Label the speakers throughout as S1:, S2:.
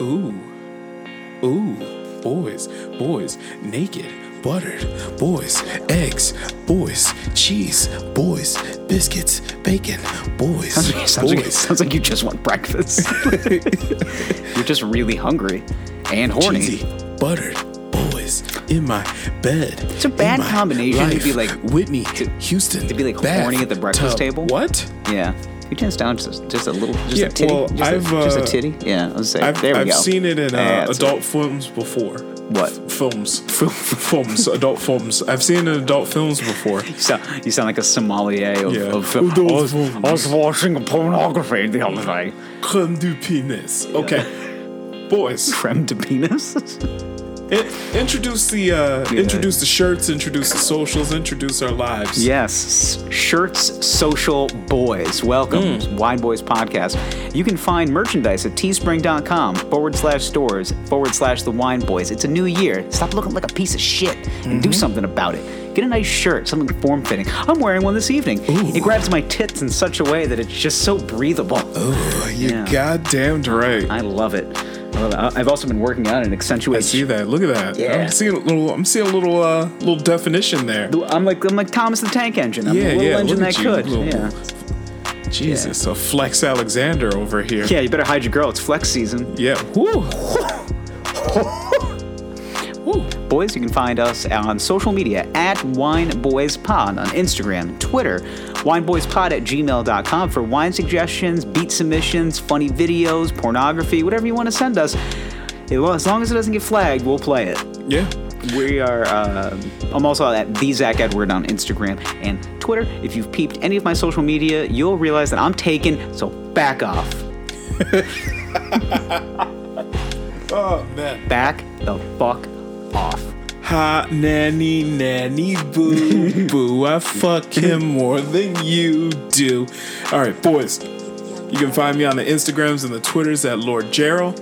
S1: Ooh. Ooh. Boys. Boys. Naked. Buttered. Boys. Eggs. Boys. Cheese. Boys. Biscuits. Bacon. Boys.
S2: Sounds like, sounds, like,
S1: boys.
S2: sounds like you just want breakfast. You're just really hungry and horny.
S1: cheesy. Buttered. Boys. In my bed. It's
S2: a bad combination to be like-
S1: Whitney Houston.
S2: to be like
S1: bath,
S2: horny at the breakfast
S1: tub.
S2: table.
S1: What?
S2: Yeah. You tense down just, just a little, just
S1: Yeah,
S2: a titty,
S1: well,
S2: just,
S1: I've,
S2: a, just a
S1: uh,
S2: titty. Yeah, I was saying.
S1: I've,
S2: there we
S1: I've
S2: go.
S1: seen it in uh,
S2: That's
S1: adult films before.
S2: What?
S1: F- films? films. Adult films. I've seen it in adult films before.
S2: You sound, you sound like a sommelier of,
S1: Yeah.
S2: of
S1: Who
S2: film.
S1: knows
S2: I was,
S1: who-
S2: I was watching pornography the other day.
S1: Creme du penis. Okay. Boys,
S2: Creme de penis?
S1: in- introduce the uh,
S2: Yeah.
S1: introduce the shirts, introduce the socials, introduce our lives.
S2: Yes, shirts, social boys. Welcome,
S1: Hmm.
S2: Wine Boys Podcast. You can find merchandise at teespring.com forward slash stores forward slash the Wine Boys. It's a new year. Stop looking like a piece of shit and do
S1: Mm-hmm.
S2: something about it. Get a nice shirt, something form fitting. I'm wearing one this evening. It grabs my tits in such a way that it's just so breathable.
S1: Oh, you
S2: Yeah.
S1: goddamn right.
S2: I love it. I love it. I- I've also been working out and
S1: I
S2: accentuates.
S1: see that. Look at that.
S2: Yeah.
S1: I'm seeing a little. I'm seeing a little. Uh, little definition there.
S2: I'm like I'm like Thomas the Tank Engine. I'm
S1: Yeah,
S2: a little
S1: yeah,
S2: engine
S1: look
S2: that
S1: at you,
S2: could.
S1: little-
S2: Yeah.
S1: Jesus, a flex Alexander over here.
S2: yeah, you better hide your girl. It's flex season.
S1: Yeah. Woo. Woo.
S2: Boys, you can find us on social media at Wine Boys Pod on Instagram, Twitter, wineboyspod at gmail.com for wine suggestions, beat submissions, funny videos, pornography, whatever you want to send us. It- well, As long as it doesn't get flagged, we'll play it.
S1: Yeah.
S2: We are, uh, I'm also at the Zach Edward on Instagram and Twitter. If you've peeped any of my social media, you'll realize that I'm taken, so back off.
S1: Oh man.
S2: Back the fuck off.
S1: Hot nanny nanny boo boo. I fuck him more than you do. All right, boys. You can find me on the Instagrams and the Twitters at Lord Gerald.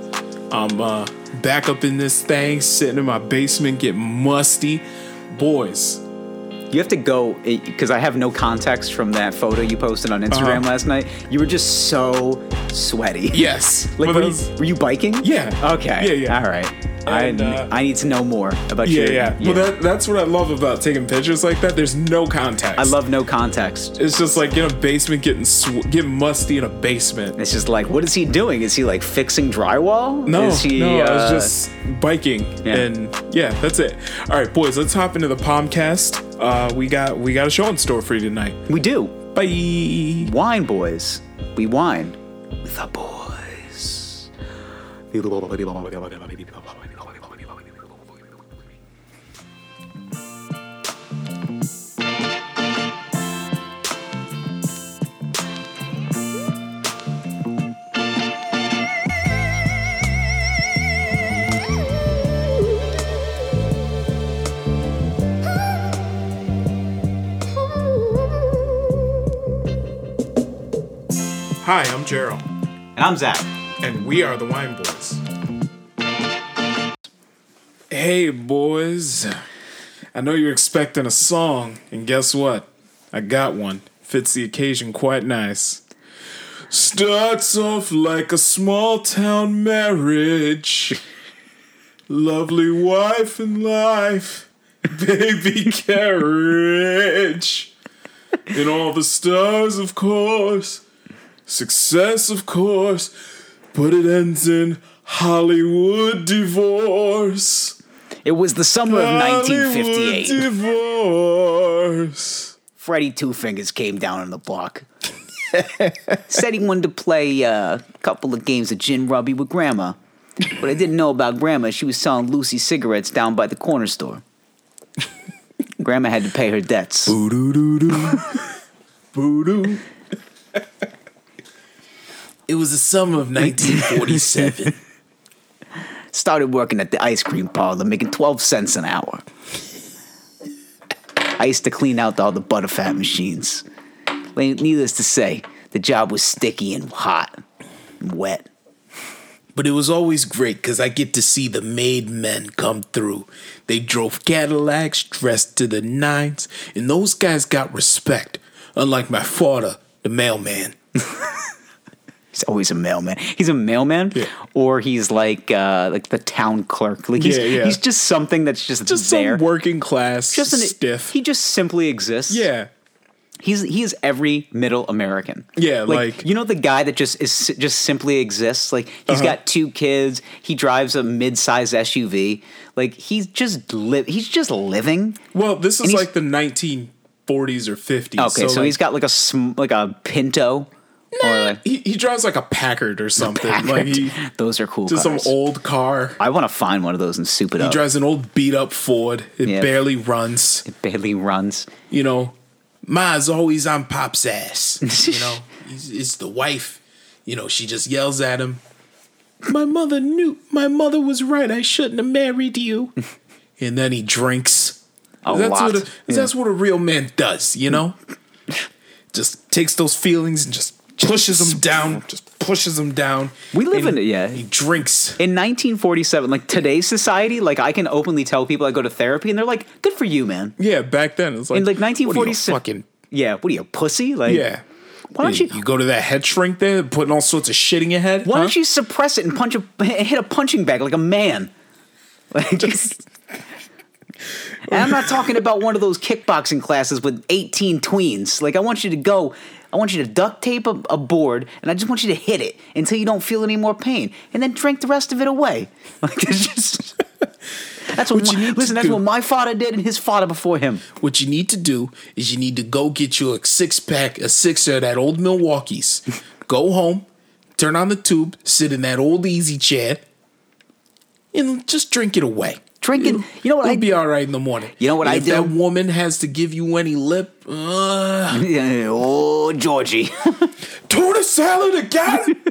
S1: I'm uh, back up in this thing, sitting in my basement, getting musty. Boys,
S2: You have to go because I have no context from that photo you posted on Instagram
S1: Uh-huh.
S2: last night. You were just so sweaty.
S1: yes.
S2: Like,
S1: Well,
S2: were,
S1: those-
S2: you, were you biking?
S1: Yeah.
S2: Okay.
S1: Yeah, yeah.
S2: All right.
S1: And,
S2: I,
S1: uh,
S2: I need to know more about
S1: Yeah,
S2: your.
S1: yeah. Well, that, that's what I love about taking pictures like that. There's no context.
S2: I love no context.
S1: It's just like in a basement, getting sw- getting musty in a basement.
S2: It's just like, what is he doing? Is he like fixing drywall?
S1: No,
S2: Is he,
S1: no, I was
S2: uh,
S1: just biking,
S2: Yeah.
S1: and yeah, that's it. All right, boys, let's hop into the Palmcast. Uh, we got we got a show in store for you tonight.
S2: We do
S1: Bye.
S2: wine, boys. We wine with the boys.
S1: Hi, I'm Gerald,
S2: And I'm Zach.
S1: and we are the Wine Boys. Hey, boys. I know you're expecting a song, and guess what? I got one. Fits the occasion quite nice. Starts off like a small town marriage. Lovely wife and life. Baby carriage. And all the stars, of course. Success, of course. But it ends in Hollywood divorce.
S2: It was the summer of 1958.
S1: Hollywood divorce.
S2: Freddie Two Fingers came down on the block. Said he wanted to play uh, a couple of games of gin rubby with Grandma. But I didn't know about Grandma. She was selling Lucy cigarettes down by the corner store. Grandma had to pay her debts.
S1: Boo doo doo doo. Boo doo. It was the summer of 1947.
S2: Started working at the ice cream parlor, making 12 cents an hour. I used to clean out all the butterfat machines. Needless to say, the job was sticky and hot and wet.
S1: but it was always great because I get to see the made men come through. They drove Cadillacs dressed to the nines, and those guys got respect, unlike my father, the mailman.
S2: He's always a mailman. He's a mailman,
S1: Yeah.
S2: or he's like uh, like the town clerk. Like he's
S1: Yeah, yeah.
S2: he's just something that's just,
S1: Just
S2: there.
S1: some working class
S2: just an,
S1: stiff.
S2: He just simply exists.
S1: yeah.
S2: He's he is every middle American.
S1: Yeah, like-
S2: you know the guy that just is just simply exists. Like he's
S1: Uh-huh.
S2: got two kids. He drives a mid-size SUV. Like he's just li- he's just living.
S1: Well, this is
S2: he's-
S1: like the 1940s or 50s.
S2: Okay, so,
S1: like,
S2: he's got like a sm- like a Pinto or like
S1: he, he drives like a Packard or something. Like he
S2: those are cool.
S1: just some
S2: cars.
S1: old car.
S2: I want to find one of those and soup it
S1: He
S2: up.
S1: drives an old beat up Ford. It
S2: Yeah.
S1: barely runs.
S2: Barely runs.
S1: You know, Ma's always on Pop's ass. You know, it's, it's the wife. You know, she just yells at him. My mother knew. My mother was right. I shouldn't have married you. and then he drinks.
S2: A
S1: that's
S2: lot.
S1: What a,
S2: Yeah.
S1: That's what a real man does, you know? just takes those feelings and just pushes them down. Just pushes them down.
S2: We live
S1: And
S2: in- yeah.
S1: He drinks.
S2: In 1947, like today's society, like I can openly tell people I go to therapy and they're like, "Good for you, man."
S1: Yeah, back then it's like
S2: In like
S1: what are you,
S2: 1947,
S1: Fucking
S2: yeah. What are you, a pussy? Like,
S1: yeah.
S2: Why don't
S1: you,
S2: you?
S1: go to that head shrink there, putting all sorts of shit in your head?
S2: Why
S1: huh?
S2: don't you suppress it and punch a hit a punching bag like a man? Like, and I'm not talking about one of those kickboxing classes with 18 tweens. Like I want you to go, I want you to duct tape a, a board, and I just want you to hit it until you don't feel any more pain, and then drink the rest of it away. Like it's just. That's what,
S1: What you
S2: my-
S1: need to
S2: listen. That's
S1: do-
S2: what my father did and his father before him.
S1: What you need to do is you need to go get you a six pack, a sixer of that old Milwaukee's. go home, turn on the tube, sit in that old easy chair, and just drink it away.
S2: Drinking, you know what
S1: It'll
S2: I
S1: be all right in the morning.
S2: You know what
S1: And
S2: I
S1: if That
S2: do?
S1: woman has to give you any lip. Uh,
S2: Oh, Georgie.
S1: tuna salad again.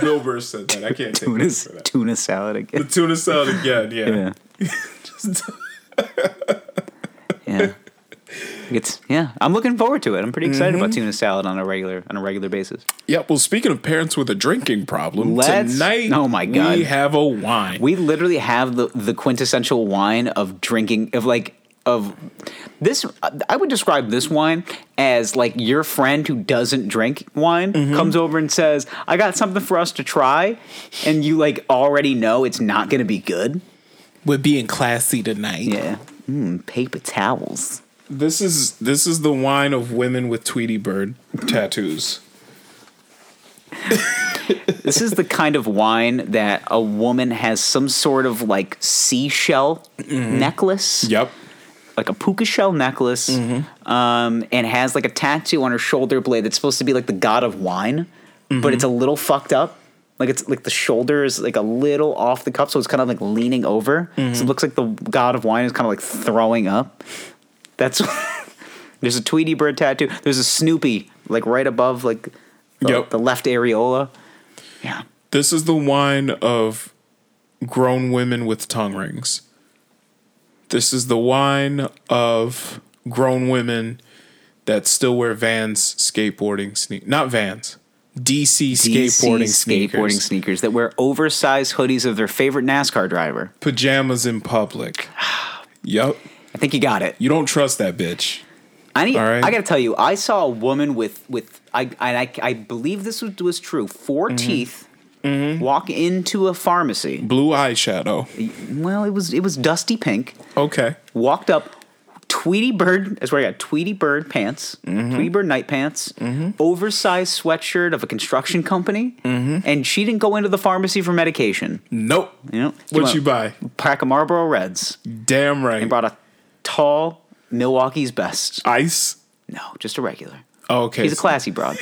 S1: Bill Burr said that. I can't take
S2: tuna,
S1: it for that.
S2: tuna salad again.
S1: Tuna salad again. Yeah.
S2: Yeah. yeah. It's yeah. I'm looking forward to it. I'm pretty excited about tuna salad on a regular on a regular basis.
S1: Yeah. Well, speaking of parents with a drinking problem,
S2: Let's-
S1: tonight
S2: oh my God.
S1: we have a wine.
S2: We literally have the the quintessential wine of drinking of like of this I would describe this wine as like your friend who doesn't drink wine comes over and says, "I got something for us to try." And you like already know it's not going to be good.
S1: We're being classy tonight.
S2: Yeah. Mm, paper towels.
S1: This is this is the wine of women with Tweety Bird tattoos.
S2: This is the kind of wine that a woman has some sort of like seashell necklace,
S1: Yep.
S2: like a puka shell necklace, um, and has like a tattoo on her shoulder blade that's supposed to be like the god of wine, but it's a little fucked up. Like it's like the shoulder is like a little off the cup, so it's kind of like leaning over. So it looks like the god of wine is kind of like throwing up. That's there's a Tweety bird tattoo. There's a Snoopy like right above like the,
S1: Yep.
S2: the left areola. Yeah.
S1: This is the wine of grown women with tongue rings. This is the wine of grown women that still wear Vans skateboarding sneak not Vans. DC skateboarding
S2: DC skateboarding
S1: sneakers.
S2: sneakers that wear oversized hoodies of their favorite NASCAR driver.
S1: Pajamas in public. yep.
S2: I think you got it.
S1: You don't trust that bitch.
S2: I need,
S1: All right.
S2: I got to tell you, I saw a woman with with I and I, I believe this was, was true.
S1: Mm-hmm.
S2: 4 teeth. Walk into a pharmacy.
S1: Blue eyeshadow.
S2: Well, it was it was dusty pink.
S1: Okay.
S2: Walked up. Tweety bird. That's where I got Tweety bird pants.
S1: Mm-hmm.
S2: Tweety bird night pants. Oversized sweatshirt of a construction company.
S1: Mm-hmm.
S2: And she didn't go into the pharmacy for medication.
S1: Nope.
S2: You know,
S1: What
S2: She
S1: you
S2: went-
S1: buy?
S2: pack of Marlboro Reds.
S1: Damn right.
S2: Brought a tall Milwaukee's best.
S1: Ice. Oh,
S2: No, just a regular.
S1: Okay.
S2: He's a classy broad.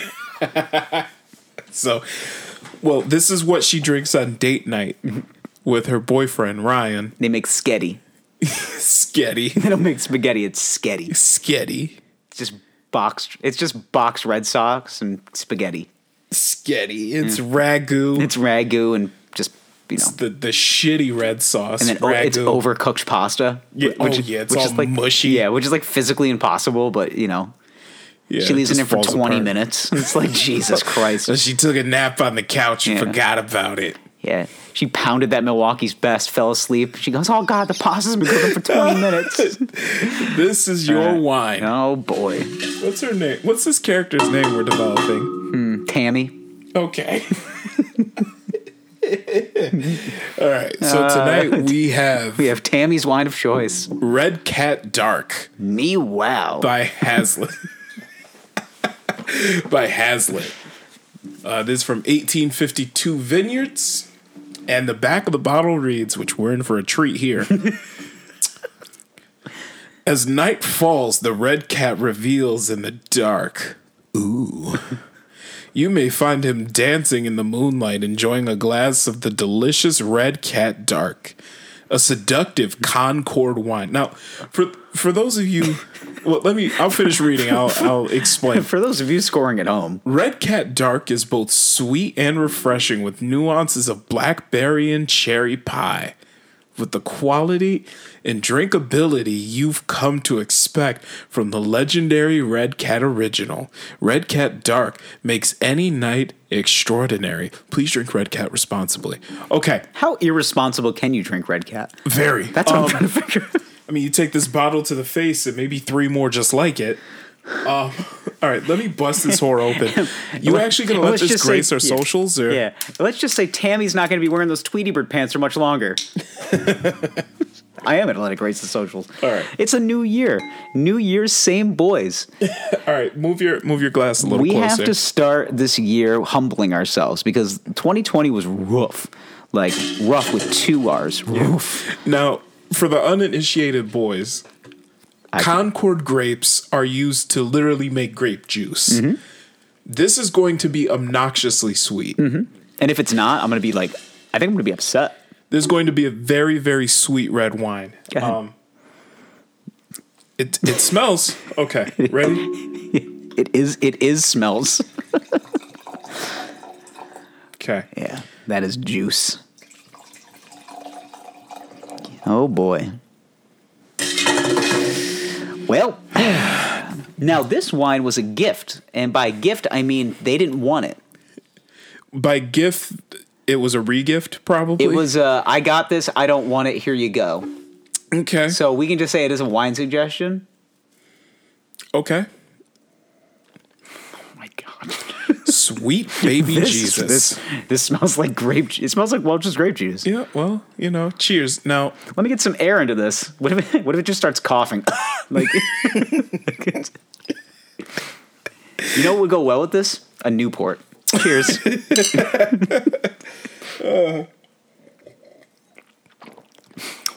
S1: So, well, this is what she drinks on date night with her boyfriend Ryan.
S2: They make sketty.
S1: Sketty,
S2: They don't make spaghetti. It's sketty.
S1: sketty,
S2: It's just boxed. It's just boxed Red Sox and spaghetti.
S1: sketty. It's ragu. It's
S2: Mm. It's ragu and just you know.
S1: the the shitty red sauce.
S2: And then o- it's
S1: ragu.
S2: overcooked pasta.
S1: Yeah,
S2: wh- which
S1: oh,
S2: is-
S1: yeah, it's
S2: which
S1: all
S2: is like,
S1: mushy.
S2: Yeah, which is like physically impossible, but you know,
S1: Yeah,
S2: she leaves it
S1: just
S2: in for
S1: falls
S2: 20
S1: apart.
S2: minutes. It's like, Jesus Christ.
S1: So she took a nap on the couch and
S2: Yeah.
S1: forgot about it.
S2: Yeah, she pounded that Milwaukee's best, fell asleep. She goes, "Oh God, the pasta's been cooking for twenty minutes."
S1: This is your wine.
S2: Oh boy,
S1: What's her name? What's this character's name we're developing?
S2: Tammy.
S1: Okay. All right. So
S2: Uh,
S1: tonight we have
S2: We have Tammy's wine of choice.
S1: Red Cat Dark
S2: Me wow.
S1: by Hazlitt. by Hazlitt. Uh, this is from 1852 Vineyards. And the back of the bottle reads, which we're in for a treat here. As night falls, the red cat reveals in the dark. Ooh. You may find him dancing in the moonlight, enjoying a glass of the delicious red cat dark, a seductive Concord wine. Now, for for those of you, well, let me. I'll finish reading. I'll I'll explain.
S2: For those of you scoring at home,
S1: Red Cat Dark is both sweet and refreshing with nuances of blackberry and cherry pie. With the quality and drinkability you've come to expect from the legendary Red Cat original, Red Cat Dark makes any night extraordinary. Please drink Red Cat responsibly. Okay,
S2: how irresponsible can you drink Red Cat?
S1: very.
S2: That's what
S1: Um,
S2: I'm trying to figure.
S1: I mean, you take this bottle to the face and maybe three more just like it. Um, all right, let me bust this whore open. You actually gonna let
S2: Let's
S1: this
S2: just say-
S1: grace our
S2: yeah.
S1: socials? Or?
S2: Yeah, let's just say Tammy's not going to be wearing those Tweety Bird pants for much longer. I am Athletic Race the Socials.
S1: All right.
S2: It's a new year. New Year's, same boys.
S1: All right, move your move your glass a little
S2: we
S1: closer.
S2: have to start this year humbling ourselves because 2020 was rough. Like, rough with two R's. Roof.
S1: now, for the uninitiated boys, Concord grapes are used to literally make grape juice.
S2: Mm-hmm.
S1: This is going to be obnoxiously sweet.
S2: Mm-hmm. And if it's not, I'm going to be like, I think I'm going to be upset.
S1: This is going to be a very very sweet red wine. Um,
S2: Go ahead.
S1: It it smells okay. Ready?
S2: It is, it is smells.
S1: Okay.
S2: Yeah, that is juice. Oh boy. Well, now this wine was a gift, and by gift I mean they didn't want it.
S1: By gift, it was a regift probably.
S2: It was uh, I got this, I don't want it. Here you go.
S1: okay.
S2: So we can just say it is a wine suggestion.
S1: okay.
S2: Oh my god,
S1: Sweet baby
S2: this,
S1: Jesus.
S2: This, this smells like grape. ju- It smells like Welch's grape juice.
S1: yeah. Well, you know. Cheers. Now.
S2: Let me get some air into this. What if it, what if it just starts coughing? like, you know what would go well with this? A Newport. Cheers. Oh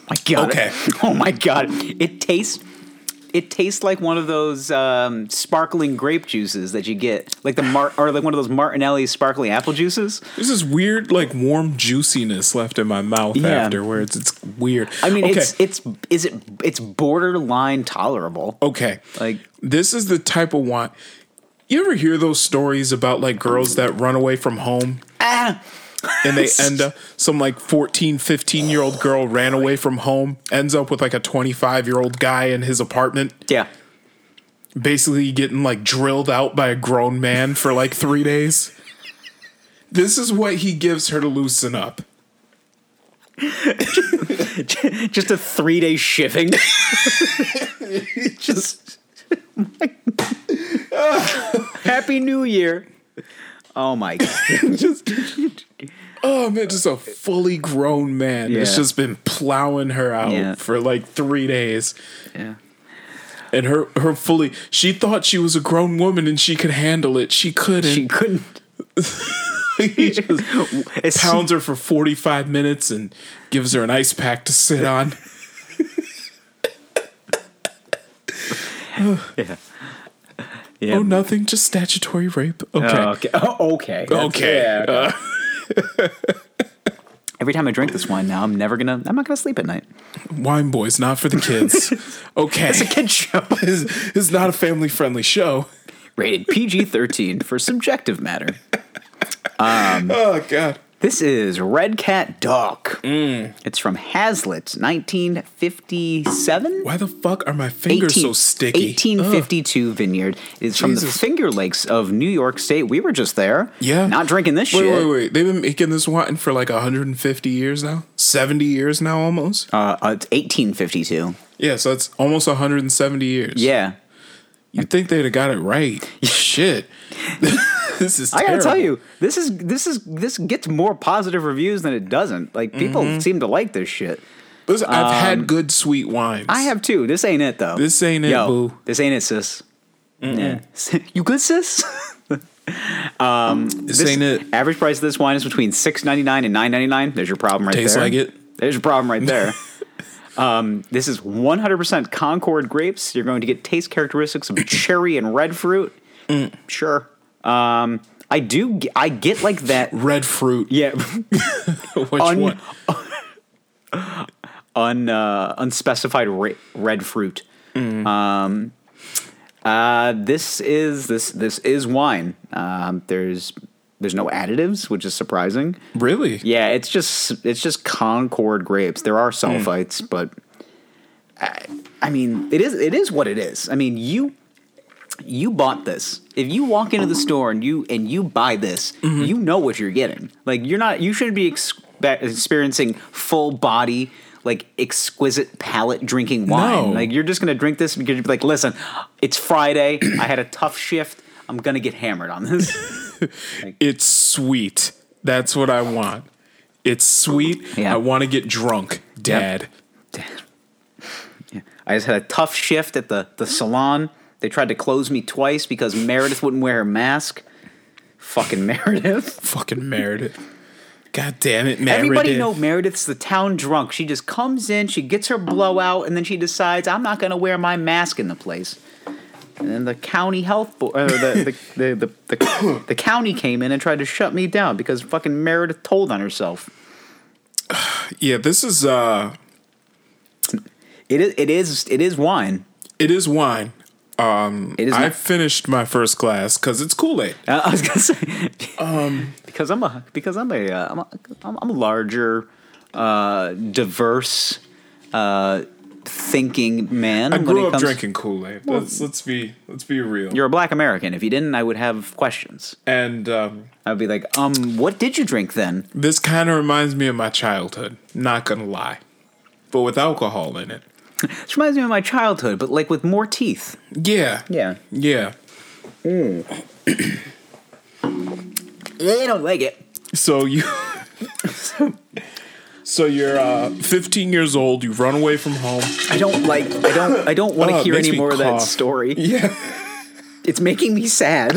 S2: my god.
S1: Okay.
S2: Oh my god. It tastes. It tastes like one of those um, sparkling grape juices that you get, like the Mar- or like one of those Martinelli sparkling apple juices.
S1: There's this weird, like warm juiciness left in my mouth
S2: Yeah.
S1: afterwards. It's weird.
S2: I mean,
S1: okay,
S2: it's it's is it it's borderline tolerable.
S1: okay.
S2: Like
S1: This is the type of wine. You ever hear those stories about like girls that run away from home
S2: ah,
S1: and they end up some like 14, 15 year old girl ran away from home, ends up with like a 25 year old guy in his apartment,
S2: yeah.
S1: basically getting like drilled out by a grown man for like three days. This is what he gives her to loosen up.
S2: Just a three day shivving. Just Happy New Year. Oh my god.
S1: Oh man, just a fully grown man. It's
S2: Yeah.
S1: just been plowing her out
S2: Yeah.
S1: for like three days.
S2: Yeah.
S1: And her her fully she thought she was a grown woman and she could handle it. She couldn't.
S2: She couldn't
S1: he just
S2: as soon,
S1: pounds her for 45 minutes and gives her an ice pack to sit on.
S2: yeah.
S1: Oh nothing, just statutory rape. Okay.
S2: Oh, okay. Oh, okay. That's-
S1: okay.
S2: yeah.
S1: Uh,
S2: Every time I drink this wine now, I'm never gonna I'm not gonna sleep at night.
S1: wine boys, not for the kids. okay.
S2: It's a kid show.
S1: It's, it's not a family friendly show.
S2: Rated PG thirteen for subjective matter.
S1: Oh god.
S2: This is Red Cat Dog.
S1: Mm.
S2: It's from Hazlitt, 1957.
S1: Why the fuck are my fingers so sticky?
S2: 1852 vineyard is from the
S1: Jesus.
S2: Finger Lakes of New York State. We were just there.
S1: Yeah.
S2: Not drinking this
S1: Wait,
S2: shit.
S1: wait, wait. They've been making this wine for like 150 years now? 70 years now almost?
S2: Uh, uh, it's 1852.
S1: yeah, so that's almost 170 years.
S2: Yeah.
S1: You'd think they'd have got it right. Shit. this is.
S2: I gotta
S1: terrible.
S2: tell you, this is this is this gets more positive reviews than it doesn't. Like people
S1: Mm-hmm.
S2: seem to like this shit.
S1: Listen, I've had good sweet wines.
S2: um, I have too. This ain't it though.
S1: This ain't it,
S2: Yo,
S1: boo.
S2: This ain't it, sis. Yeah. you good, sis?
S1: This,
S2: This-
S1: ain't it.
S2: Average price of this wine is between six ninety nine and nine ninety nine. There's your problem right
S1: Tastes
S2: there.
S1: like it.
S2: There's your problem right there. um, this is one hundred percent Concord grapes. You're going to get taste characteristics of cherry and red fruit.
S1: Mm.
S2: Sure. Um, I do. g- I get like that.
S1: Red fruit.
S2: Yeah.
S1: Which
S2: Un-
S1: one?
S2: un uh, unspecified ra- red fruit.
S1: Mm.
S2: Um, uh, this is this this is wine. Um, there's there's no additives, which is surprising.
S1: Really?
S2: Yeah, it's just it's just Concord grapes. There are sulfites, but I, I mean, it is it is what it is. I mean, you you bought this. If you walk into the store and you and you buy this, you know what you're getting. Like you're not you shouldn't be expe- experiencing full body like exquisite palate drinking wine.
S1: No.
S2: Like you're just gonna drink this because you're like, listen, it's Friday. I had a tough shift. I'm gonna get hammered on this.
S1: It's sweet. That's what I want. It's sweet.
S2: Yeah.
S1: I want to get drunk, Dad.
S2: I just had a tough shift at the, the salon. They tried to close me twice because Meredith wouldn't wear her mask. Fucking Meredith.
S1: Fucking Meredith. God damn it, Meredith.
S2: Everybody know Meredith's the town drunk. She just comes in, she gets her blowout, and then she decides, I'm not going to wear my mask in the place. And then the county health board, or the, the, the, the, the, the county came in and tried to shut me down because fucking Meredith told on herself.
S1: Yeah, this is uh
S2: It is, it is, it is wine.
S1: it is wine.
S2: It is
S1: I
S2: not-
S1: finished my first glass because it's Kool-Aid.
S2: Uh, I was gonna say
S1: Um,
S2: because I'm a because I'm a uh, I'm a, I'm I'm a larger, uh, diverse, uh, thinking man.
S1: I
S2: when
S1: grew
S2: it
S1: up
S2: comes-
S1: drinking Kool-Aid. let's let's be let's be real.
S2: You're a black American. If you didn't, I would have questions.
S1: And um,
S2: I'd be like, um, what did you drink then?
S1: this kind of reminds me of my childhood. Not gonna lie, but with alcohol in it.
S2: This reminds me of my childhood, but like with more teeth.
S1: Yeah.
S2: Yeah,
S1: Yeah.
S2: they don't like it.
S1: So you. so you're uh, 15 years old. You run away from home.
S2: I don't like. I don't. I don't want to
S1: Oh, it
S2: hear
S1: makes
S2: any
S1: me
S2: more of that
S1: cough.
S2: story.
S1: Yeah,
S2: It's making me sad.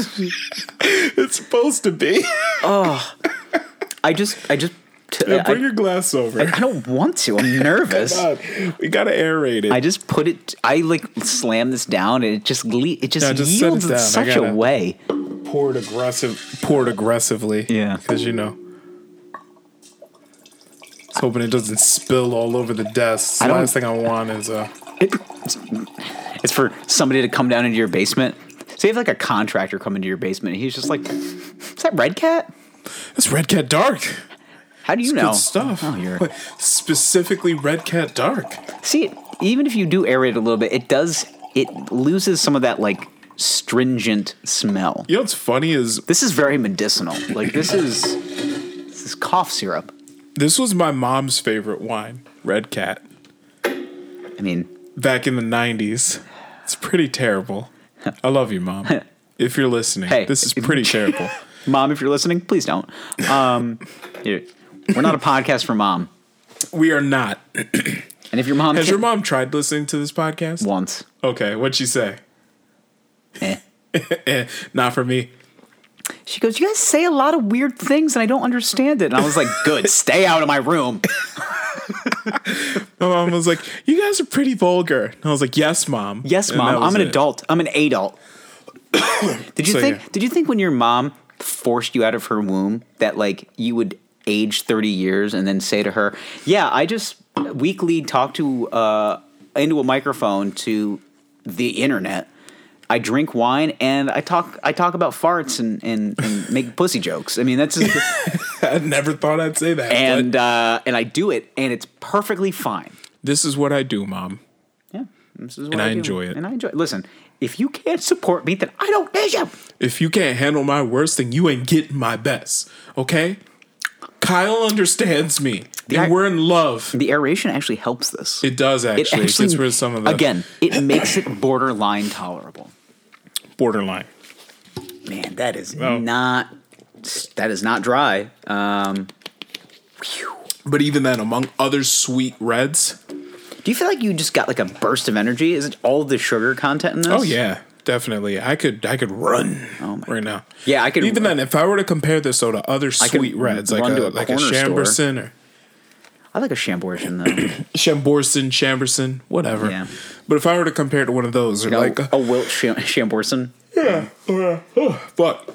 S1: it's supposed to be.
S2: I just. I just. T-
S1: Yeah, bring
S2: I,
S1: your glass over.
S2: I don't want to. I'm nervous.
S1: God, we gotta aerate it.
S2: I just put it. I like slam this down, and it just le- it just
S1: No, just set it
S2: yields in
S1: down. I
S2: such a
S1: gotta-
S2: way.
S1: pour it aggressive. Pour it aggressively.
S2: Yeah.
S1: because you know. Just hoping it doesn't spill all over the desk. The
S2: don't-
S1: last thing I want is uh,
S2: It- it's for somebody to come down into your basement. So you have like a contractor come into your basement. And he's just like, "Is that Red Cat?
S1: it's Red Cat Dark.
S2: How do you know
S1: Good stuff.
S2: Oh, you're
S1: Like, Specifically, Red Cat Dark.
S2: see. Even if you do aerate it a little bit, it does it loses some of that like stringent smell.
S1: You know what's funny is
S2: This is very medicinal. Like this is this is cough syrup.
S1: this was my mom's favorite wine, Red Cat,
S2: I mean,
S1: back in the 90s. It's pretty terrible. I love you, mom. If you're listening,
S2: Hey.
S1: this is pretty terrible.
S2: mom, if you're listening, please don't. Um, here. we're not a podcast for mom.
S1: We are not.
S2: And if your mom
S1: Has
S2: can-
S1: your mom tried listening to this podcast?
S2: once,
S1: Okay, what'd she say?
S2: Eh.
S1: Eh, not for me.
S2: she goes, "You guys say a lot of weird things, and I don't understand it." And I was like, "Good, stay out of my room."
S1: My mom was like, You guys are pretty vulgar. And I was like, Yes, mom.
S2: Yes,
S1: And that
S2: mom,
S1: was
S2: I'm an
S1: it.
S2: adult. I'm an adult. did you
S1: So,
S2: think?
S1: yeah.
S2: Did you think when your mom forced you out of her womb that like you would age thirty years and then say to her, "Yeah, I just weekly talk to uh, into a microphone to the internet." I drink wine and I talk. I talk about farts and, and, and make pussy jokes. I mean, that's just,
S1: I never thought I'd say that. but
S2: and uh, and I do it, and it's perfectly fine.
S1: this is what I do, mom.
S2: Yeah, this is what
S1: And I
S2: do.
S1: enjoy it.
S2: And I enjoy it. Listen, if you can't support me, then I don't need you.
S1: If you can't handle my worst, then you ain't getting my best. Okay? Kyle understands me.
S2: I-
S1: and we're in love.
S2: The aeration actually helps this.
S1: It does actually. It, gets rid of some of the
S2: again. It makes it borderline tolerable.
S1: borderline.
S2: Man, that is
S1: Oh.
S2: not that is not dry. Um,
S1: But even then, among other sweet reds,
S2: do you feel like you just got like a burst of energy? Is it all the sugar content in this?
S1: oh yeah, definitely. I could I could run
S2: Oh, my
S1: right now.
S2: Yeah, I could-
S1: Even then, if I were to compare this though to other
S2: could
S1: sweet reds, like
S2: run
S1: a,
S2: to a
S1: like a
S2: corner store.
S1: Chamberson or
S2: I like a shamborshin though.
S1: Chamborson, Chamberson, whatever.
S2: Yeah.
S1: But if I were to compare it to one of those, or like
S2: a, a Wilt sham- Shamborson. oh.
S1: fuck,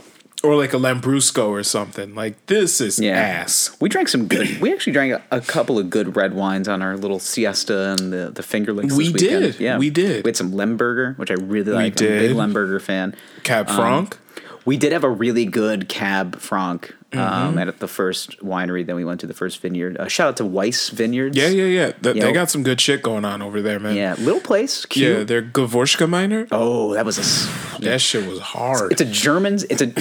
S1: or like a Lambrusco or something, like this is
S2: Yeah.
S1: ass.
S2: We drank some good. We actually drank a, a couple of good red wines on our little siesta and the the fingerlings.
S1: We
S2: this weekend.
S1: did. We did.
S2: We had some Lemberger, which I really like. I'm a big
S1: did.
S2: Lemberger fan. Um,
S1: Cab Franc.
S2: We did have a really good Cab Franc
S1: Mm-hmm.
S2: um, at the first winery that we went to, the first vineyard. Uh, shout out to Weiss Vineyards.
S1: Yeah, yeah, yeah. Th-
S2: Yeah.
S1: They got some good shit going on over there, man.
S2: Yeah, little place. Cute.
S1: Yeah, their Gavorshka miner.
S2: Oh, that was a. s-
S1: That shit was hard.
S2: It's a German's. It's a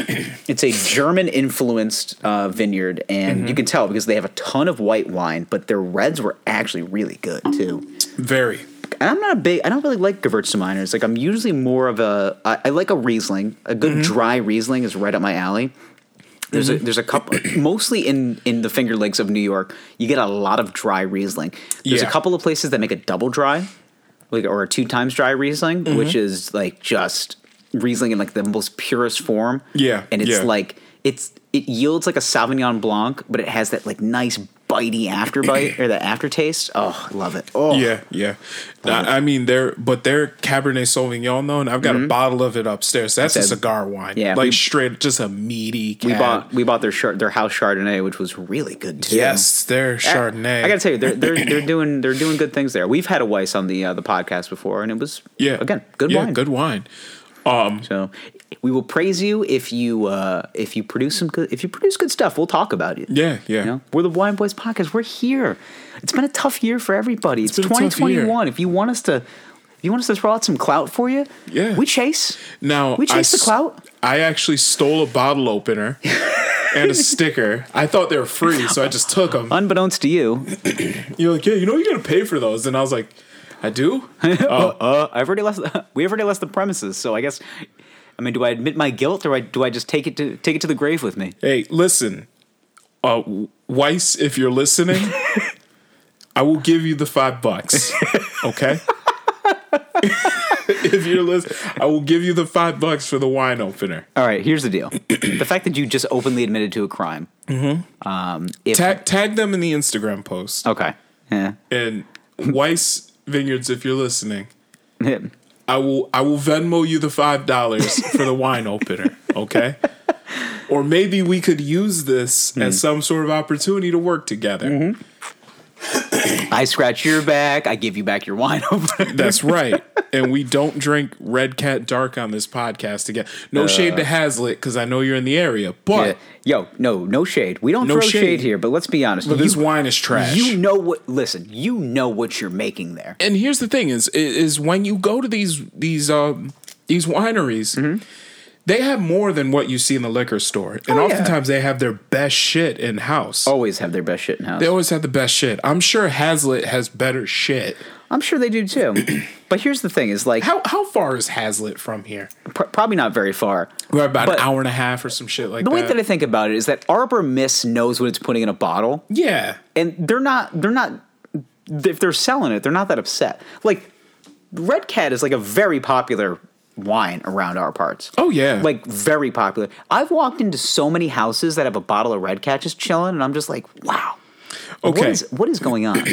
S2: it's a German influenced uh, vineyard, and you can tell because they have a ton of white wine, but their reds were actually really good too.
S1: Very.
S2: And I'm not a big. I don't really like Gewürztraminer. Like I'm usually more of a. I, I like a Riesling. A
S1: Mm-hmm.
S2: good dry Riesling is right up my alley. There's a there's a couple mostly in in the Finger Lakes of New York. You get a lot of dry Riesling. There's
S1: Yeah.
S2: a couple of places that make a double dry, like or a two times dry Riesling,
S1: Mm-hmm.
S2: which is like just Riesling in like the most purest form.
S1: Yeah,
S2: and it's
S1: yeah.
S2: like it's it yields like a Sauvignon Blanc, but it has that like nice bitey afterbite or the aftertaste. Oh, I love it. Oh,
S1: Yeah, yeah. I, I mean, they're but they're Cabernet Sauvignon though, and I've got a bottle of it upstairs. That's a
S2: Mm-hmm. That's-
S1: cigar wine.
S2: yeah,
S1: like
S2: we-
S1: straight, just a meaty. Cab.
S2: We bought we bought their char- their house Chardonnay, which was really good too.
S1: Yes, they're
S2: I-
S1: Chardonnay.
S2: I, gotta tell you, they're, they're they're doing they're doing good things there. We've had a Weiss on the uh, the podcast before, and it was
S1: yeah,
S2: again good
S1: yeah,
S2: wine.
S1: Good wine.
S2: So we will praise you if you uh, if you produce some good if you produce good stuff. We'll talk about it.
S1: Yeah, yeah.
S2: You know? We're the Wine Boys podcast. We're here. It's been a tough year for everybody. It's,
S1: been a tough year.
S2: 2021. If you want us to, if you want us to throw out some clout for you,
S1: Yeah.
S2: we chase.
S1: Now
S2: We chase the
S1: s-
S2: clout.
S1: I actually stole a bottle opener and a sticker. I thought they were free, so I just took them.
S2: Unbeknownst to you,
S1: You're like, yeah, you know, you gotta pay for those, and I was like, I do.
S2: uh, I've already left. The, we have already left the premises. So I guess, I mean, do I admit my guilt or I, do I just take it to take it to the grave with me?
S1: Hey, listen, uh, Weiss, if you're listening, I will give you the five bucks. Okay. if you're listening, I will give you the five bucks for the wine opener.
S2: All right. Here's the deal: the fact that you just openly admitted to a crime.
S1: Mm-hmm.
S2: Um, if,
S1: Tag, tag them in the Instagram post
S2: okay. Yeah.
S1: and Weiss Vineyards, if you're listening,
S2: Him.
S1: I will I will Venmo you the five dollars for the wine opener. Okay. Or maybe we could use this as some sort of opportunity to work together.
S2: I scratch your back. I give you back your wine opener.
S1: That's right. and we don't drink Red Cat Dark on this podcast again. No
S2: Uh,
S1: shade to Hazlitt because I know you're in the area, but
S2: Yo, no, no shade. We don't
S1: No
S2: throw shade.
S1: shade.
S2: here, but let's be honest.
S1: but
S2: you,
S1: this wine is trash.
S2: you know what? Listen, you know what you're making there.
S1: and here's the thing: is is when you go to these these um these wineries.
S2: Mm-hmm.
S1: They have more than what you see in the liquor store, and
S2: Oh, yeah. Oh.
S1: oftentimes they have their best shit in house.
S2: Always have their best shit in house.
S1: They always have the best shit. I'm sure Hazlitt has better shit.
S2: I'm sure they do too. but here's the thing: is like
S1: How how far is Hazlitt from here?
S2: pr- probably not very far.
S1: We're about
S2: But-
S1: an hour and a half or some shit like
S2: The way
S1: that.
S2: that I think about it is that Arbor Miss knows what it's putting in a bottle,
S1: yeah,
S2: and they're not they're not if they're selling it, they're not that upset. Like Red Cat is like a very popular wine around our parts.
S1: Oh, yeah.
S2: Like very popular. I've walked into so many houses that have a bottle of Red Cat just chilling and I'm just like, "Wow. What
S1: Okay.
S2: is what is going on?"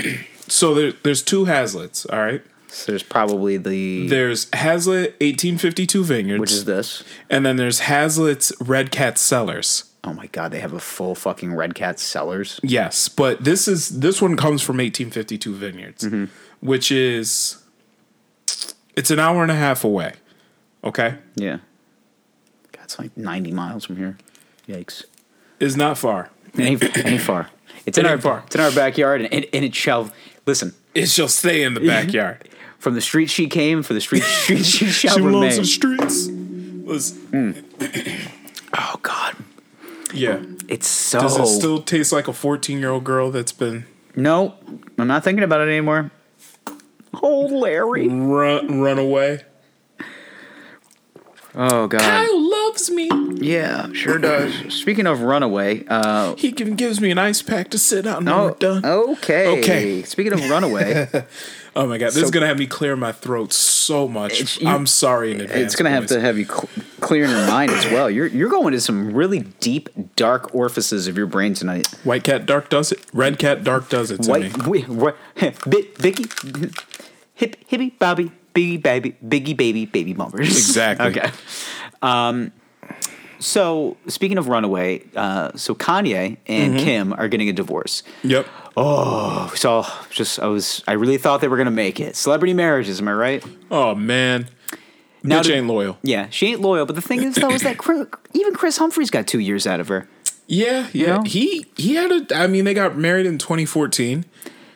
S1: So there, there's two Hazlitts, all right?
S2: so there's probably the
S1: There's Hazlitt 1852 Vineyards,
S2: which is this.
S1: and then there's Hazlitt's Red Cat Cellars.
S2: Oh my god, they have a full fucking Red Cat sellers.
S1: Yes, but this is this one comes from 1852 Vineyards,
S2: Mm-hmm.
S1: which is it's an hour and a half away. Okay?
S2: Yeah. God, it's like 90 miles from here. Yikes.
S1: Is not far.
S2: It ain't, it ain't far. It's in
S1: It
S2: our
S1: ain't far.
S2: It's in our backyard, and, and, and it shall listen.
S1: It shall stay in the backyard.
S2: From the street she came, for the street, street she shall
S1: she belongs
S2: remain.
S1: the streets. Was
S2: oh God,
S1: yeah.
S2: it's so.
S1: Does it still taste like a 14-year-old girl that's been
S2: no, I'm not thinking about it anymore. Oh Larry,
S1: run run away?
S2: Oh God.
S1: Kyle loves me.
S2: Yeah, sure does. Speaking of Runaway, uh,
S1: He can, gives me an ice pack to sit out and
S2: oh,
S1: we're done. Oh,
S2: okay.
S1: Okay.
S2: Speaking of Runaway,
S1: my god, this is gonna have me clear my throat so much.
S2: It's- you-
S1: I'm sorry in advance.
S2: it's going to have
S1: boys.
S2: to have you cl- clear in your mind as well. You're you're going to some really deep, dark orifices of your brain tonight.
S1: White cat dark does it. Red cat dark does it to me.
S2: White, wi- wi- bit, Vicky, hip, hippie, Bobby, biggie, baby, biggie, baby, baby bumpers.
S1: Exactly.
S2: okay. Um, so speaking of Runaway, uh, so Kanye and
S1: Mm-hmm.
S2: Kim are getting a divorce.
S1: Yep.
S2: So just I was I really thought they were gonna make it. Celebrity marriages, am I right?
S1: Oh man,
S2: Now
S1: bitch
S2: to-
S1: ain't loyal.
S2: Yeah, she ain't loyal. But the thing is, though, is that Chris, even Chris Humphries got two years out of her.
S1: Yeah, yeah.
S2: know?
S1: He he had a. I mean, they got married in 2014.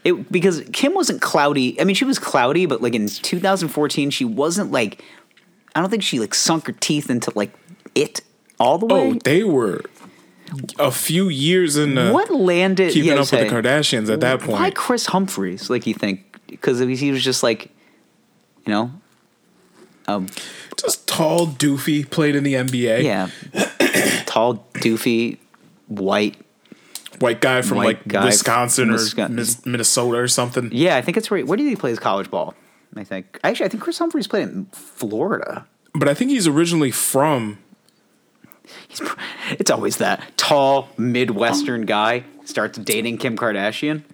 S2: It because Kim wasn't cloudy. I mean, she was cloudy, but like in 2014, she wasn't like. I don't think she like sunk her teeth into like it all the way.
S1: Oh, they were a few years in the
S2: what landed?
S1: keeping
S2: yeah,
S1: up with
S2: say,
S1: the Kardashians at that
S2: Why
S1: point.
S2: Chris Humphries? Like you think because he was just like, you know,
S1: Just tall, doofy, played in the NBA.
S2: yeah, tall, doofy, white.
S1: White guy from
S2: White
S1: like
S2: guy
S1: Wisconsin
S2: from
S1: or
S2: Wisconsin.
S1: Mis- Minnesota or something.
S2: Yeah, I think it's where. Where do he play his college ball? I think actually, I think Chris Humphries played in Florida.
S1: But I think he's originally from.
S2: He's, pr- it's always that tall Midwestern guy starts dating Kim Kardashian.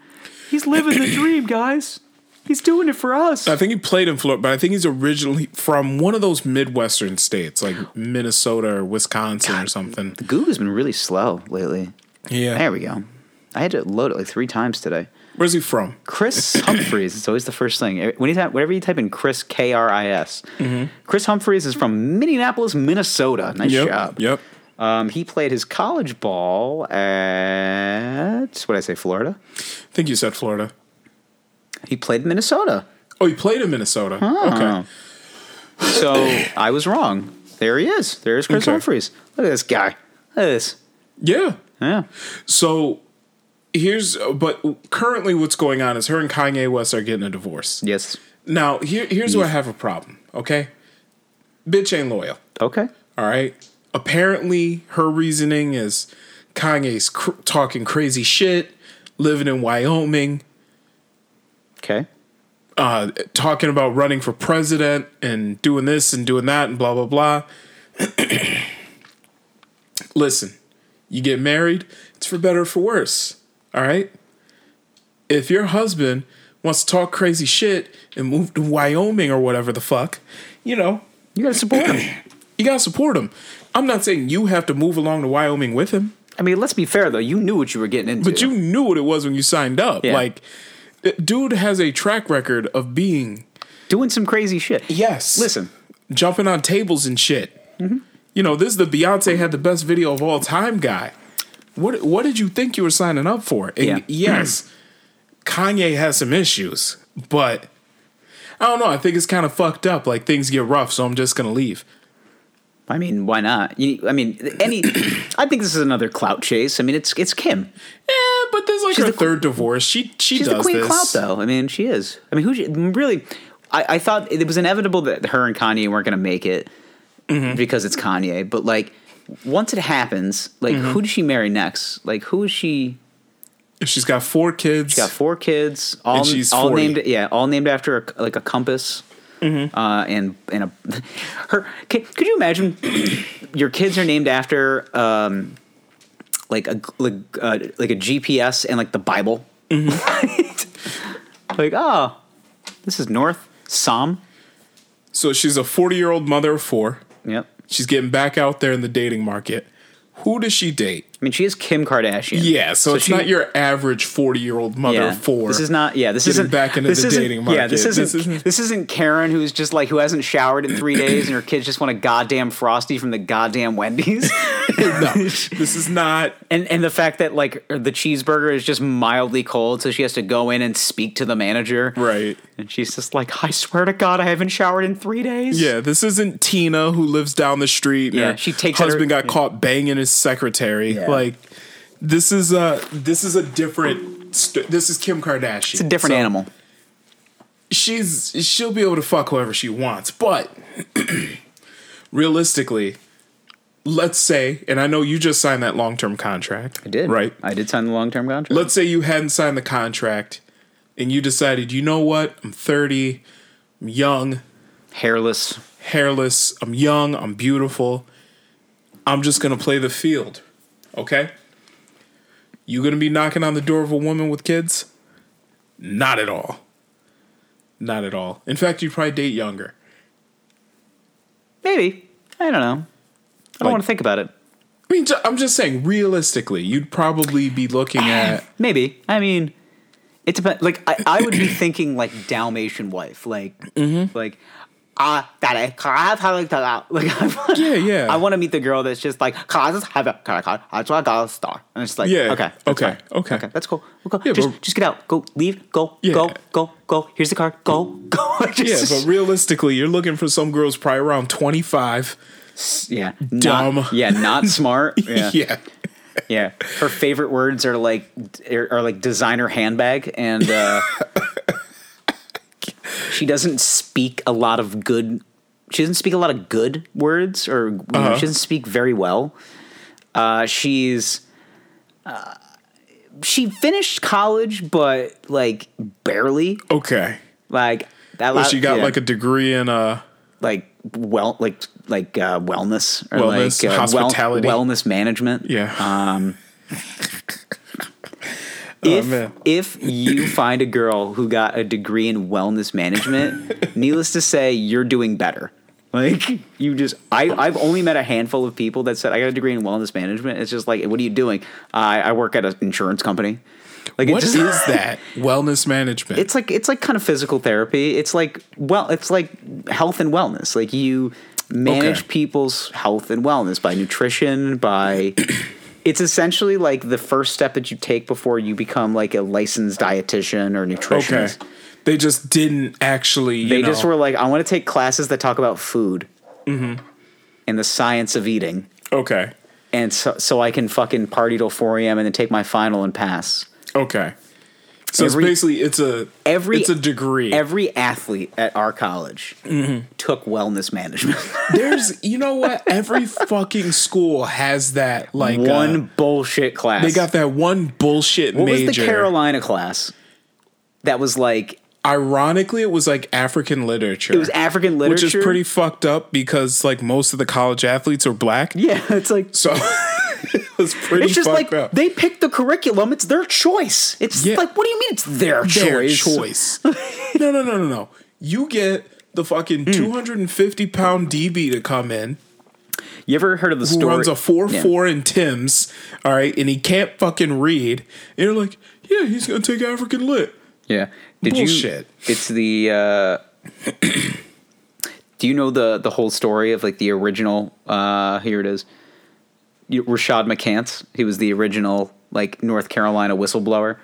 S2: He's living the dream, guys. He's doing it for us.
S1: I think he played in Florida, but I think he's originally from one of those Midwestern states, like Minnesota or Wisconsin or something.
S2: Google's been really slow lately.
S1: Yeah.
S2: There we go. I had to load it like three times today.
S1: Where's he from?
S2: Chris Humphreys. It's always the first thing. When you type, whenever you type in Chris K R I S, Chris Humphreys is from Minneapolis, Minnesota. Nice
S1: Yep.
S2: job.
S1: Yep.
S2: Um, he played his college ball at what did I say, Florida.
S1: I think you said Florida.
S2: He played in Minnesota.
S1: Oh, he played in Minnesota. Okay.
S2: So I was wrong. There he is. There's Chris
S1: Okay.
S2: Humphries. Look at this guy. Look at this.
S1: Yeah.
S2: Yeah.
S1: So here's but currently what's going on is her and Kanye West are getting a divorce.
S2: Yes.
S1: Now, here here's where I have a problem, okay? Bitch ain't loyal.
S2: Okay.
S1: All right. Apparently, her reasoning is Kanye's cr- talking crazy shit, living in Wyoming,
S2: Okay.
S1: uh, talking about running for president and doing this and doing that and blah, blah, blah. Listen, you get married, it's for better or for worse. All right. If your husband wants to talk crazy shit and move to Wyoming or whatever the fuck, you know,
S2: You gotta support him.
S1: you gotta support him. I'm not saying you have to move along to Wyoming with him,
S2: I mean, let's be fair though. You knew what you were getting into.
S1: but you knew what it was when you signed up.
S2: Yeah.
S1: Like, uh, dude has a track record of being
S2: doing some crazy shit.
S1: yes,
S2: Listen.
S1: jumping on tables and shit.
S2: Mm-hmm.
S1: You know, this is the Beyonce had the best video of all time guy. What what did you think you were signing up for? And
S2: Yeah.
S1: yes, Kanye has some issues, but I don't know. I think it's kind of fucked up. Like things get rough, so I'm just gonna leave.
S2: I mean, why not? You, I mean, any. I think this is another clout chase. I mean, it's it's Kim.
S1: Yeah, but there's like
S2: She's
S1: her
S2: the-
S1: third divorce. She she
S2: She's
S1: does
S2: the queen
S1: this.
S2: of clout, though. I mean, she is. I mean, who she, really? I, I thought it was inevitable that her and Kanye weren't going to make it
S1: Mm-hmm.
S2: because it's Kanye. But like, once it happens, like,
S1: Mm-hmm.
S2: who does she marry next? Like, who is she?
S1: She's got four kids.
S2: Got four kids, all
S1: And she's
S2: all
S1: 40.
S2: named yeah, all named after a, like a compass.
S1: Mm-hmm.
S2: Uh, and and a her. c could you imagine your kids are named after um, like a like, uh, like a GPS and like the Bible.
S1: Mm-hmm.
S2: like oh, this is north Psalm.
S1: So she's a 40 year old mother of four.
S2: Yep.
S1: She's getting back out there in the dating market. Who does she date?
S2: I mean, she is Kim Kardashian.
S1: Yeah, so, it's
S2: she-
S1: not your average 40 year old mother
S2: Yeah.
S1: of four.
S2: This is not. Yeah, this
S1: Getting
S2: isn't
S1: back into
S2: this
S1: the
S2: isn't-
S1: dating
S2: Yeah, this
S1: market.
S2: isn't,
S1: This
S2: this
S1: isn't-
S2: isn't. Karen who's just like who hasn't showered in three days, and her kids just want a goddamn frosty from the goddamn Wendy's,
S1: no. This is not.
S2: and and the fact that like the cheeseburger is just mildly cold, so she has to go in and speak to the manager,
S1: Right.
S2: And she's just like, I swear to God, I haven't showered in three days.
S1: Yeah, this isn't Tina who lives down the street. and
S2: Yeah,
S1: her
S2: she takes out her-
S1: husband got caught banging his secretary.
S2: Yeah.
S1: Like this is a this is a different. St- this is Kim Kardashian.
S2: It's a different
S1: So
S2: animal.
S1: She's she'll be able to fuck whoever she wants, but realistically, let's say, and I know you just signed that long term contract.
S2: I did.
S1: Right.
S2: I did sign the long term contract.
S1: Let's say you hadn't signed the contract and you decided, you know what? I'm 30, I'm young,
S2: Hairless.
S1: hairless, I'm young, I'm beautiful. I'm just going to play the field. Okay? You going to be knocking on the door of a woman with kids? Not at all. Not at all. In fact, you'd probably date younger.
S2: Maybe. I don't know. I don't
S1: Like-
S2: want to think about it.
S1: I mean, ju- I'm just saying, realistically, you'd probably be looking at.
S2: Maybe. I mean, it depends. Like I, I would be thinking like Dalmatian wife, like
S1: Mm-hmm.
S2: like ah, that I can't have it out." like I,
S1: Yeah, yeah.
S2: I want to meet the girl that's just like causes have a kind of I just want a star, and it's like
S1: Yeah.
S2: okay, that's
S1: Okay.
S2: fine.
S1: Okay.
S2: okay, that's cool. We'll go.
S1: Yeah,
S2: just
S1: but-
S2: just get out, go, leave, go,
S1: Yeah.
S2: go, go, go. Here's the card, go, go.
S1: Yeah,
S2: Just-
S1: but realistically, you're looking for some girls probably around 25.
S2: yeah,
S1: Dumb.
S2: Not, yeah, not smart. Yeah.
S1: yeah.
S2: Yeah, her favorite words are like are, are like designer handbag, and uh, she doesn't speak a lot of good. She doesn't speak a lot of good words, or you know,
S1: Uh-huh.
S2: she doesn't speak very well. Uh, she's uh, she finished college, but like barely.
S1: Okay.
S2: Like that.
S1: Well,
S2: lot-
S1: she got
S2: Uh, yeah,
S1: like a degree in uh
S2: like well like like uh, wellness or
S1: Wellness,
S2: like uh, wel-
S1: hospitality.
S2: wellness management.
S1: yeah.
S2: Uh,
S1: Oh,
S2: if
S1: man.
S2: if you find a girl who got a degree in wellness management, needless to say, you're doing better. Like you just, I I've only met a handful of people that said I got a degree in wellness management. It's just like, what are you doing? I I work at an insurance company. Like
S1: what
S2: it
S1: is
S2: just,
S1: that? Wellness management.
S2: It's like it's like kind of physical therapy. It's like well, it's like health and wellness. Like you manage
S1: Okay.
S2: people's health and wellness by nutrition, by it's essentially like the first step that you take before you become like a licensed dietitian or
S1: okay.
S2: nutritionist.
S1: They just didn't actually. You
S2: They
S1: know, Mm-hmm.
S2: just were like, I want to take classes that talk about food and the science of eating,
S1: Okay.
S2: and so so I can fucking party till four a.m. and then take my final and pass.
S1: Okay. So
S2: Every-
S1: it's basically it's a
S2: every-
S1: it's a degree.
S2: Every athlete at our college
S1: Mm-hmm.
S2: took wellness management.
S1: There's you know what every fucking school has that like
S2: one
S1: uh,
S2: bullshit class.
S1: they got that one bullshit
S2: what
S1: major.
S2: was the Carolina class? That was like
S1: Ironically, it was like African literature.
S2: it was African
S1: which
S2: literature,
S1: is pretty fucked up because like most of the college athletes are black.
S2: Yeah, it's like
S1: So it was pretty
S2: it's just
S1: fucked
S2: like
S1: up.
S2: they picked the curriculum. It's their choice. It's
S1: Yeah.
S2: like what do you mean it's their,
S1: their
S2: choice?
S1: choice. no, no, no, no, no. You get the fucking
S2: Mm.
S1: 250 pound DB to come in,
S2: You ever heard of the
S1: who
S2: story?
S1: runs a 4
S2: Yeah.
S1: 4 in Tim's, all right, and he can't fucking read. And you're like, yeah, he's going to take African lit.
S2: Yeah. Did
S1: Bullshit.
S2: you? It's the. Uh, do you know the the whole story of like the original? Uh, here it is. You- Rashad McCants. He was the original like North Carolina whistleblower.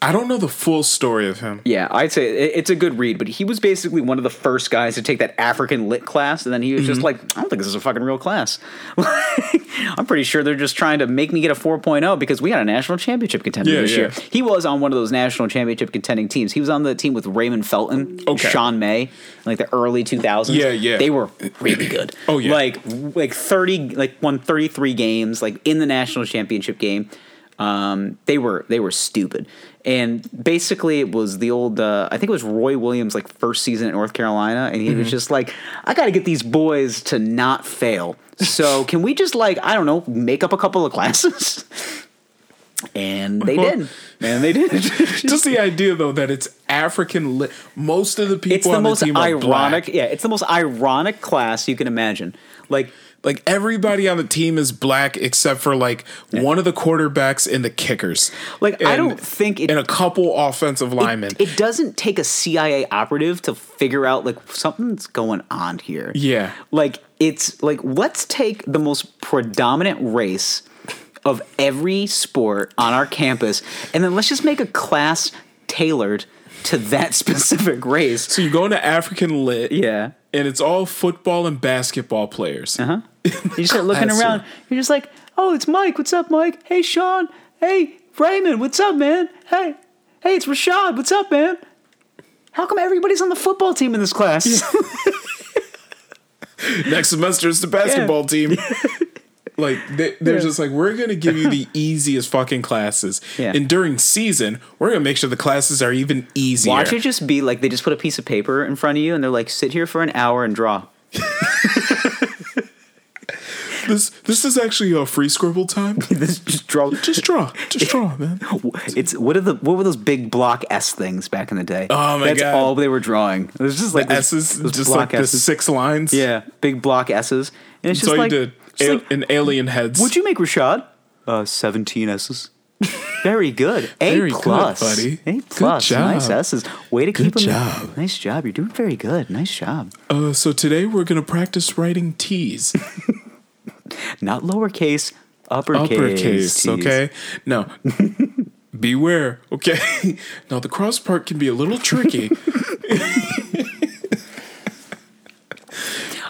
S1: I don't know the full story of him.
S2: Yeah, I'd say it, it's a good read, but he was basically one of the first guys to take that African lit class, and then he was
S1: Mm-hmm.
S2: just like, I don't think this is a fucking real class. I'm pretty sure they're just trying to make me get a 4.0 because we got a national championship contender
S1: Yeah,
S2: this
S1: yeah.
S2: year. He was on one of those national championship contending teams. He was on the team with Raymond Felton,
S1: Okay.
S2: Sean May, like the early 2000s.
S1: Yeah, yeah.
S2: They were really good.
S1: Oh, yeah.
S2: Like, like 30, like won 33 games, like in the national championship game. Um, they were they were stupid, and basically it was the old. Uh, I think it was Roy Williams' like first season at North Carolina, and he
S1: Mm-hmm.
S2: was just like, "I got to get these boys to not fail." So can we just like I don't know, make up a couple of classes? And they did, and they did.
S1: Just the idea, though, that it's African lit. Most of the people
S2: it's the
S1: on
S2: most
S1: the team are
S2: ironic.
S1: black.
S2: Yeah, it's the most ironic class you can imagine. Like
S1: Like everybody on the team is black except for like one of the quarterbacks and the kickers.
S2: Like, I
S1: And-
S2: don't think it-
S1: and a couple offensive linemen.
S2: It doesn't take a CIA operative to figure out like something's going on here.
S1: Yeah.
S2: Like it's like let's take the most predominant race of every sport on our campus and then let's just make a class tailored to that specific race.
S1: So you go into African lit,
S2: Yeah.
S1: and it's all football and basketball players. Uh-huh.
S2: You start looking
S1: Classroom.
S2: around. You're just like, "Oh, it's Mike. What's up, Mike? Hey, Sean. Hey, Raymond. What's up, man? Hey, hey, it's Rashad. What's up, man? How come everybody's on the football team in this class?"
S1: Next semester it's the basketball team. Like they, they're just like we're gonna give you the easiest fucking classes,
S2: Yeah.
S1: and during season we're gonna make sure the classes are even easier.
S2: Watch it just be like they just put a piece of paper in front of you and they're like, sit here for an hour and draw.
S1: This this is actually a free scribble time.
S2: This- just draw.
S1: just draw, just draw, man.
S2: It's what are the what were those big block S things back in the day?
S1: Oh, my
S2: That's
S1: God.
S2: all they were drawing. It was just like those-
S1: S is
S2: those
S1: just like the
S2: S's.
S1: six lines.
S2: Yeah, big block S's. And it's
S1: that's all
S2: just like,
S1: you did.
S2: just
S1: A-
S2: like,
S1: in alien heads.
S2: would you make Rashad? Uh, 17 S's. Very good. A
S1: Very good,
S2: plus.
S1: buddy.
S2: A
S1: Good
S2: plus. Nice
S1: job.
S2: S's. Way to
S1: Good
S2: keep 'em-
S1: job.
S2: Nice job. You're doing very good. Nice job.
S1: Uh, so today we're gonna practice writing T's,
S2: Not lowercase, uppercase.
S1: uppercase.
S2: T's.
S1: Okay, no, beware. Okay, now the cross part can be a little tricky.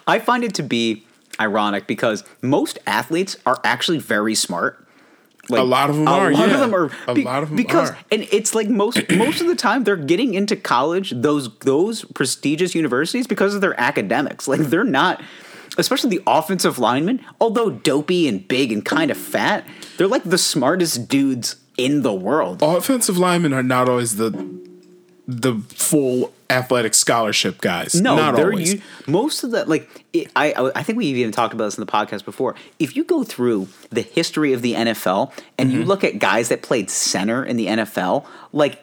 S2: I find it to be ironic because most athletes are actually very smart. Like,
S1: A lot of 'em are,
S2: A lot
S1: yeah.
S2: of them are.
S1: A
S2: be-
S1: lot of 'em
S2: because,
S1: are.
S2: and it's like most most of the time they're getting into college those those prestigious universities because of their academics. Like they're not, especially the offensive linemen. Although dopey and big and kind of fat, they're like the smartest dudes in the world.
S1: Offensive linemen are not always the the full athletic scholarship guys.
S2: No,
S1: not
S2: they're
S1: always.
S2: u- most of the like. It, I I- I think we even talked about this in the podcast before. If you go through the history of the NFL and
S1: Mm-hmm.
S2: you look at guys that played center in the NFL, like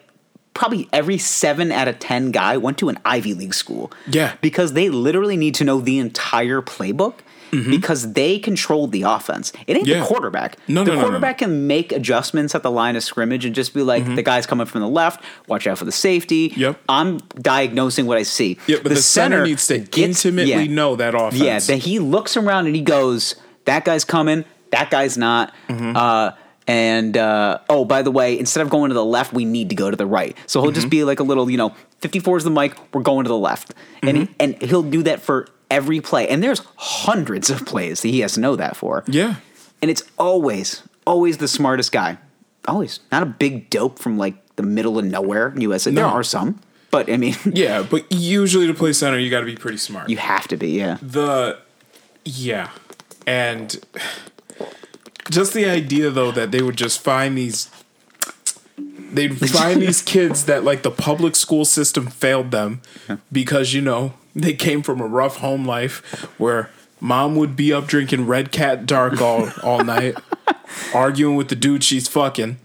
S2: probably every seven out of ten guy went to an Ivy League school.
S1: Yeah.
S2: because they literally need to know the entire playbook. Because they control the offense. It ain't
S1: Mm-hmm. Yeah.
S2: the quarterback.
S1: No, no, no,
S2: the
S1: no, no.
S2: quarterback can make adjustments at the line of scrimmage and just be like, the guy's coming from the left, watch out for the safety.
S1: Mm-hmm. Yep.
S2: I'm diagnosing what I see.
S1: yeah, but the, center, needs to
S2: gets-
S1: intimately
S2: yeah,
S1: know that offense.
S2: Yeah, that he looks around and he goes, "That guy's coming. That guy's not."
S1: Mm-hmm.
S2: Uh, and uh, oh, by the way, instead of going to the left, we need to go to the right. So he'll
S1: Mm-hmm.
S2: just be like a little, you know, fifty-four is the mic. We're going to the left, and
S1: Mm-hmm.
S2: he, and he'll do that for every play. And there's hundreds of plays that he has to know that for.
S1: yeah.
S2: And it's always, always the smartest guy. Always not a big dope from like the middle of nowhere, USA. There
S1: No.
S2: are some, but I mean,
S1: Yeah, but usually to play center, you got to be pretty smart.
S2: you have to be, yeah.
S1: the yeah and just the idea though that they would just find these they'd find these kids that like the public school system failed them because you know they came from a rough home life where mom would be up drinking red cat dark all all night arguing with the dude she's fucking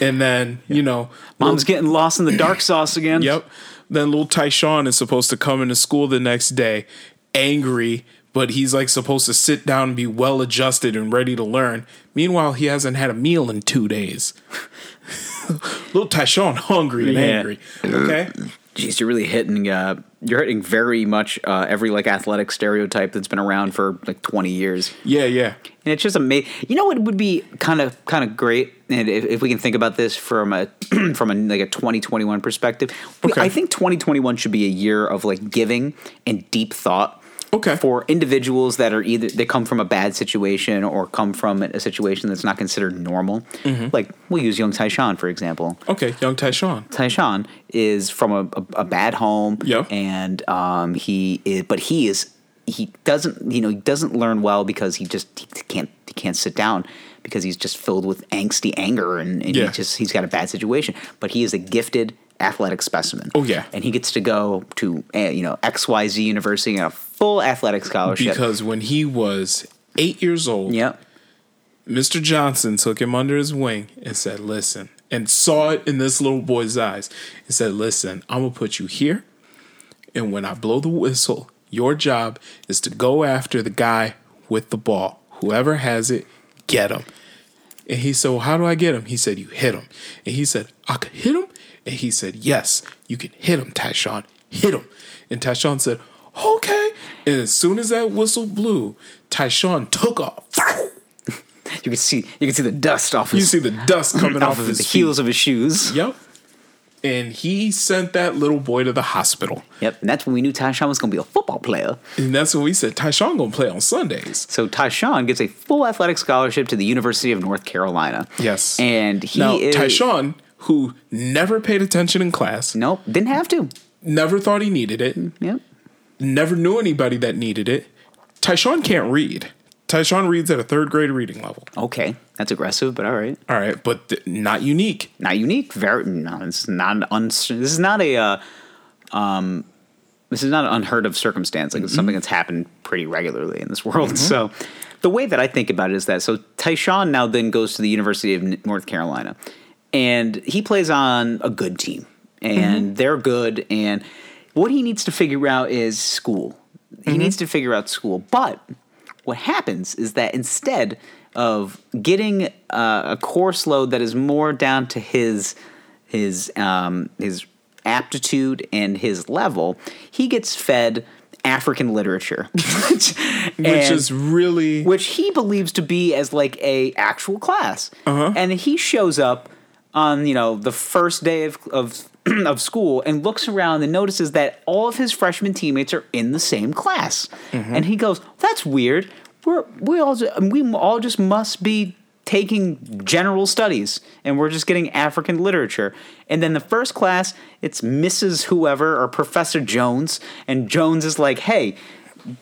S1: and then you know
S2: Mom's getting lost in the dark sauce again.
S1: Yep. Then little Tyshawn is supposed to come into school the next day, angry, but he's like supposed to sit down and be well adjusted and ready to learn. Meanwhile, he hasn't had a meal in two days. little Tyshawn hungry and
S2: Yeah.
S1: angry. Okay.
S2: Jeez, you're really hitting. Uh, you're hitting very much uh, every like athletic stereotype that's been around for like 20 years,
S1: Yeah, yeah.
S2: and it's just amazing. You know what would be kind of kind of great, and if, if we can think about this from a from a like a 2021 perspective, we-
S1: Okay.
S2: I think 2021 should be a year of like giving and deep thought.
S1: Okay.
S2: For individuals that are either they come from a bad situation or come from a situation that's not considered normal,
S1: Mm-hmm.
S2: like we'll use young Taishan for example.
S1: Okay, young Tyshawn.
S2: Taishan is from a, a, a bad home,
S1: Yeah.
S2: and um, he is, but he is he doesn't you know he doesn't learn well because he just he can't he can't sit down because he's just filled with angsty anger and, and
S1: Yeah.
S2: he just he's got a bad situation. But he is a gifted athletic specimen.
S1: Oh, yeah.
S2: and he gets to go to uh, you know X Y Z University and a full athletic scholarship.
S1: Because when he was eight years old,
S2: yep.
S1: Mr. Johnson took him under his wing and said, Listen, and saw it in this little boy's eyes and said, Listen, I'm going to put you here. And when I blow the whistle, your job is to go after the guy with the ball. Whoever has it, get him. And he said, Well, how do I get him? He said, You hit him. And he said, I could hit him. And he said, Yes, you can hit him, Tyshawn. Hit him. And Tyshawn said, Okay. And as soon as that whistle blew, Tyshawn took off.
S2: You can see you can see the dust off
S1: You
S2: his
S1: see the dust coming
S2: off
S1: off
S2: of
S1: of
S2: the
S1: his
S2: heels of his shoes.
S1: feet. Yep. And he sent that little boy to the hospital.
S2: Yep, and that's when we knew Taishan was going to be a football player.
S1: And that's when we said Tyshawn gonna play on Sundays.
S2: So Tyshawn gets a full athletic scholarship to the University of North Carolina.
S1: Yes.
S2: And he
S1: now
S2: is
S1: Tyshawn, who never paid attention in class,
S2: Nope, didn't have to.
S1: never thought he needed it,
S2: Yep.
S1: never knew anybody that needed it. Tyshawn can't read. Tyshawn reads at a third grade reading level.
S2: Okay, that's aggressive, but all right.
S1: All right, but th- not unique.
S2: Not unique. Very. No, it's not an. Un- this is not a. Uh, um, this is not an unheard of circumstance. Like it's something that's happened pretty regularly in this world. So, the way that I think about it is that so Tyshawn now then goes to the University of N- North Carolina, and he plays on a good team, and they're good. And what he needs to figure out is school. He needs to figure out school, but what happens is that instead of getting uh, a course load that is more down to his his um, his aptitude and his level, he gets fed African literature, which,
S1: Which is really
S2: which he believes to be as like a actual class, and he shows up on you know the first day of of of school and looks around and notices that all of his freshman teammates are in the same class, and he goes, "That's weird. We're we all ju- we all just must be." Taking general studies, and we're just getting African literature. And then the first class, it's Mrs. Whoever or Professor Jones, and Jones is like, "Hey,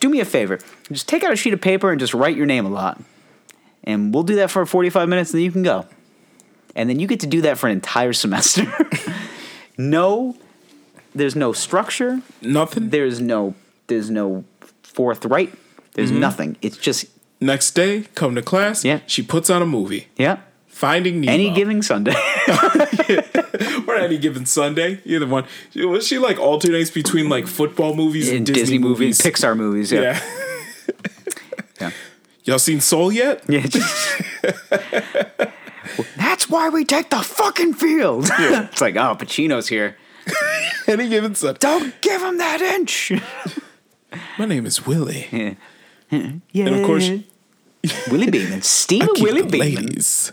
S2: do me a favor. Just take out a sheet of paper and just write your name a lot. And we'll do that for 45 minutes and then you can go. And then you get to do that for an entire semester. no, there's no structure.
S1: nothing.
S2: There's no, there's no forthright. There's nothing. It's just,
S1: Next day, come to class.
S2: Yeah.
S1: She puts on a movie.
S2: yeah.
S1: Finding Nemo.
S2: Any giving Sunday.
S1: or any given Sunday, either one. She- Was she like alternates between like football movies and
S2: In
S1: Disney, movies?
S2: Pixar movies. Yeah.
S1: Yeah.
S2: Yeah.
S1: Y'all seen Soul yet?
S2: Yeah, just- That's why we take the fucking field. it's like, oh, Pacino's here.
S1: Any given Sunday.
S2: Don't give him that inch.
S1: My name is Willie.
S2: Yeah.
S1: And of course,
S2: Willie Beeman. Steve
S1: keep
S2: Willie
S1: the
S2: Beeman.
S1: ladies.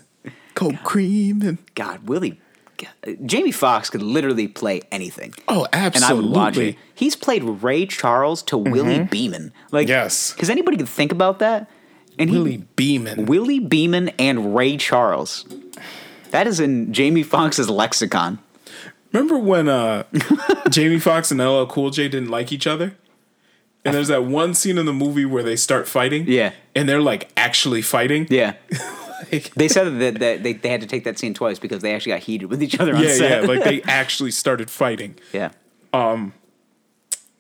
S1: Cold cream and
S2: God, Willie. God. Jamie Foxx could literally play anything.
S1: oh,
S2: And
S1: absolutely. Mm-hmm.
S2: I would watch it. He's played Ray Charles to Willie Beeman. Like,
S1: Yes.
S2: Because anybody could think about that. And he-
S1: Willie Beeman.
S2: Willie Beeman and Ray Charles. That is in Jamie Foxx's lexicon.
S1: Remember when uh, Jamie Foxx and LL Cool J didn't like each other? And there's that one scene in the movie where they start fighting.
S2: Yeah.
S1: And they're like actually fighting.
S2: Yeah.
S1: Like-
S2: they said that, that they, they had to take that scene twice because they actually got heated with each other on
S1: yeah,
S2: set.
S1: yeah. Like they actually started fighting.
S2: yeah.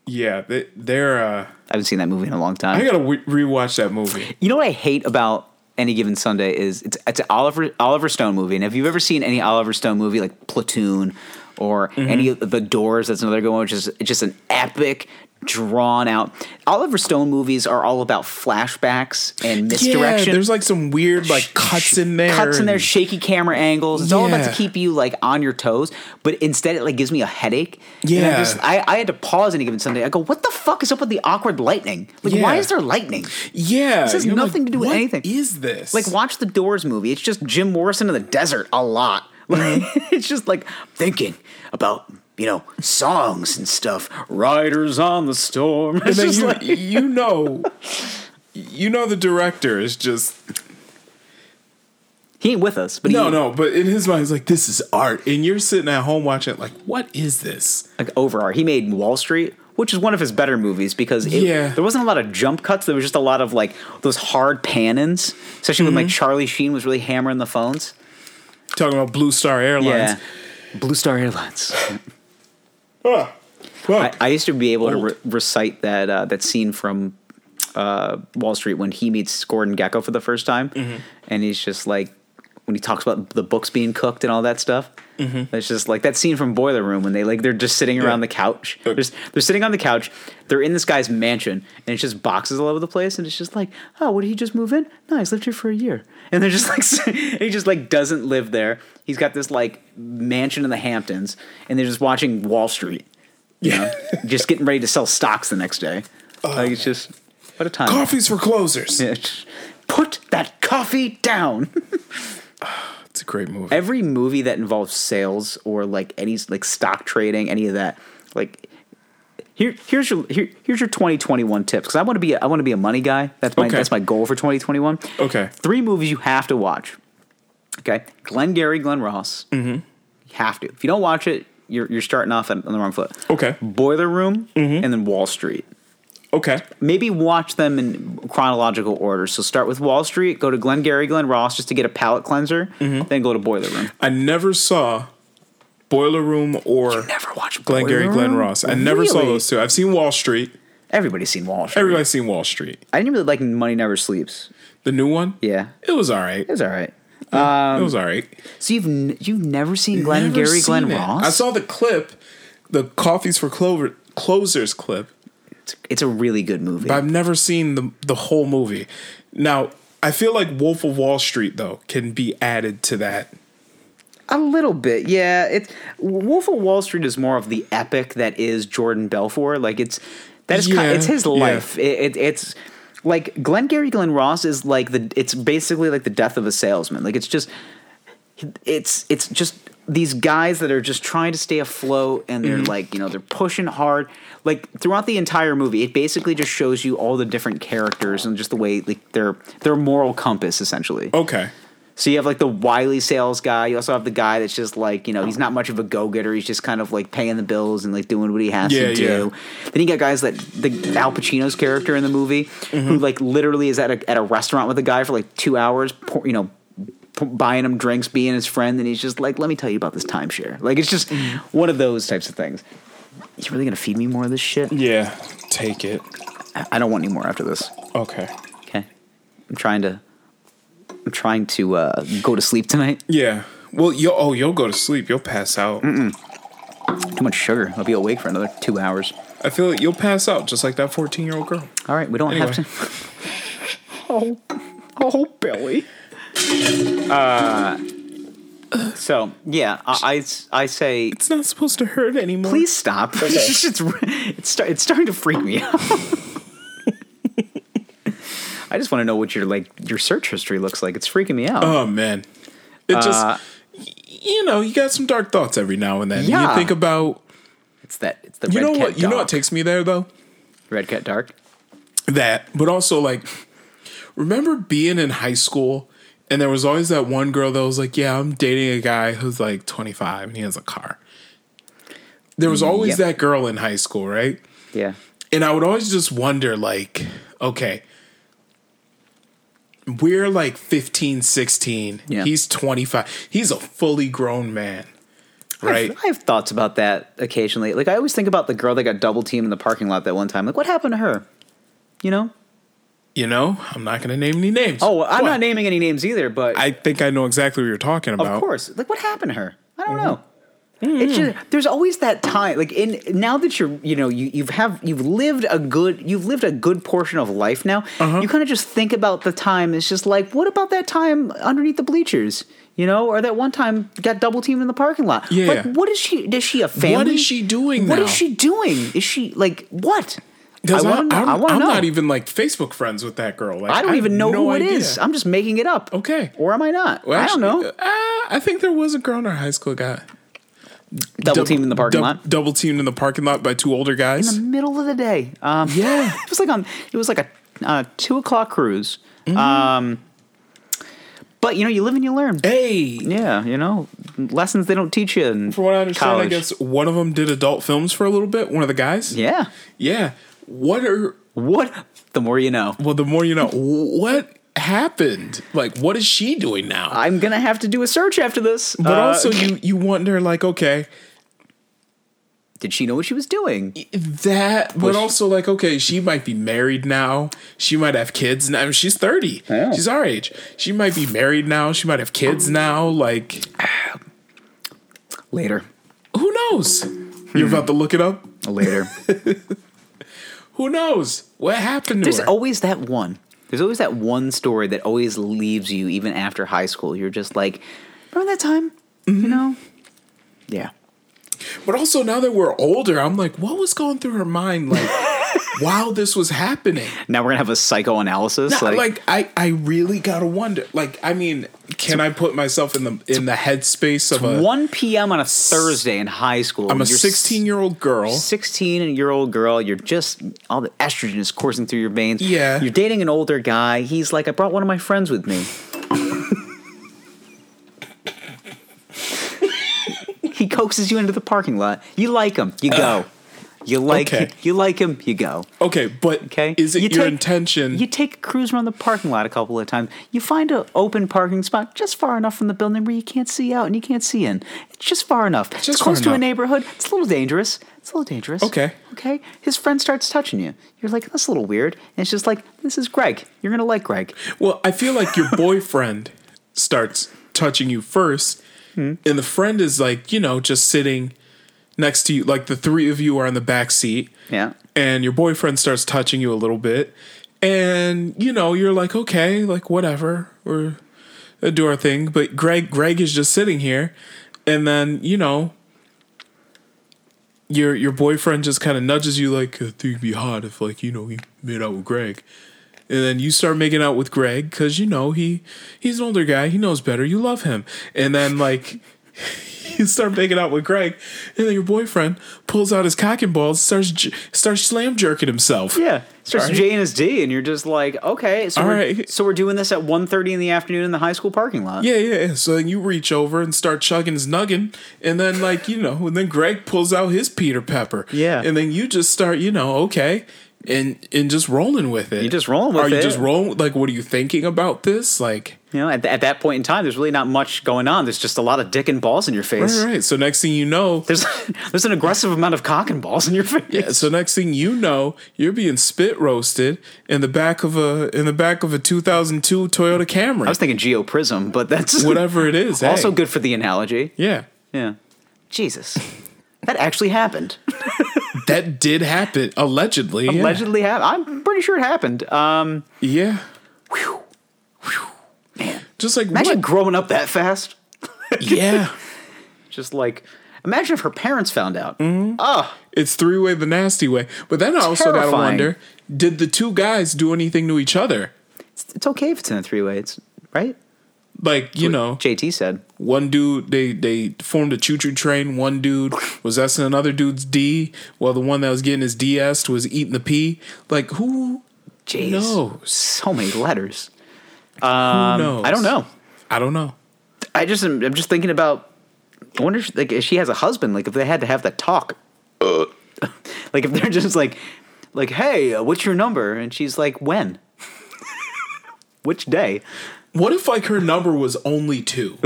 S1: Yeah, they, they're. Uh,
S2: I haven't seen that movie in a long time.
S1: I gotta re- rewatch that movie.
S2: You know what I hate about any given Sunday is it's it's an Oliver Oliver Stone movie, and if you've ever seen any Oliver Stone movie like Platoon or
S1: Mm-hmm.
S2: any of the Doors, that's another good one, which is just an epic, drawn out. Oliver Stone movies are all about flashbacks and misdirection.
S1: Yeah, there's like some weird like cuts in there.
S2: Cuts in there,
S1: and-
S2: shaky camera angles. It's all about to
S1: Yeah.
S2: keep you like on your toes, but instead it like gives me a headache. and I,
S1: Yeah.
S2: just, I, I had to pause any given Sunday. I go, what the fuck is up with the awkward lightning? Like, why
S1: Yeah.
S2: is there lightning?
S1: yeah, this
S2: has nothing to do with anything."
S1: Is this
S2: Like watch the Doors movie. It's just Jim Morrison in the desert a lot. Like, it's just like thinking about you know songs and stuff. Riders on the storm.
S1: And
S2: It's
S1: then
S2: just
S1: you,
S2: like
S1: you know, you know the director is just
S2: he ain't with us, but
S1: no,
S2: he,
S1: no. But in his mind, he's like, "This is art," and you're sitting at home watching it, like, "What is this?"
S2: like over our. He made Wall Street, which is one of his better movies because it,
S1: Yeah.
S2: there wasn't a lot of jump cuts. There was just a lot of like those hard pan ins, especially when like Charlie Sheen was really hammering the phones.
S1: Talking about Blue Star Airlines.
S2: Yeah, Blue Star Airlines.
S1: Huh. Huh.
S2: I, I used to be able to
S1: Old.
S2: re- recite that uh, that scene from uh, Wall Street when he meets Gordon Gecko for the first time, and he's just like when he talks about the books being cooked and all that stuff. It's just like that scene from Boiler Room when they like they're just sitting around the couch. They're, s- they're sitting on the couch. They're in this guy's mansion, and it's just boxes all over the place. And it's just like, oh, what did he just move in? No, he's lived here for a year. And they're just like, he just like doesn't live there. He's got this like mansion in the Hamptons, and they're just watching Wall Street you know, just getting ready to sell stocks the next day. like it's just what a time.
S1: Coffee's for closers.
S2: Yeah, just Put that coffee down.
S1: It's a great movie.
S2: Every movie that involves sales or like any like stock trading, any of that, like here here's your here, here's your 2021 tips because I want to be a, I want to be a money guy. That's my
S1: Okay.
S2: that's my goal for 2021.
S1: Okay.
S2: three movies you have to watch. Okay, Glenn Gary, Glenn Ross. Mm-hmm. You have to. If
S1: Oh.
S2: you don't watch it, you're you're starting off on, on the wrong foot.
S1: Okay.
S2: Boiler Room and then Wall Street.
S1: Okay.
S2: Maybe watch them in chronological order. So start with Wall Street, go to Glengarry Glen Ross just to get a palate cleanser, then go to Boiler Room.
S1: I never saw Boiler Room or
S2: Never watch
S1: Glengarry
S2: Boiler
S1: Glen
S2: Room?
S1: Ross. I never saw
S2: Really?
S1: those two. I've seen Wall Street.
S2: Everybody's seen Wall Street.
S1: Everybody's seen Wall Street.
S2: I didn't really like Money Never Sleeps.
S1: The new one?
S2: Yeah,
S1: It was all right.
S2: it was all right.
S1: it was all right.
S2: So you've n- you've never seen Glengarry
S1: Never seen
S2: Glen
S1: it.
S2: Ross?
S1: I saw the clip, the Coffees for Clover Closers clip,
S2: It's- it's a really good movie.
S1: but I've never seen the the whole movie. Now, I feel like Wolf of Wall Street though can be added to that.
S2: A little bit, yeah. It's Wolf of Wall Street is more of the epic that is Jordan Belfort. Like it's that is ki-
S1: Yeah,
S2: it's his
S1: yeah.
S2: life. It, it, it's like Glengarry Glen Ross is like the it's basically like the death of a salesman. Like it's just it's it's just these guys that are just trying to stay afloat and
S1: Mm-hmm.
S2: they're like you know they're pushing hard like throughout the entire movie it basically just shows you all the different characters and just the way like their their moral compass essentially
S1: Okay.
S2: so you have like the wily sales guy. You also have the guy that's just like you know he's not much of a go getter. He's just kind of like paying the bills and like doing what he has
S1: Yeah,
S2: to do. Then you got guys like the Al Pacino's character in the movie
S1: Mm-hmm.
S2: who like literally is at a at a restaurant with a guy for like two hours. Pour, you know. p- Buying him drinks, being his friend, and he's just like, "Let me tell you about this timeshare." Like, it's just
S1: Mm-hmm.
S2: one of those types of things. You really gonna feed me more of this shit?
S1: Yeah. Take it.
S2: I I don't want any more after this.
S1: Okay.
S2: Okay, I'm trying to, I'm trying to uh, go to sleep tonight.
S1: Yeah. Well, you will oh you'll go to sleep. You'll pass out.
S2: Too much sugar. I'll be awake for another two hours.
S1: I feel like you'll pass out just like that fourteen year old girl.
S2: All right, we don't
S1: Anyway.
S2: have to. oh, oh, Billy. Uh, so yeah, I, I, I say
S1: It's not supposed to hurt anymore.
S2: please stop. it's, just- it's, start, it's starting to freak me out. I just want to know what your like your search history looks like. It's freaking me out.
S1: Oh man, it just
S2: Uh,
S1: y- you know you got some dark thoughts every now and then. And
S2: Yeah.
S1: you think about
S2: it's that. It's the
S1: you
S2: red
S1: know
S2: cat
S1: what you know what
S2: dark.
S1: takes me there though
S2: red cat dark.
S1: that, but also like remember being in high school and there was always that one girl that was like, yeah, I'm dating a guy who's like 25 and he has a car. There was always
S2: Yep.
S1: that girl in high school, right?
S2: Yeah.
S1: and I would always just wonder like, okay, we're like 15, 16.
S2: Yeah.
S1: He's 25. He's a fully grown man. Right?
S2: I have thoughts about that occasionally. Like I always think about the girl that got double teamed in the parking lot that one time. Like what happened to her? You know?
S1: you know, I'm not going to name any names.
S2: Oh, well, I'm
S1: But
S2: not naming any names either, but
S1: I think I know exactly what you're talking
S2: of
S1: about.
S2: course. Like what happened to her? I don't know. It's just, there's always that time like in now that you're you know you you've have you've lived a good you've lived a good portion of life now you kind of just think about the time it's just like what about that time underneath the bleachers you know or that one time got double teamed in the parking lot
S1: Yeah.
S2: like what is she is she a family
S1: What is she doing
S2: What
S1: now?
S2: is she doing? Is she like what? I
S1: 'Cause I
S2: want to know.
S1: I'm,
S2: I want to
S1: I'm
S2: know.
S1: not even like Facebook friends with that girl. Like,
S2: I don't
S1: have
S2: even know
S1: no
S2: who it
S1: idea.
S2: is. I'm just making it up.
S1: Okay.
S2: Or am I not?
S1: Well,
S2: I don't
S1: actually,
S2: know.
S1: Uh, I think there was a girl in our high school guy.
S2: Double team in the parking lot in
S1: Double teamed in the parking lot by two older guys.
S2: the middle of the day. Um,
S1: Yeah.
S2: it was like on. It was like a uh, two o'clock cruise.
S1: Mm-hmm.
S2: Um, but you know, you live and you learn.
S1: Hey.
S2: Yeah, you know, lessons they don't teach you in
S1: From what I understand,
S2: college.
S1: I guess one of them did adult films for a little bit. One of the guys.
S2: Yeah.
S1: Yeah. What are
S2: What? The more you know.
S1: well? The more you know. What happened? Like, what is she doing now?
S2: I'm gonna have to do a search after this.
S1: but
S2: Uh,
S1: also, you you wonder like, okay,
S2: did she know what she was doing?
S1: that. But also, like, okay, she might be married now. She might have kids now. I mean, she's thirty.
S2: Yeah.
S1: She's our age. She might be married now. She might have kids now. Like,
S2: Later.
S1: who knows?
S2: Hmm.
S1: You're about to look it up.
S2: Later.
S1: Who knows what happened to
S2: There's
S1: her?
S2: always that one. There's always that one story that always leaves you even after high school. You're just like, remember that time? You know? Mm-hmm. Yeah.
S1: But also now that we're older, I'm like, what was going through her mind like while this was happening?
S2: Now we're gonna have a psychoanalysis.
S1: Like,
S2: like,
S1: I, I really gotta wonder. Like, I mean, can I put myself in the in the headspace of a
S2: 1 p.m. on a Thursday in high school.
S1: I'm a 16 year old girl?
S2: 16 year old girl, you're just all the estrogen is coursing through your veins.
S1: Yeah.
S2: You're dating an older guy. He's like, I brought one of my friends with me. he coaxes you into the parking lot. You like him. You go. You like
S1: Uh, Okay.
S2: you like him, you go.
S1: Okay, but
S2: Okay.
S1: is it
S2: You
S1: your
S2: take-
S1: intention?
S2: You take a cruise around the parking lot a couple of times. You find an open parking spot just far enough from the building where you can't see out and you can't see in. It's just far enough. it's
S1: Just
S2: close
S1: far
S2: to a
S1: enough.
S2: neighborhood. It's a little dangerous. It's a little dangerous.
S1: Okay.
S2: Okay. His friend starts touching you. You're like, that's a little weird. And it's just like, this is Greg. You're gonna like Greg.
S1: well, I feel like your boyfriend starts touching you 1st
S2: Hmm.
S1: and the friend is like, you know, just sitting next to you. Like the three of you are in the back seat,
S2: Yeah.
S1: and your boyfriend starts touching you a little bit, and you know, you're like, okay, like whatever, we're uh, do our thing. But Greg, Greg is just sitting here, and then you know. Your your boyfriend just kind of nudges you like I think it'd be hot if like you know you made out with Greg, and then you start making out with Greg because you know he he's an older guy. He knows better. You love him, and then like you start making out with Greg, and then your boyfriend pulls out his cock and balls, starts j- starts slam jerking himself.
S2: Yeah. Starts
S1: Sorry.
S2: J and his D, and you're just like, okay, so
S1: All
S2: we're,
S1: right.
S2: so we're doing this at 1.30 in the afternoon in the high school parking lot.
S1: Yeah, yeah, yeah. So then you reach over and start chugging his nuggin, and then like you know, and then Greg pulls out his Peter Pepper.
S2: Yeah.
S1: and then you just start, you know, okay, and and just rolling with it. You
S2: just rolling with
S1: Are
S2: it.
S1: you just rolling? with- Like, what are you thinking about this? Like,
S2: You know, at, th- at that point in time, there's really not much going on. There's just a lot of dick and balls in your face.
S1: all right. So next thing you know,
S2: There's there's an aggressive amount of cock and balls in your face.
S1: Yeah, so next thing you know, you're being spit roasted in the back of a in the back of a 2002 Toyota Camry,
S2: I was thinking Geo Prism, but that's
S1: whatever it is. hey.
S2: also good for the analogy.
S1: yeah,
S2: Yeah. Jesus, that actually happened.
S1: that did happen allegedly. yeah.
S2: Allegedly happened. I'm pretty sure it happened. Um,
S1: yeah.
S2: man,
S1: Just like
S2: imagine growing up that fast.
S1: what? yeah,
S2: Just like imagine if her parents found out.
S1: Mm-hmm.
S2: Oh,
S1: it's three way the nasty way. But then I also gotta
S2: Terrifying.
S1: wonder: Did the two guys do anything to each other?
S2: It's, it's okay if it's in a three way. It's right.
S1: Like you know,
S2: JT said.
S1: one dude they they formed a choo choo train. One dude was s and another dude's D, while the one that was getting his DS was eating the P. Like who
S2: Jeez.
S1: No. Oh,
S2: So many letters.
S1: knows?
S2: Um, I don't know.
S1: I don't know.
S2: I just am, I'm just thinking about. I wonder if, like, if she has a husband. Like if they had to have that talk. like if they're just like, like, hey, uh, what's your number? And she's like, when? Which day?
S1: What if like her number was only two?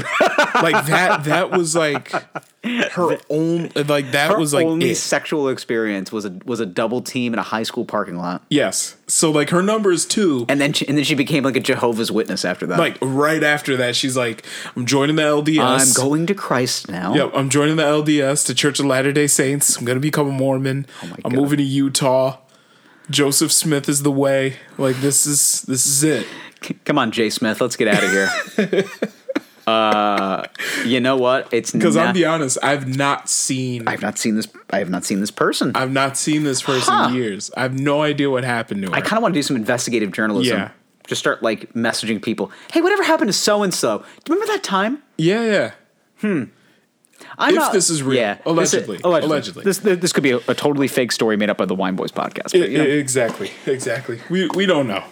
S1: like that that was like her own like that
S2: Her
S1: was like
S2: only
S1: it.
S2: sexual experience was a was a double team in a high school parking lot,
S1: yes. So like her number is two.
S2: and then she, and then she became like a Jehovah's Witness after that.
S1: like right after that, she's like, I'm joining the LDS.
S2: I'm going to Christ now.
S1: Yep, I'm joining the LDS, the Church of Latter Day Saints. I'm gonna become a Mormon. I'm
S2: Oh God.
S1: moving to Utah. Joseph Smith is the way. Like this is this is it.
S2: C- Come on, Jay Smith, let's get out of here. uh, you know what? It's
S1: Because I'll
S2: not-
S1: be honest, I've not seen
S2: I've not seen this. I have not seen this person.
S1: I've not seen this person
S2: Huh.
S1: in years. I have no idea what happened to her.
S2: I kind of want to do some investigative journalism.
S1: Yeah.
S2: Just start like messaging people. Hey, whatever happened to so and so? Do you remember that time?
S1: yeah, yeah.
S2: I'm
S1: If this is real.
S2: this is-
S1: Allegedly. Allegedly.
S2: This, this this could be a, a totally fake story made up by the Wine Boys podcast. But,
S1: I-
S2: you know.
S1: I- E, Exactly. Exactly. We we don't know.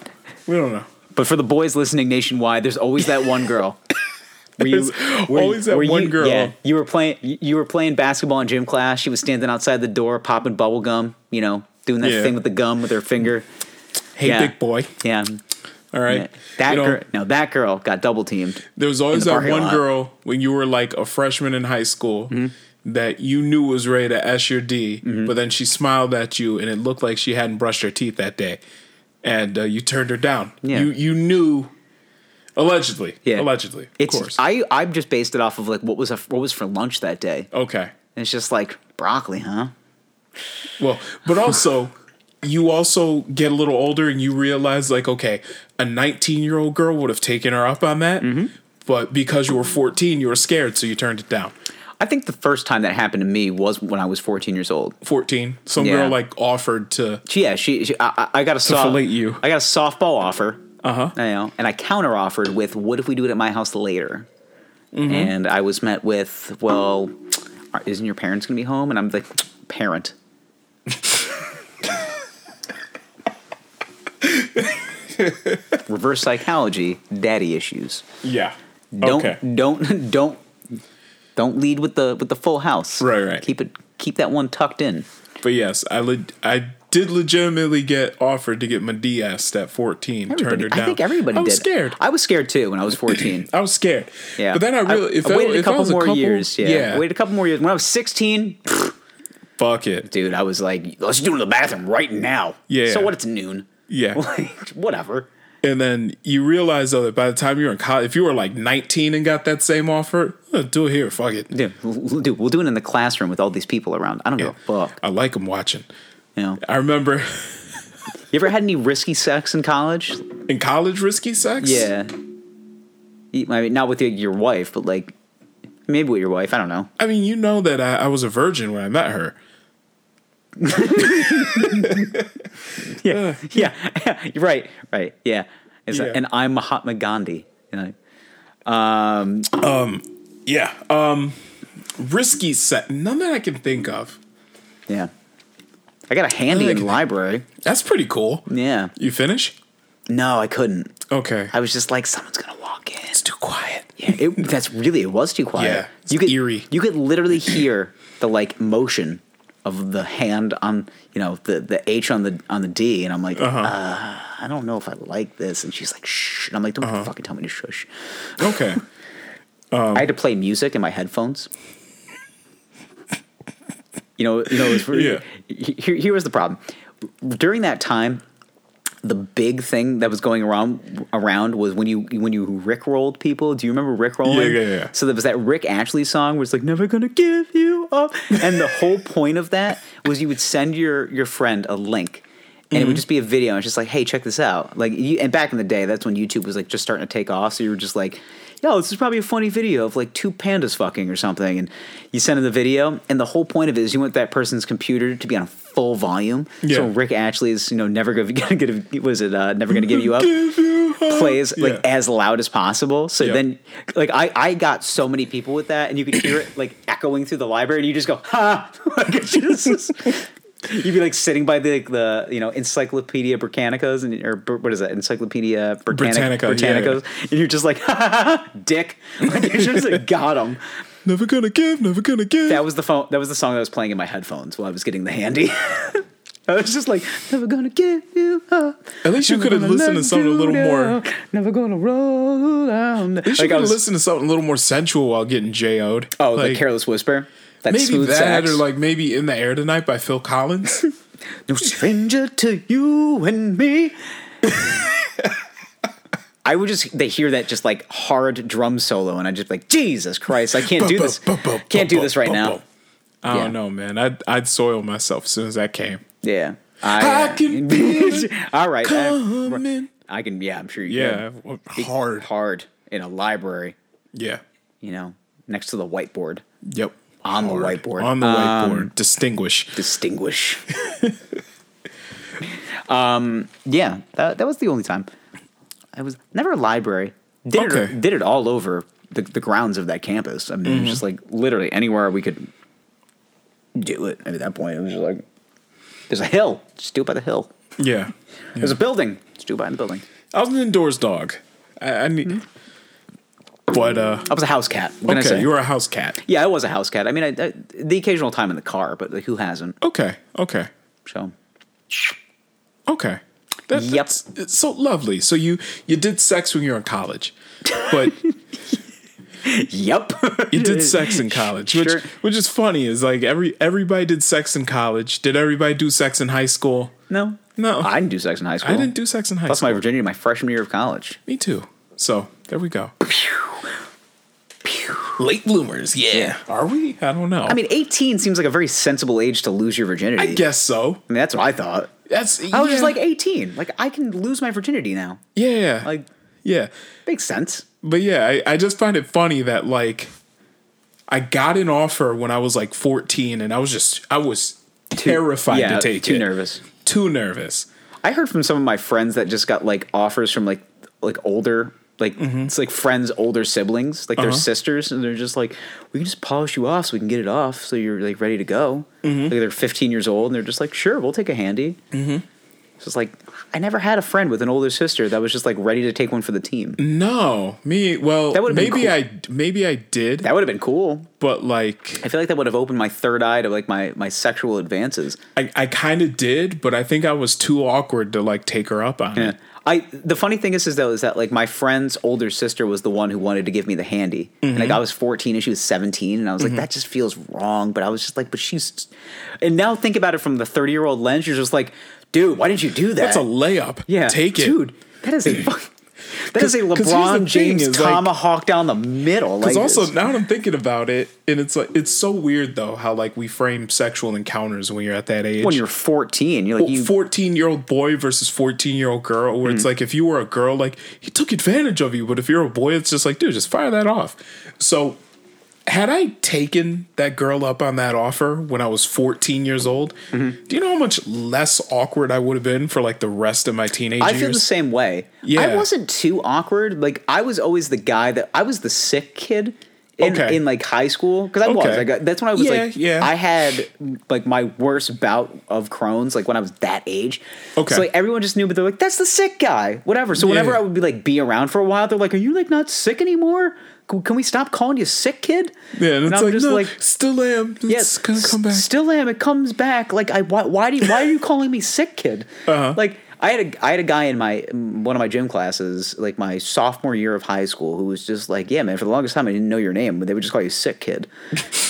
S1: We don't know.
S2: But for the boys listening nationwide, there's always that one girl. Were you-
S1: There's
S2: were you-
S1: always that
S2: were you-
S1: one girl.
S2: Yeah, you were playing. You you were playing basketball in gym class. She was standing outside the door, popping bubble gum. You know, doing that
S1: Yeah.
S2: thing with the gum with her finger.
S1: Hey,
S2: Yeah.
S1: big boy.
S2: Yeah,
S1: All right.
S2: that
S1: You know,
S2: girl. No, that girl got double teamed.
S1: There was always
S2: the
S1: that
S2: parking
S1: one
S2: lot.
S1: girl when you were like a freshman in high school
S2: Mm-hmm.
S1: that you knew was ready to S your D, but then she smiled at you and it looked like she hadn't brushed her teeth that day, and uh, you turned her down.
S2: Yeah.
S1: You you knew, allegedly.
S2: Yeah.
S1: Allegedly. Of
S2: It's
S1: course.
S2: I I just based it off of like what was a, what was for lunch that day,
S1: okay.
S2: and it's just like broccoli, huh?
S1: Well, but also you also get a little older and you realize like okay, a 19-year-old girl would have taken her up on that,
S2: Mm-hmm.
S1: but because you were 14, you were scared so you turned it down.
S2: I think the first time that happened to me was when I was 14 years old.
S1: 14, some
S2: Yeah.
S1: girl like offered to
S2: She, yeah, she. she I, I I got a soft,
S1: fillet you.
S2: I got a softball offer. Uh huh. You know, and I counter offered with, "What if we do it at my house later?" And I was met with, "Well, are- isn't your parents going to be home?" And I'm like, "Parent." Reverse psychology, daddy issues.
S1: Yeah.
S2: Don't
S1: okay.
S2: don't don't don't lead with the with the full house.
S1: Right, right.
S2: Keep it keep that one tucked in.
S1: But yes, I le- I did legitimately get offered to get my DS at 14. turned
S2: Everybody-
S1: her down.
S2: I think everybody
S1: I was
S2: did.
S1: scared.
S2: I was scared too when I was 14.
S1: I was scared.
S2: Yeah.
S1: But then I really, if
S2: I, waited
S1: if
S2: a couple
S1: I was
S2: more
S1: a couple,
S2: years. Yeah.
S1: yeah.
S2: Waited a couple more years. When I was 16,
S1: fuck it.
S2: dude, I was like, let's do it in the bathroom right now.
S1: Yeah.
S2: So what? It's noon.
S1: Yeah.
S2: Like, whatever.
S1: and then you realize though that by the time you're in college, if you were like 19 and got that same offer, "Oh, do it here. Fuck it.
S2: Dude, we'll, dude, we'll do it in the classroom with all these people around. I don't give a fuck.
S1: I like them watching.
S2: You know,
S1: I remember
S2: you ever had any risky sex in college?
S1: in college, risky sex.
S2: Yeah. You- I mean, not with your, your wife, but like maybe with your wife. I don't know.
S1: I mean, you know that I, I was a virgin when I met her.
S2: Yeah, you're right. Right. Yeah. It's like,
S1: Yeah.
S2: and I'm Mahatma Gandhi. You know?
S1: Yeah. Um, risky sex. None that I can think of.
S2: Yeah. I got a handy in library.
S1: That's pretty cool.
S2: Yeah.
S1: You finish?
S2: No, I couldn't.
S1: Okay.
S2: I was just like, someone's gonna walk in.
S1: it's too quiet.
S2: Yeah, it, that's really it was too quiet.
S1: Yeah, it's
S2: you could
S1: eerie.
S2: You could literally hear the like motion of the hand on you know the the H on the on the D, and I'm like,
S1: Uh-huh.
S2: uh I don't know if I like this. And she's like, shh, and I'm like, don't
S1: Uh-huh.
S2: fucking tell me to shush.
S1: Okay. Um.
S2: I had to play music in my headphones. you know, you know. It was really,
S1: Yeah.
S2: Here, here was the problem. During that time, the big thing that was going around around was when you when you rickrolled people. Do you remember rickrolling?
S1: Yeah, yeah, yeah.
S2: So there was that Rick Ashley song where it's like "Never gonna give you up," and the whole point of that was you would send your your friend a link. And it would just be a video. And it's just like, hey, check this out. Like, you, and back in the day, that's when YouTube was like just starting to take off. So you were just like, yo, this is probably a funny video of like two pandas fucking or something. And you send them the video. And the whole point of it is you want that person's computer to be on full volume.
S1: Yeah.
S2: So Rick Ashley is, you know, never gonna get a, was it uh, never gonna give you up
S1: If you hope-
S2: plays like
S1: Yeah.
S2: as loud as possible. So
S1: Yeah.
S2: then, like I I got so many people with that, and you could hear it like echoing through the library, and you just go ha, like it's just. You'd be like sitting by the the you know Encyclopedia Britannicas and or Br- what is that Encyclopedia
S1: Britannica,
S2: Britannica,
S1: yeah,
S2: Britannicas and you're just like dick like you just like, got him
S1: Never gonna give, never gonna give.
S2: that was the phone that was the song that was playing in my headphones while I was getting the handy I was just like never gonna give you up
S1: At least you could have
S2: Never gonna
S1: listened to
S2: let
S1: something a
S2: you
S1: little more.
S2: down. Never gonna roll down.
S1: You
S2: Like
S1: should
S2: I
S1: have
S2: was,
S1: listened to something a little more sensual while getting J.O.'d.
S2: oh, the Careless Whisper. That
S1: Maybe
S2: smooth
S1: that
S2: sax.
S1: or like maybe In the Air Tonight by Phil Collins.
S2: no stranger to you and me. I would just they hear that just like hard drum solo, and I just like Jesus Christ, I can't do this. Can't do this right now.
S1: I
S2: Yeah.
S1: don't know, man. I'd, I'd soil myself as soon as that came.
S2: Yeah, I, uh,
S1: I can feel it
S2: all right. I,
S1: Coming.
S2: I can. Yeah, I'm sure you
S1: Yeah,
S2: can.
S1: hard.
S2: hard in a library.
S1: Yeah.
S2: You know, next to the whiteboard.
S1: Yep.
S2: On the
S1: Hard.
S2: whiteboard. Um,
S1: On the whiteboard. Distinguish.
S2: distinguish. um, yeah, that, that was the only time. I was never a library. Did
S1: Okay. Mm-hmm.
S2: it did it all over the, the grounds of that campus. I mean, it was just like literally anywhere we could do it. And at that point, it was just like there's a hill. Just do it by the hill.
S1: Yeah.
S2: There's a building. Just do it by the building.
S1: I was an indoors dog. I, I need. But uh,
S2: I was a house cat. What can I
S1: okay,
S2: say?
S1: you were a house cat.
S2: yeah, I was a house cat. I mean, I, I, the occasional time in the car, but like, who hasn't?
S1: Okay, okay,
S2: So
S1: okay. That,
S2: Yep.
S1: that's- It's so lovely. So you you did sex when you were in college, but
S2: yep.
S1: you did sex in college, which
S2: Sure.
S1: which is funny. Is like every everybody did sex in college. Did everybody do sex in high school?
S2: no.
S1: No,
S2: I didn't do sex in high school.
S1: I didn't do sex in high
S2: That's
S1: school.
S2: my virginity my freshman year of college.
S1: Me too. So there we go. Late bloomers, yeah. Are we? I don't know.
S2: I mean, 18 seems like a very sensible age to lose your virginity.
S1: I guess so.
S2: I mean, that's what I thought.
S1: That's
S2: I was just like 18. Like, I can lose my virginity now.
S1: yeah,
S2: Like,
S1: yeah.
S2: makes sense.
S1: But yeah, I, I just find it funny that like I got an offer when I was like 14 and I was just I was terrified
S2: yeah,
S1: to take
S2: too
S1: it.
S2: nervous.
S1: Too nervous.
S2: I heard from some of my friends that just got like offers from like like older like it's like friends older siblings like their sisters and they're just like we can just polish you off so we can get it off so you're like ready to go like they're 15 years old and they're just like sure we'll take a handy It's just like I never had a friend with an older sister that was just like ready to take one for the team.
S1: Mm-hmm. No, me. Well,
S2: That would've been
S1: maybe
S2: cool.
S1: I maybe I did,
S2: That would have been cool.
S1: but like
S2: I feel like that would have opened my third eye to like my my sexual advances.
S1: I, I kind of did, but I think I was too awkward to like take her up on
S2: Yeah.
S1: it.
S2: I the funny thing is is though is that like my friend's older sister was the one who wanted to give me the handy. And
S1: Mm-hmm.
S2: like I was 14 and she was 17 and I was like that just feels wrong, but I was just like but she's And now think about it from the 30-year-old lens, you're just like, "Dude, why didn't you do that?"
S1: That's a layup.
S2: yeah.
S1: take it.
S2: Dude, that is a fuck- That is a
S1: 'Cause- 'cause here's the
S2: LeBron
S1: thing
S2: James
S1: is, like-
S2: tomahawk down the middle. Like
S1: Because also
S2: it's-
S1: now that I'm thinking about it, and it's like it's so weird though how like we frame sexual encounters when you're at that age.
S2: when you're 14, you're like you Mm.
S1: 14 year old boy versus 14 year old girl, where it's like if you were a girl, like he took advantage of you, but if you're a boy, it's just like, dude, just fire that off. So, had I taken that girl up on that offer when I was 14 years old,
S2: Mm-hmm.
S1: do you know how much less awkward I would have been for like the rest of my teenage
S2: I feel the
S1: years?
S2: same way. I
S1: Yeah.
S2: wasn't too awkward. Like I was always the guy that I was the sick kid in,
S1: Okay.
S2: in like high school because I was.
S1: Okay.
S2: I got, that's when I was
S1: Yeah,
S2: like
S1: yeah.
S2: I had like my worst bout of Crohn's like when I was that age.
S1: Okay.
S2: So like everyone just knew, but they're like, "That's the sick guy," whatever. So whenever
S1: Yeah.
S2: I would be like be around for a while, they're like, "Are you like not sick anymore? Can can we stop calling you sick kid?"
S1: yeah, and it's
S2: I'm
S1: like,
S2: just
S1: no,
S2: like,
S1: still am. It's
S2: Yes,
S1: gonna come back.
S2: Still am. It comes back. Like I. Why, why do you? Why are you calling me sick, kid?
S1: Uh-huh.
S2: Like I had a I had a guy in my in one of my gym classes, like my sophomore year of high school, who was just like, "Yeah, man. For the longest time, I didn't know your name, but they would just call you sick, kid."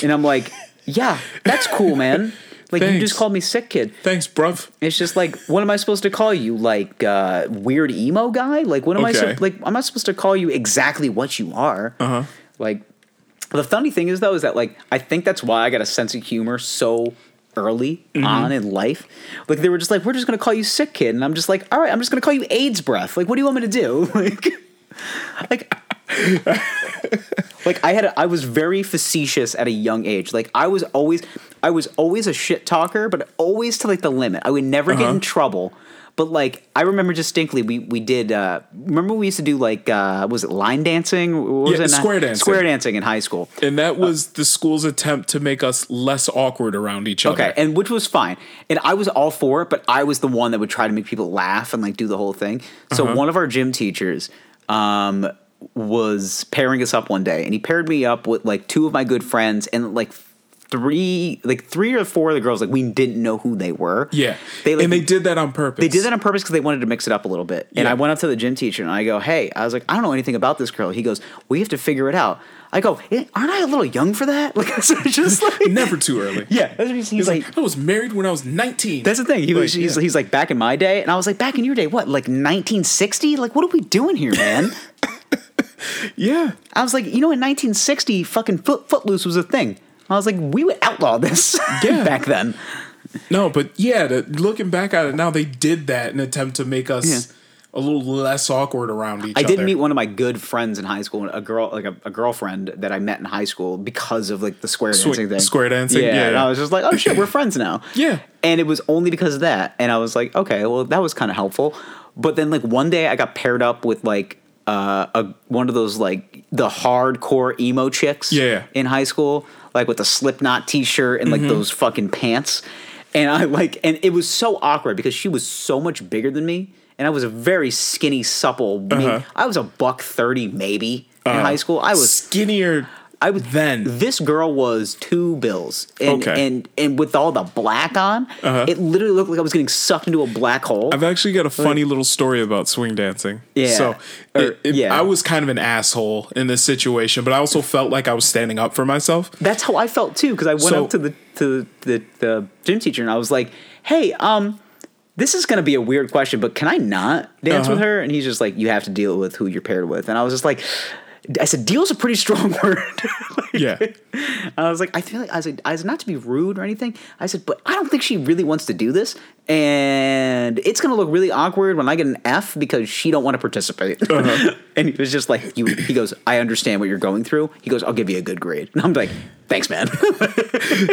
S2: and I'm like, "Yeah, that's cool, man. Like you
S1: Thanks.
S2: just called me sick, kid."
S1: Thanks, bruv.
S2: It's just like, what am I supposed to call you? Like uh, weird emo guy? Like what am I?
S1: Okay.
S2: sup- Like I'm not supposed to call you exactly what you are.
S1: Uh-huh.
S2: Like the funny thing is though is that like I think that's why I got a sense of humor so early
S1: Mm-hmm.
S2: on in life. Like they were just like, we're just gonna call you sick kid, and I'm just like, all right, I'm just gonna call you AIDS breath. Like what do you want me to do? Like. Like, like I had, a, I was very facetious at a young age. Like I was always, I was always a shit talker, but always to like the limit. I would never get
S1: Uh-huh.
S2: in trouble. But like I remember distinctly, we we did. Uh, remember we used to do like uh, was it line dancing? What was
S1: Yeah,
S2: it? not-
S1: square dancing.
S2: Square dancing in high school.
S1: And that was the school's attempt to make us less awkward around each other.
S2: Okay, and which was fine. And I was all for it, but I was the one that would try to make people laugh and like do the whole thing. So
S1: Uh-huh.
S2: one of our gym teachers um, was pairing us up one day, and he paired me up with like two of my good friends and like three, like three or four of the girls. Like we didn't know who they were.
S1: Yeah.
S2: they like,
S1: and they did that on purpose.
S2: they did that on purpose because they wanted to mix it up a little bit. And
S1: Yeah.
S2: I went up to the gym teacher and I go, "Hey," I was like, "I don't know anything about this girl." He goes, "We have to figure it out." I go, "Eh, "Aren't I a little young for that?" Like I was just like.
S1: Never too early.
S2: Yeah, that's what he's,
S1: He's
S2: he's like,
S1: like, I was married when I was 19.
S2: That's the thing. He was,
S1: Like,
S2: he's,
S1: yeah.
S2: he's like, back in my day. And I was like, back in your day, what, like 1960? Like, what are we doing here, man?
S1: yeah.
S2: I was like, you know, in 1960, fucking foot, Footloose was a thing. I was like, we would outlaw this
S1: Yeah.
S2: back then.
S1: No, but yeah, to, looking back at it now, they did that in an attempt to make us a little less awkward around each
S2: I
S1: other.
S2: did meet one of my good friends in high school, a girl, like a, a girlfriend that I met in high school because of like the square dancing thing.
S1: square dancing,
S2: yeah.
S1: yeah.
S2: And I was just like, oh shit, we're friends now.
S1: Yeah.
S2: And it was only because of that. And I was like, okay, well, that was kind of helpful. But then like one day I got paired up with like uh, a one of those like the hardcore emo chicks.
S1: Yeah.
S2: In high school, like with the Slipknot T-shirt and like
S1: Mm-hmm.
S2: those fucking pants. And I like, and it was so awkward because she was so much bigger than me, and I was a very skinny, supple. I mean,
S1: Uh-huh.
S2: I was a buck thirty maybe in high school. I was
S1: skinnier
S2: I was
S1: then.
S2: this girl was two bills, and
S1: Okay. Uh-huh.
S2: and and with all the black on, it literally looked like I was getting sucked into a black hole.
S1: I've actually got a funny little story about swing dancing.
S2: Yeah.
S1: So er,
S2: Or-
S1: it- it-
S2: yeah.
S1: I was kind of an asshole in this situation, but I also felt like I was standing up for myself.
S2: That's how I felt too, because I went
S1: So-
S2: up to the to the, the gym teacher and I was like, "Hey, um, this is gonna be a weird question, but can I not dance with
S1: Uh-huh.
S2: her?" And he's just like, "You have to deal with who you're paired with." And I was just like, "I said, deal's a pretty strong word."
S1: Yeah.
S2: I was like, I feel like I said, I said not to be rude or anything. I said, but I don't think she really wants to do this, and it's gonna look really awkward when I get an F because she don't want to participate.
S1: Uh-huh.
S2: and he was just like, you, he goes, I understand what you're going through. He goes, I'll give you a good grade, and I'm like, thanks, man.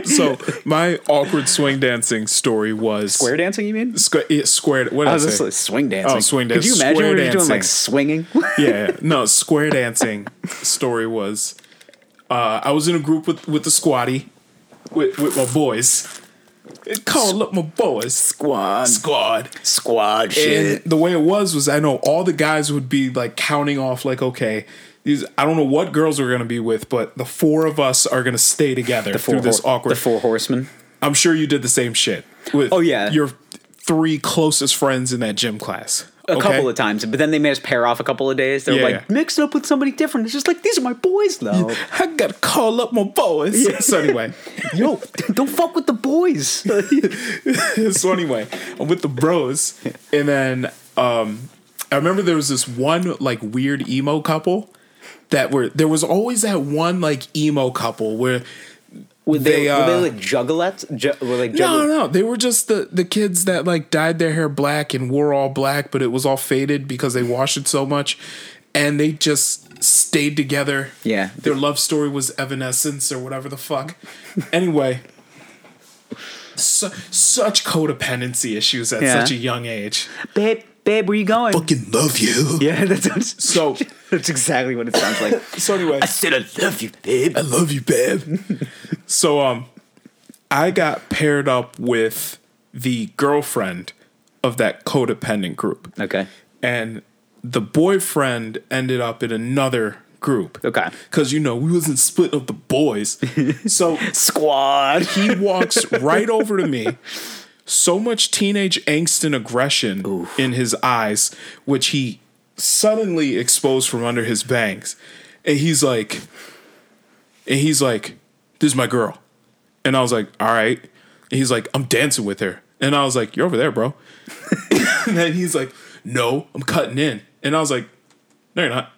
S1: so my awkward swing dancing story was
S2: Square dancing, you mean?
S1: Squ- yeah, squared. What did
S2: I
S1: I
S2: was just
S1: say?
S2: like swing dancing.
S1: Oh, swing
S2: Could you
S1: dance-
S2: imagine
S1: square
S2: what you're doing, like
S1: dancing.
S2: swinging?
S1: yeah, yeah. no square dancing story was uh, I was in a group with with the squatty with, with my boys It called up my boys
S2: Squad.
S1: squad.
S2: Squad
S1: And the way it was was I know all the guys would be like counting off like okay. These, I don't know what girls we're gonna be with, but the four of us are gonna stay together through this
S2: hor-
S1: awkward.
S2: The four horsemen.
S1: I'm sure you did the same shit with
S2: Oh, yeah.
S1: your three closest friends in that gym class.
S2: A couple of times, but then they made us pair off a couple of days. They're
S1: Yeah,
S2: like,
S1: yeah.
S2: mix it up with somebody different. It's just like these are my boys, though.
S1: I gotta call up my boys. So anyway,
S2: Yo, don't fuck with the boys.
S1: so anyway, I'm with the bros, and then um, I remember there was this one like weird emo couple that were there was always that one like emo couple where
S2: Were they,
S1: They,
S2: were
S1: uh,
S2: they like juggalettes? Ju- were like
S1: no
S2: juggle-
S1: no they were just the the kids that like dyed their hair black and wore all black, but it was all faded because they washed it so much, and they just stayed together.
S2: Yeah.
S1: their love story was Evanescence or whatever the fuck. anyway. Su- such codependency issues at
S2: Yeah.
S1: such a young age.
S2: Babe, babe, where you going?
S1: fucking love you.
S2: Yeah, that sounds.
S1: So
S2: That's exactly what it sounds like.
S1: so anyway,
S2: said I love you, babe.
S1: I love you, babe. so um, I got paired up with the girlfriend of that codependent group,
S2: Okay.
S1: and the boyfriend ended up in another group.
S2: Okay.
S1: Cause you know we wasn't splitting up the boys, so
S2: Squad.
S1: he walks right over to me. So much teenage angst and aggression in his eyes, which he suddenly exposed from under his bangs. And he's like, and he's like, this is my girl. And I was like, all right. And he's like, I'm dancing with her. And I was like, you're over there, bro. and then he's like, no, I'm cutting in. And I was like, no, you're not.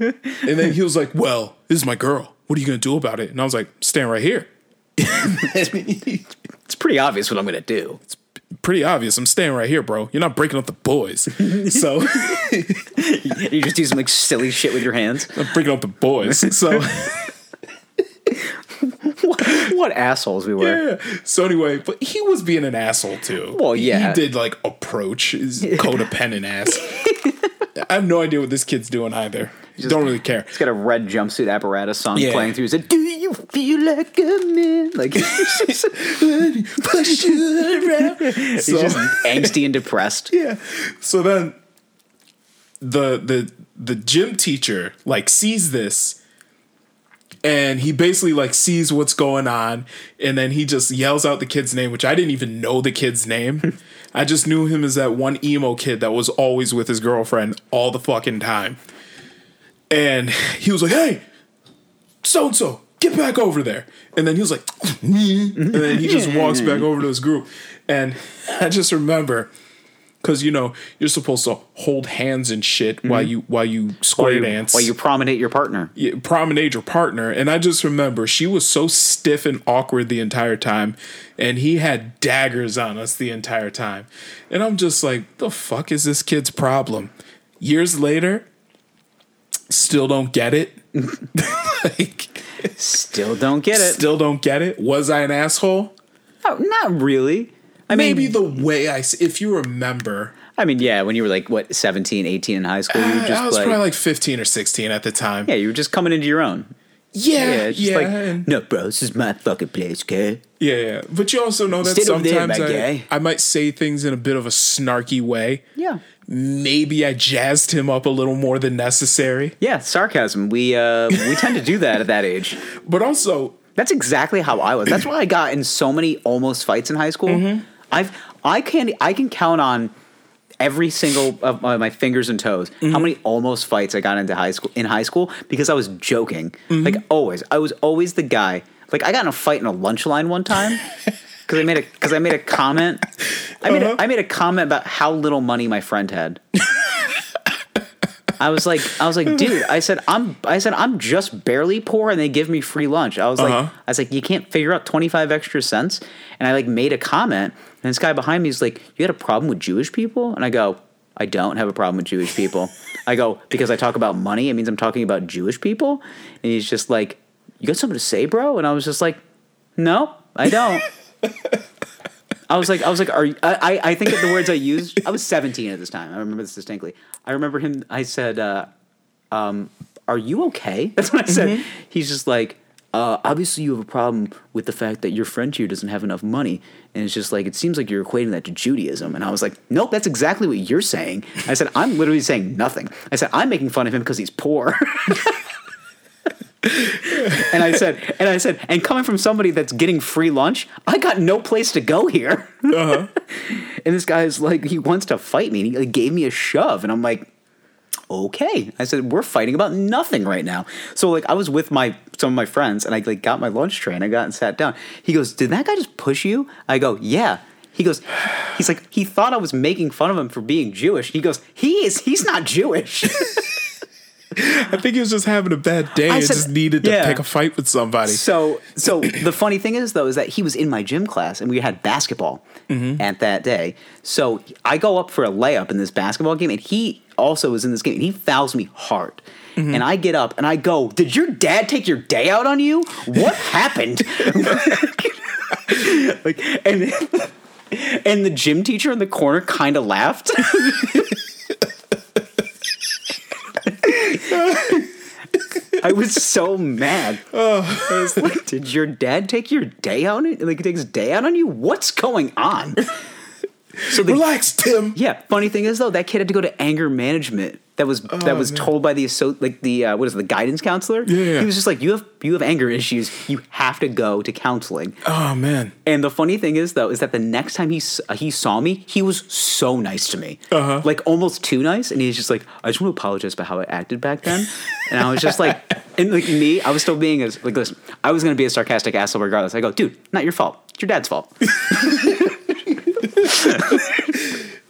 S1: and then he was like, well, this is my girl. What are you going to do about it? And I was like, stand right here.
S2: it's pretty obvious what I'm gonna do.
S1: pretty obvious. I'm staying right here, bro. You're not breaking up the boys. so
S2: You just do some like silly shit with your hands.
S1: I'm breaking up the boys. So
S2: What assholes we were.
S1: so anyway, but he was being an asshole too.
S2: Well, yeah.
S1: He did like approach his codependent ass. I have no idea what this kid's doing either. Don't really care.
S2: He's got a red jumpsuit apparatus song
S1: Yeah.
S2: playing through. He said, "Do you feel like a man?" Like he's
S1: Push you around. So,
S2: just angsty and depressed.
S1: yeah. So then the the the gym teacher like sees this and he basically like sees what's going on and then he just yells out the kid's name which I didn't even know the kid's name. I just knew him as that one emo kid that was always with his girlfriend all the fucking time. And he was like, "Hey, so and so, get back over there." And then he was like, and then he just walks back over to his group. And I just remember because you know you're supposed to hold hands and shit while you while you square dance
S2: While you promenade your partner.
S1: you promenade your partner and i just remember she was so stiff and awkward the entire time and he had daggers on us the entire time and i'm just like the fuck is this kid's problem years later still don't get it like
S2: Still don't get it.
S1: still don't get it was i an asshole
S2: No, not really. I
S1: maybe
S2: mean,
S1: the way i s- if you remember
S2: I mean, yeah. When you were like what 17, 18 in high school, you were
S1: Uh, I-
S2: just
S1: i was
S2: like,
S1: probably like 15 or 16 at the time
S2: yeah, you were just coming into your own.
S1: Yeah,
S2: Yeah, it's just
S1: yeah,
S2: like,
S1: and-
S2: no, bro, this is my fucking place, okay?
S1: yeah, yeah. But you also know that
S2: Sit over there,
S1: sometimes
S2: my guy.
S1: I, I might say things in a bit of a snarky way.
S2: Yeah.
S1: Maybe I jazzed him up a little more than necessary.
S2: Yeah, sarcasm. We uh, we tend to do that at that age.
S1: But also,
S2: That's exactly how I was. That's why I got in so many almost fights in high school. I've I can I can count on every single of my, my fingers and toes how many almost fights I got into high school in high school because I was joking. Like always, I was always the guy. Like I got in a fight in a lunch line one time because I made a because I made a comment. I made
S1: Uh-huh.
S2: a, I made a comment about how little money my friend had. I was like, I was like, dude. I said, I'm, I said, I'm just barely poor, and they give me free lunch. I was
S1: Uh-huh.
S2: like, I was like, you can't figure out twenty five extra cents. And I like made a comment, and this guy behind me is like, you got a problem with Jewish people? And I go, I don't have a problem with Jewish people. I go because I talk about money. It means I'm talking about Jewish people. And he's just like, you got something to say, bro? And I was just like, no, I don't. I was like, I was like, are you, I, I? I think that the words I used. I was 17 at this time. I remember this distinctly. I remember him. I said, uh, um, "Are you okay?" That's what I said. He's just like, uh, obviously you have a problem with the fact that your friend here doesn't have enough money. And it's just like, it seems like you're equating that to Judaism. And I was like, nope, that's exactly what you're saying. I said, I'm literally saying nothing. I said, I'm making fun of him because he's poor. and I said, and I said, and coming from somebody that's getting free lunch, I got no place to go here.
S1: Uh-huh.
S2: And this guy is like, he wants to fight me. And he like, gave me a shove. And I'm like, okay. I said, we're fighting about nothing right now. So like, I was with my, some of my friends and I like got my lunch tray and I got and sat down. He goes, did that guy just push you? I go, yeah. He goes, he's like, he thought I was making fun of him for being Jewish. He goes, he is, he's not Jewish.
S1: I think he was just having a bad day
S2: I
S1: and
S2: said-
S1: just needed to
S2: yeah.
S1: pick a fight with somebody.
S2: So, so the funny thing is though is that he was in my gym class and we had basketball at that day. So I go up for a layup in this basketball game, and he also was in this game, and he fouls me hard. And I get up and I go, "Did your dad take your day out on you? What happened?" like, and and the gym teacher in the corner kind of laughed. I was so mad.
S1: Oh,
S2: I was like, "Did your dad take your day out? on- Like, he takes day out on you? What's going on?" So the
S1: Relax, Tim.
S2: yeah, funny thing is though, that kid had to go to anger management. That was that was
S1: Oh, man.
S2: told by the asso- like the uh, what is it, the guidance counselor.
S1: yeah.
S2: he was just like, "You have you have anger issues. You have to go to counseling."
S1: Oh man.
S2: And the funny thing is, though, is that the next time he s- uh, he saw me, he was so nice to me,
S1: Uh-huh.
S2: like almost too nice. And he's just like, "I just want to apologize about how I acted back then." and I was just like, and like me, I was still being as like, listen, I was gonna be a sarcastic asshole regardless. I go, dude, not your fault. It's your dad's fault.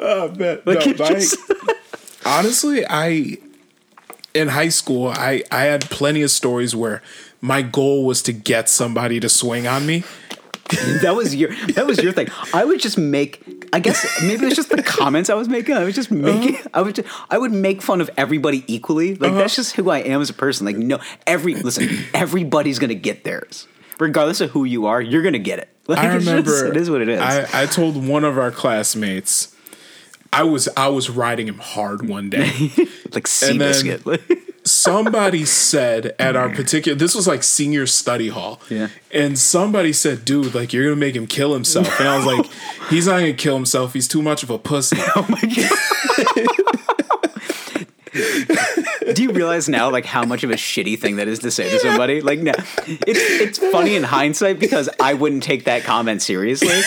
S1: Oh man.
S2: Like,
S1: no,
S2: it
S1: my-
S2: just-
S1: honestly, I in high school, I I had plenty of stories where my goal was to get somebody to swing on me.
S2: that was your that was your thing. I would just make. I guess maybe it was just the comments I was making. I was just
S1: Uh-huh.
S2: making. I would. Just, I would make fun of everybody equally. Like that's
S1: Uh-huh.
S2: just who I am as a person. Like no, every listen, everybody's gonna get theirs, regardless of who you are. You're gonna get it. Like,
S1: I
S2: it's just-
S1: remember
S2: it is what it is.
S1: I, I told one of our classmates, I was I was riding him hard one day.
S2: like
S1: then-
S2: sea biscuit.
S1: somebody said at our particular this was like senior study hall.
S2: Yeah.
S1: And somebody said, dude, like you're gonna make him kill himself. And I was like, he's not gonna kill himself, he's too much of a pussy.
S2: oh my god. Do you realize now, like how much of a shitty thing that is to say to somebody? Like, no, it's it's funny in hindsight because I wouldn't take that comment seriously,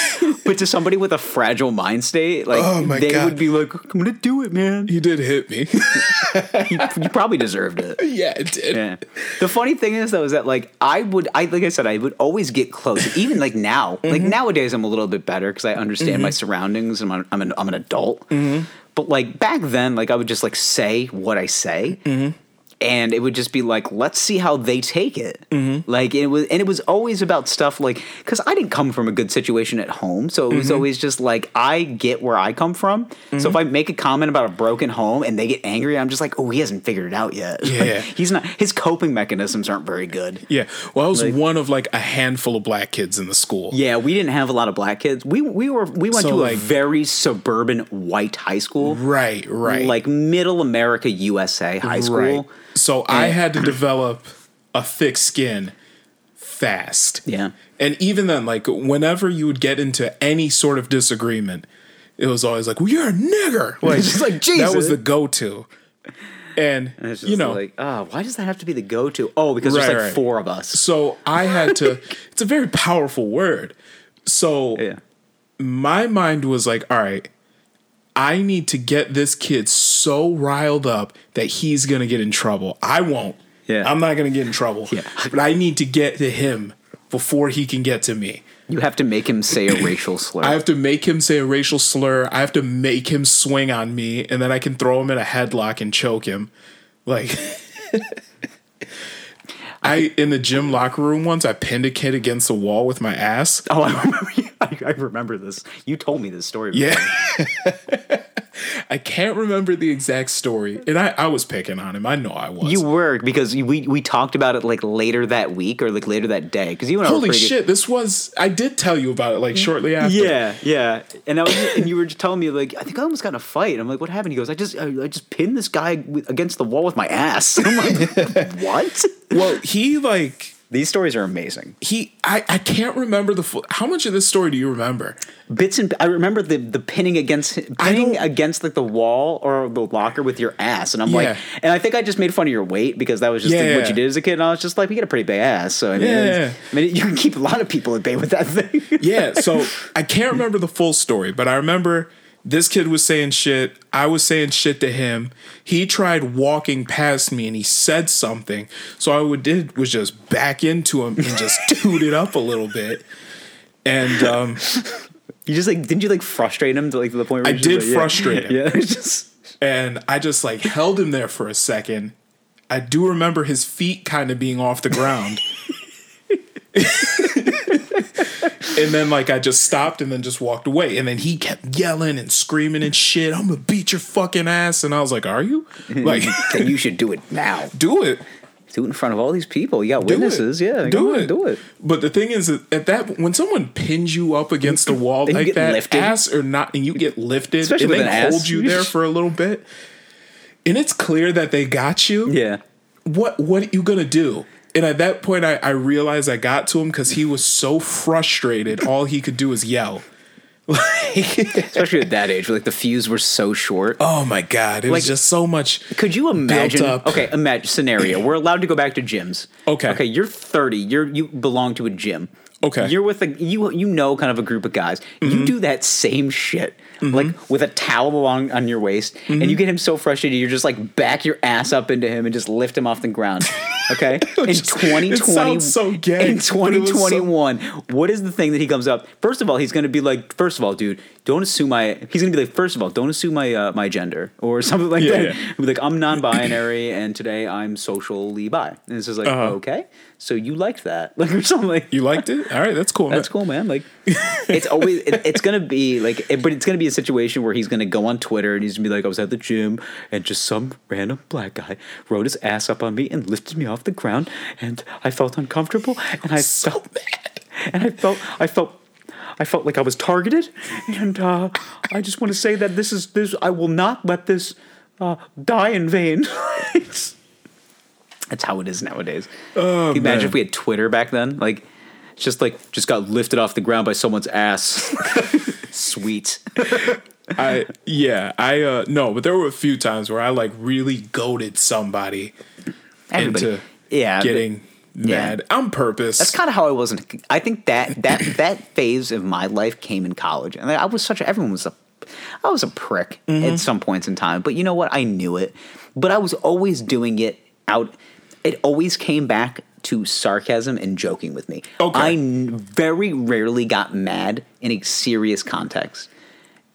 S2: but to somebody with a fragile mind state, like
S1: Oh my
S2: they
S1: God.
S2: would be like, "I'm gonna do it, man."
S1: he did hit me.
S2: You, you probably deserved it.
S1: yeah, it did.
S2: Yeah. The funny thing is though is that like I would I like I said I would always get close even like now like nowadays I'm a little bit better because I understand my surroundings and I'm I'm an, I'm an adult but like back then like I would just like say what I say and it would just be like let's see how they take it like it was and it was always about stuff like because I didn't come from a good situation at home so it was always just like I get where I come from so if I make a comment about a broken home and they get angry I'm just like oh he hasn't figured it out yet Like,
S1: Yeah.
S2: he's not his coping mechanisms aren't very good
S1: Yeah. Well, I was
S2: Like-
S1: one of like a handful of black kids in the school.
S2: yeah we didn't have a lot of black kids we we were we went
S1: So,
S2: to
S1: like-
S2: a very suburban white high school
S1: Right, right.
S2: like middle america usa high school
S1: Right. So I had to develop a thick skin fast.
S2: Yeah.
S1: And even then, like whenever you would get into any sort of disagreement, it was always like, "Well, you're a nigger." Like,
S2: It's just like,
S1: that was
S2: Jesus.
S1: the go-to. And,
S2: It's just
S1: you know,
S2: like, oh, why does that have to be the go-to? Oh, because there's
S1: Right,
S2: like
S1: right.
S2: four of us.
S1: so I had to. it's a very powerful word. So
S2: Yeah,
S1: my mind was like, all right, I need to get this kid so riled up that he's gonna get in trouble. I won't.
S2: Yeah.
S1: I'm not gonna get in trouble.
S2: Yeah.
S1: But I need to get to him before he can get to me.
S2: you have to make him say a racial slur.
S1: I have to make him say a racial slur. I have to make him swing on me, and then I can throw him in a headlock and choke him. Like I in the gym locker room once I pinned a kid against the wall with my ass.
S2: oh, I remember. I, I remember this. You told me this story.
S1: Yeah. I can't remember the exact story. And I, I was picking on him. I know I was.
S2: you were because you- we we talked about it like later that week or like later that day because you and I were
S1: Holy
S2: pretty good-
S1: shit, this was I did tell you about it like shortly after.
S2: Yeah, yeah, and I was, and you were just telling me like I think I almost got in a fight. And I'm like, what happened? He goes, I just I, I just pinned this guy with, against the wall with my ass. I'm like, what?
S1: Well, he like
S2: These stories are amazing.
S1: He, I, I can't remember the full. How much of this story do you remember?
S2: Bits and I remember the the pinning against pinning
S1: don't-
S2: against like the wall or the locker with your ass, and I'm like,
S1: Yeah.
S2: and I think I just made fun of your weight because that was just
S1: Yeah,
S2: what
S1: yeah.
S2: you did as a kid, and I was just like, we got a pretty big ass, so I mean, it's- I mean, you can keep a lot of people at bay with that thing.
S1: Yeah, so I can't remember the full story, but I remember this kid was saying shit. I was saying shit to him. He tried walking past me and he said something. So I would did was just back into him and just toot it up a little bit. And um,
S2: You just like didn't you like frustrate him to like to the point where
S1: I
S2: you just,
S1: did
S2: like, yeah.
S1: frustrate him.
S2: Yeah, it's just
S1: and I just like held him there for a second. I do remember his feet kind of being off the ground. and then like I just stopped and then just walked away. And then he kept yelling and screaming and shit. I'm gonna beat your fucking ass. And I was like, Are you? Like,
S2: that you should do it now.
S1: do it.
S2: Do it in front of all these people. You got
S1: Do
S2: witnesses.
S1: it.
S2: Yeah, come
S1: Do
S2: on,
S1: it.
S2: Do it.
S1: But the thing is that at that when someone pins you up against the wall
S2: And you
S1: like
S2: get
S1: that,
S2: lifted.
S1: ass or not and you get lifted
S2: Especially
S1: and
S2: with
S1: they
S2: an
S1: hold
S2: ass.
S1: you there for a little bit. And it's clear that they got you.
S2: Yeah.
S1: what what are you gonna do? And at that point, I, I realized I got to him because he was so frustrated. All he could do was yell. Like,
S2: Especially at that age, where like the fuse were so short.
S1: oh my god, it
S2: Like-
S1: was just so much.
S2: Could you imagine?
S1: up.
S2: Okay, imagine scenario. We're allowed to go back to gyms.
S1: Okay.
S2: Okay, you're 30. You're you belong to a gym.
S1: Okay. Mm-hmm.
S2: You're with a you you know kind of a group of guys. You do that same shit like with a towel along on your waist,
S1: Mm-hmm.
S2: and you get him so frustrated. You're just like back your ass up into him and just lift him off the ground. Okay. in
S1: just- it
S2: 2020,
S1: sounds so gay,
S2: in
S1: but it was so-
S2: 2021, what is the thing that he comes up? First of all, he's going to be like, first of all, dude, don't assume my. He's going to be like, first of all, don't assume my uh, my gender or something like
S1: Yeah,
S2: that.
S1: yeah.
S2: He'll be like, I'm non-binary, and today I'm socially bi. And it's just like, okay, so you liked that, like or something. Like,
S1: You liked it? All right, that's cool.
S2: that's cool, man. Like, it's always it, it's gonna be like, it- but it's gonna be a situation where he's gonna go on Twitter and he's gonna be like, I was at the gym and just some random black guy rode his ass up on me and lifted me off the ground, and I felt uncomfortable, and I felt and I felt I felt. I felt like I was targeted, and uh, I just want to say that this is this. I will not let this uh, die in vain. It's- That's how it is nowadays. Can you imagine
S1: Oh, man.
S2: if we had Twitter back then? Like, it's just like just got lifted off the ground by someone's ass. Sweet.
S1: I yeah, I uh no, but there were a few times where I like really goaded somebody into
S2: yeah, but
S1: getting mad on purpose.
S2: That's kind of how I was. In, I think that that that phase of my life came in college, and I was such. a Everyone was a, I was a prick
S1: Mm-hmm.
S2: at some points in time. But you know what? I knew it. But I was always doing it out. It always came back to sarcasm and joking with me.
S1: Okay.
S2: I n- very rarely got mad in a serious context.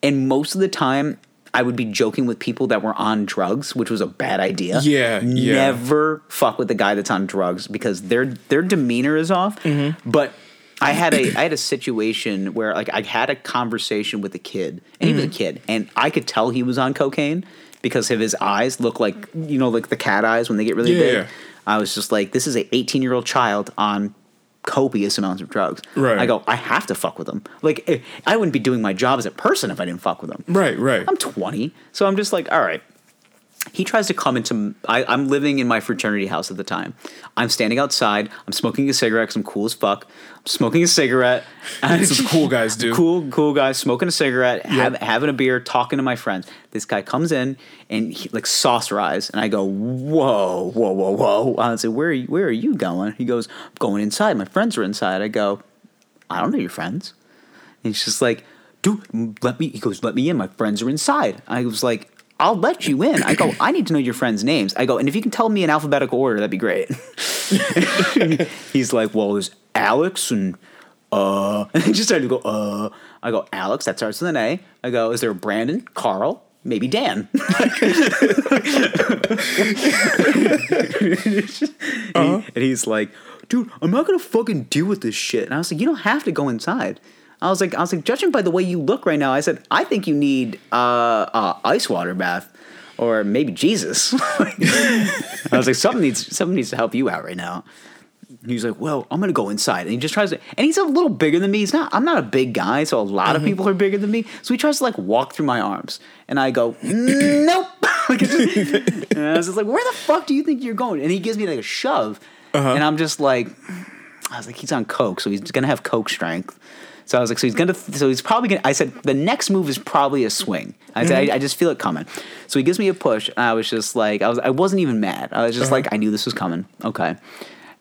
S2: And most of the time, I would be joking with people that were on drugs, which was a bad idea.
S1: Yeah, yeah.
S2: Never fuck with the guy that's on drugs because their their demeanor is off.
S1: Mm-hmm.
S2: But I had a I had a situation where like I had a conversation with a kid, and he was a
S1: Mm-hmm.
S2: kid, and I could tell he was on cocaine because of his eyes look like you know like the cat eyes when they get really
S1: Yeah,
S2: big.
S1: yeah.
S2: I was just like, this is a 18 year old child on copious amounts of drugs.
S1: Right.
S2: I go, I have to fuck with them. Like, eh, I wouldn't be doing my job as a person if I didn't fuck with them.
S1: right, right.
S2: I'm 20, so I'm just like, all right. He tries to come into. I, I'm living in my fraternity house at the time. I'm standing outside. I'm smoking a cigarette 'cause I'm cool as fuck. I'm smoking a cigarette.
S1: That's what cool guys do.
S2: Cool, cool guy smoking a cigarette, have,
S1: Yep.
S2: having a beer, talking to my friends. This guy comes in and he like saucer eyes, and I go, "Whoa, whoa, whoa, whoa!" I say, "Where, are you, where are you going?" He goes, "I'm going inside. My friends are inside." I go, "I don't know your friends." And he's just like, "Dude, m- let me." He goes, "Let me in. My friends are inside." I was like. I'll let you in. I go, I need to know your friends' names. I go, and if you can tell me in alphabetical order, that'd be great. He's like, well, there's Alex and uh, and he just started to go, uh. I go, Alex, that starts with an A. eh? I go, is there a Brandon, Carl, maybe Dan? And he's like, dude, I'm not gonna fucking deal with this shit. And I was like, you don't have to go inside. I was like, I was like, judging by the way you look right now, I said, I think you need uh, uh ice water bath. Or maybe Jesus. I was like, something needs something needs to help you out right now. And he's like, "Well, I'm gonna go inside," and he just tries to. And he's a little bigger than me. He's not. I'm not a big guy, so a lot of people are bigger than me. So he tries to like walk through my arms, and I go, "Nope." like it's just, and I was just like, "Where the fuck do you think you're going?" And he gives me like a shove, and I'm just like, I was like, he's on coke, so he's gonna have coke strength. So I was like, so he's gonna, so he's probably gonna. I said the next move is probably a swing. I said, I, I just feel it coming. So he gives me a push, and I was just like, I was, I wasn't even mad. I was just like, I knew this was coming. Okay,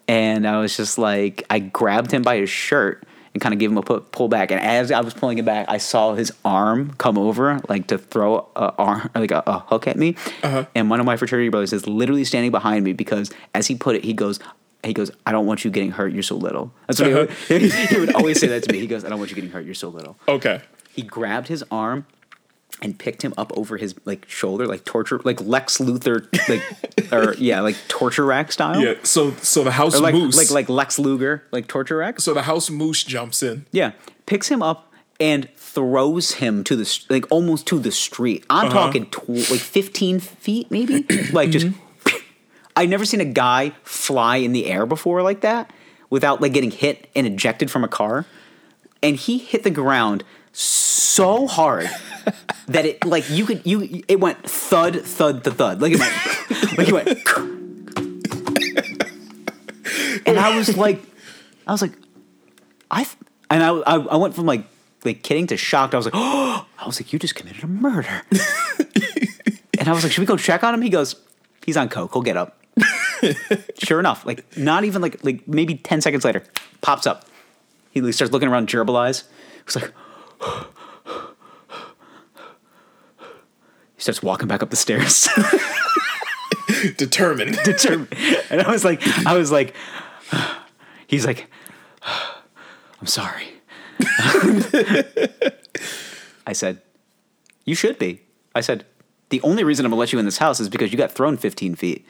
S2: and I was just like, I grabbed him by his shirt. And kind of gave him a pu- pull back, and as I was pulling it back, I saw his arm come over, like to throw a arm, like a, a hook at me. And one of my fraternity brothers is literally standing behind me because, as he put it, he goes, he goes, I don't want you getting hurt. You're so little. That's what he, would, he would always say that to me. He goes, I don't want you getting hurt. You're so little.
S1: Okay.
S2: He grabbed his arm and picked him up over his like shoulder, like torture, like Lex Luthor, like or yeah, like torture rack style.
S1: Yeah. So so the house
S2: Or like,
S1: moose.
S2: like like Lex Luger, like torture rack.
S1: so the house moose jumps in.
S2: Yeah, picks him up and throws him to the s- like almost to the street. I'm talking tw- like 15 feet, maybe. like just, I've never seen a guy fly in the air before like that without like getting hit and ejected from a car. And he hit the ground so hard that it like you could you it went thud thud to thud like it went like it went and I was like I was like I th- and I, I I went from like like kidding to shocked. I was like, oh! I was like, you just committed a murder. and I was like, should we go check on him? He goes, he's on coke. He'll get up. sure enough, like not even like like maybe ten seconds later, pops up. He like, starts looking around, gerbil eyes. He's like. He starts walking back up the stairs.
S1: Determined.
S2: term. And I was like, I was like, he's like, I'm sorry. I said, you should be. I said, the only reason I'm gonna let you in this house is because you got thrown 15 feet.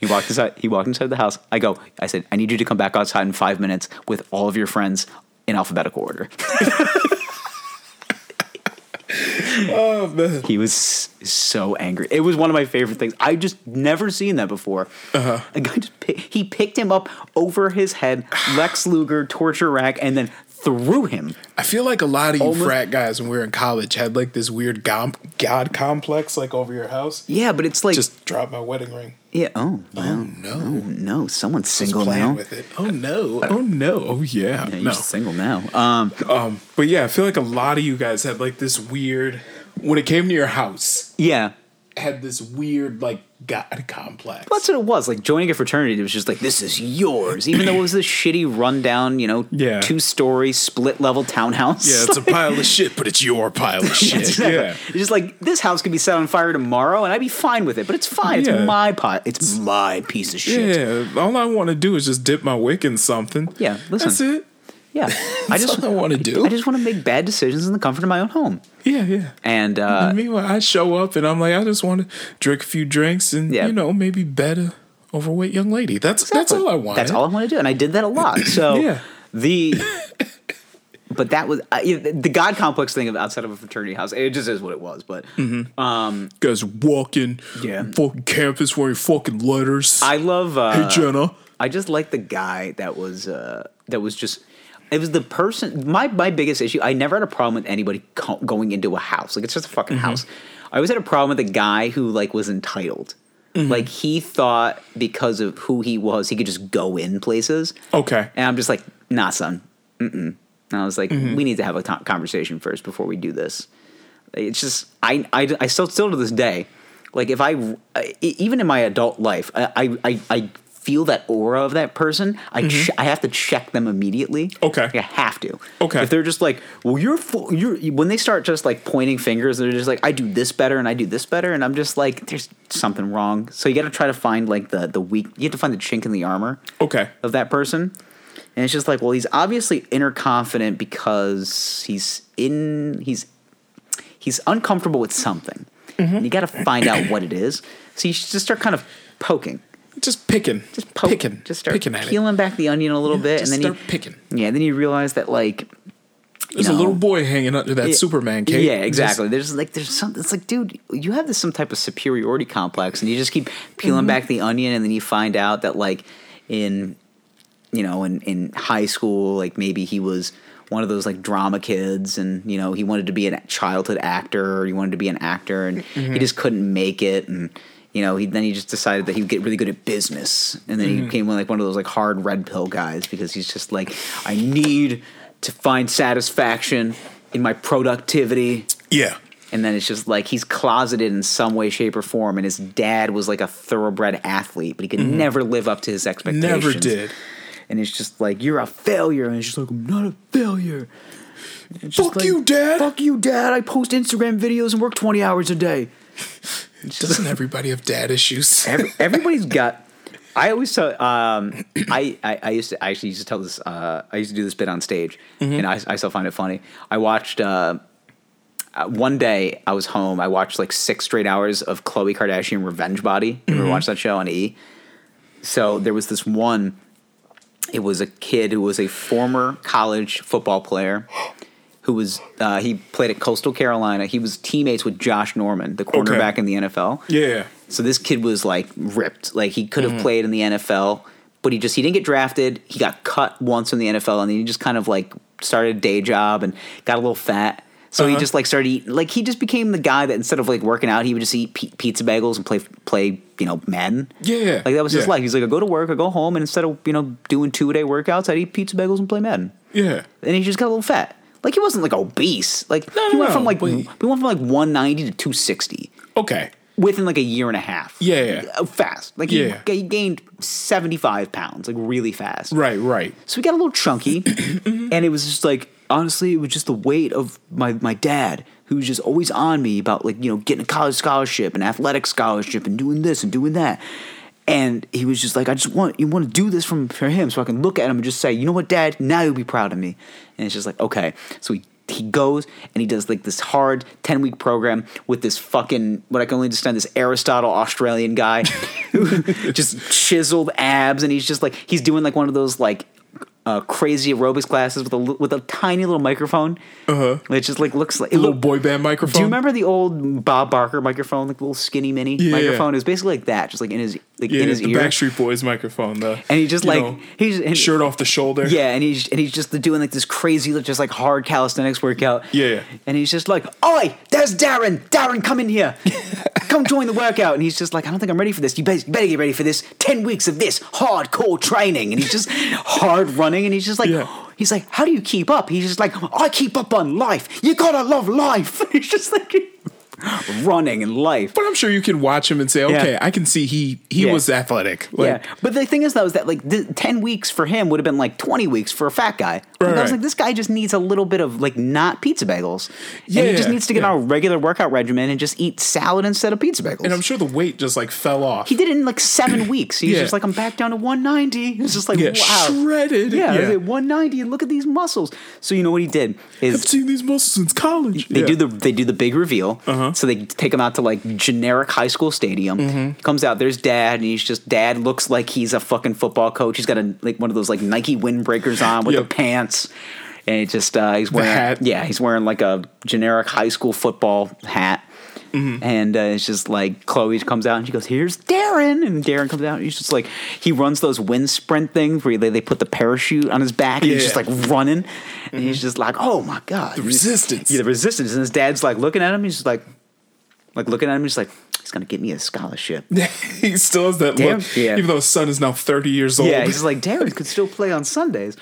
S2: he walked inside. He walked inside the house. I go. I said, I need you to come back outside in five minutes with all of your friends in alphabetical order.
S1: oh man.
S2: He was so angry. It was one of my favorite things. I just never seen that before. Uh-huh. A guy just pick, he picked him up over his head, Lex Luger torture rack, and then threw him.
S1: I feel like a lot of you
S2: Almost-
S1: frat guys when we were in college had like this weird gom- god complex like over your house.
S2: Yeah, but it's like
S1: Just drop my wedding ring.
S2: yeah. Oh, wow.
S1: Oh no.
S2: no, someone's single
S1: Playing
S2: now.
S1: with it. Oh no. Oh no. Oh yeah.
S2: Yeah, you're
S1: no.
S2: single now. Um,
S1: Um, but yeah, I feel like a lot of you guys had like this weird when it came to your house
S2: yeah.
S1: had this weird like god complex.
S2: That's what it was. Like joining a fraternity, it was just like, this is yours. Even though it was this shitty, rundown, you know,
S1: Yeah.
S2: two story, split level townhouse.
S1: yeah, it's a pile of shit, but it's your pile of shit.
S2: Exactly.
S1: Yeah.
S2: It's just like this house could be set on fire tomorrow, and I'd be fine with it. But it's fine. It's
S1: Yeah.
S2: my pot. It's my piece of shit. Yeah.
S1: Yeah, all I want to do is just dip my wick in something.
S2: Yeah, listen.
S1: That's it.
S2: I
S1: That's
S2: just
S1: all I wanna do.
S2: I just want to make bad decisions in the comfort of my own home.
S1: Yeah, yeah.
S2: And uh,
S1: And meanwhile, I show up and I'm like, I just want to drink a few drinks and
S2: Yeah.
S1: you know maybe bet a overweight young lady. That's that's all I want.
S2: That's all I want to do, and I did that a lot. So
S1: Yeah.
S2: the. But that was I, you know, the god complex thing of outside of a fraternity house. It just is what it was. But
S1: Mm-hmm. Guys walking,
S2: Yeah.
S1: fucking campus wearing fucking letters.
S2: I love.
S1: hey
S2: Uh,
S1: Jenna,
S2: I just like the guy that was uh, that was just. It was the person. My my biggest issue. I never had a problem with anybody co- going into a house. Like it's just a fucking house. I always had a problem with the guy who like was entitled. Like he thought because of who he was, he could just go in places.
S1: Okay.
S2: And I'm just like, nah, son. Mm-mm. And I was like, we need to have a con conversation first before we do this. It's just I I, I still still to this day, like if I I- even in my adult life, I I, I, I feel that aura of that person. I ch- I have to check them immediately.
S1: Mm-hmm. Okay.
S2: Like, I have to.
S1: Okay.
S2: If they're just like, well, you're full, you're when they start just like pointing fingers, they're just like, I do this better and I do this better, and I'm just like, there's something wrong. So you got to try to find like the the weak. You have to find the chink in the armor
S1: Okay.
S2: of that person. And it's just like, well, he's obviously inner confident because he's in he's he's uncomfortable with something.
S1: Mm-hmm.
S2: And you got to find out what it is. So you should just start kind of poking.
S1: Just picking.
S2: Just poke,
S1: Picking.
S2: just start
S1: picking at it.
S2: peeling back the onion a little bit
S1: just
S2: and then
S1: start
S2: you
S1: picking.
S2: Yeah, then you realize that like
S1: There's a
S2: know.
S1: little boy hanging under that Superman cape.
S2: Yeah, exactly. there's like there's something. It's like, dude, you have this some type of superiority complex, and you just keep peeling
S1: Mm-hmm.
S2: back the onion, and then you find out that like in you know in in high school, like maybe he was one of those like drama kids, and you know he wanted to be a childhood actor, or he wanted to be an actor, and he just couldn't make it, and you know, he then he just decided that he would get really good at business, and then he became like one of those like hard red pill guys because he's just like, I need to find satisfaction in my productivity.
S1: Yeah.
S2: And then it's just like he's closeted in some way, shape, or form. And his dad was like a thoroughbred athlete, but he could never live up to his expectations.
S1: Never did.
S2: And it's just like, you're a failure. And it's just like, I'm not a failure. And it's just
S1: Fuck you, Dad.
S2: Fuck you, dad. I post Instagram videos and work 20 hours a day.
S1: Doesn't everybody have dad issues?
S2: Every, everybody's got. I always tell. Um, I, I I used to I actually used to tell this. Uh, I used to do this bit on stage, and I, I still find it funny. I watched. Uh, uh, one day I was home. I watched like six straight hours of Khloe Kardashian Revenge Body. You ever watched that show on E? So there was this one. It was a kid who was a former college football player, who was uh, he played at Coastal Carolina. He was teammates with Josh Norman, the cornerback in the NFL.
S1: yeah.
S2: So this kid was like ripped. Like he could have
S1: Mm-hmm.
S2: played in the NFL, but he just he didn't get drafted. He got cut once in the NFL, and then he just kind of like started a day job and got a little fat. So he
S1: Uh-huh.
S2: just like started eating. Like he just became the guy that instead of like working out, he would just eat pi- pizza bagels and play play you know Madden.
S1: Yeah.
S2: Like that was his
S1: Yeah.
S2: life. He's like I go to work, I go home, and instead of you know doing two a day workouts, I'd eat pizza bagels and play Madden
S1: Yeah.
S2: and he just got a little fat. Like he wasn't like obese. Like
S1: No,
S2: he
S1: no,
S2: went
S1: no,
S2: from like
S1: but-
S2: we went from like one ninety to two sixty
S1: Okay.
S2: within like a year and a half.
S1: Yeah, yeah.
S2: Uh, fast. Like he,
S1: Yeah.
S2: he gained seventy five pounds, like really fast.
S1: Right, right.
S2: So we got a little chunky, and it was just like honestly, it was just the weight of my my dad, who was just always on me about like you know getting a college scholarship and athletic scholarship and doing this and doing that. And he was just like, I just want you want to do this from for him, so I can look at him and just say, you know what, Dad, now you'll be proud of me. And it's just like, okay. So he he goes and he does like this hard ten week program with this fucking what I can only understand this Aristotle Australian guy, who just chiseled abs, and he's just like he's doing like one of those like uh, crazy aerobics classes with a li- with a tiny little microphone. Uh huh. It just like looks like it
S1: Uh-huh. Little
S2: look-
S1: boy band microphone.
S2: Do you remember the old Bob Barker microphone, like little skinny mini
S1: Yeah.
S2: microphone? It was basically like that, just like in his like
S1: Yeah,
S2: in his
S1: the
S2: ear,
S1: Backstreet Boys microphone, though.
S2: and he just
S1: You
S2: like
S1: know,
S2: he's and,
S1: shirt off the shoulder.
S2: yeah, and he's and he's just doing like this crazy, like, just like hard calisthenics workout.
S1: Yeah.
S2: and he's just like, "Oi, there's Darren. Darren, come in here. come join the workout." And he's just like, "I don't think I'm ready for this. You better, you better get ready for this. Ten weeks of this hardcore training." And he's just hard running, and he's just like.
S1: Yeah.
S2: He's like, how do you keep up? He's just like, I keep up on life. You gotta love life. he's just like running and life.
S1: But I'm sure you can watch him and say, okay, I can see he he
S2: Yeah.
S1: was athletic. Like,
S2: yeah, but the thing is though is that like th- ten weeks for him would have been like twenty weeks for a fat guy. Like,
S1: Right,
S2: I
S1: right.
S2: was like, this guy just needs a little bit of like not pizza bagels, and he
S1: Yeah,
S2: just needs to get
S1: yeah.
S2: on a regular workout regimen and just eat salad instead of pizza bagels.
S1: And I'm sure the weight just like fell off.
S2: he did it in like seven weeks. He's
S1: Yeah.
S2: just like, I'm back down to 190. It's just like,
S1: yeah,
S2: wow.
S1: shredded.
S2: yeah, I was
S1: yeah.
S2: at 190, and look at these muscles. So you know what he did
S1: I've
S2: is
S1: seen these muscles since college.
S2: they
S1: Yeah. Uh-huh.
S2: do the they do the big reveal. So they take him out to like generic high school stadium.
S1: Mm-hmm.
S2: Comes out, there's dad, and he's just dad looks like he's a fucking football coach. He's got a like one of those like Nike windbreakers on with
S1: Yep.
S2: the pants. And it just uh, he's wearing
S1: hat.
S2: yeah he's wearing like a generic high school football hat.
S1: Mm-hmm.
S2: And uh, it's just like Chloe comes out and she goes, "Here's Darren," and Darren comes out and he's just like he runs those wind sprint things where they, they put the parachute on his back and he's
S1: Yeah. Mm-hmm.
S2: just like running, and he's just like, "Oh my god, the
S1: resistance.
S2: yeah, the resistance. And his dad's like looking at him. He's just like, like looking at him. He's like, he's gonna get me a scholarship.
S1: Oh. he still has that
S2: Damn.
S1: look,
S2: Yeah.
S1: even though his son is now 30 years old.
S2: Yeah, he's like, Darren could still play on Sundays.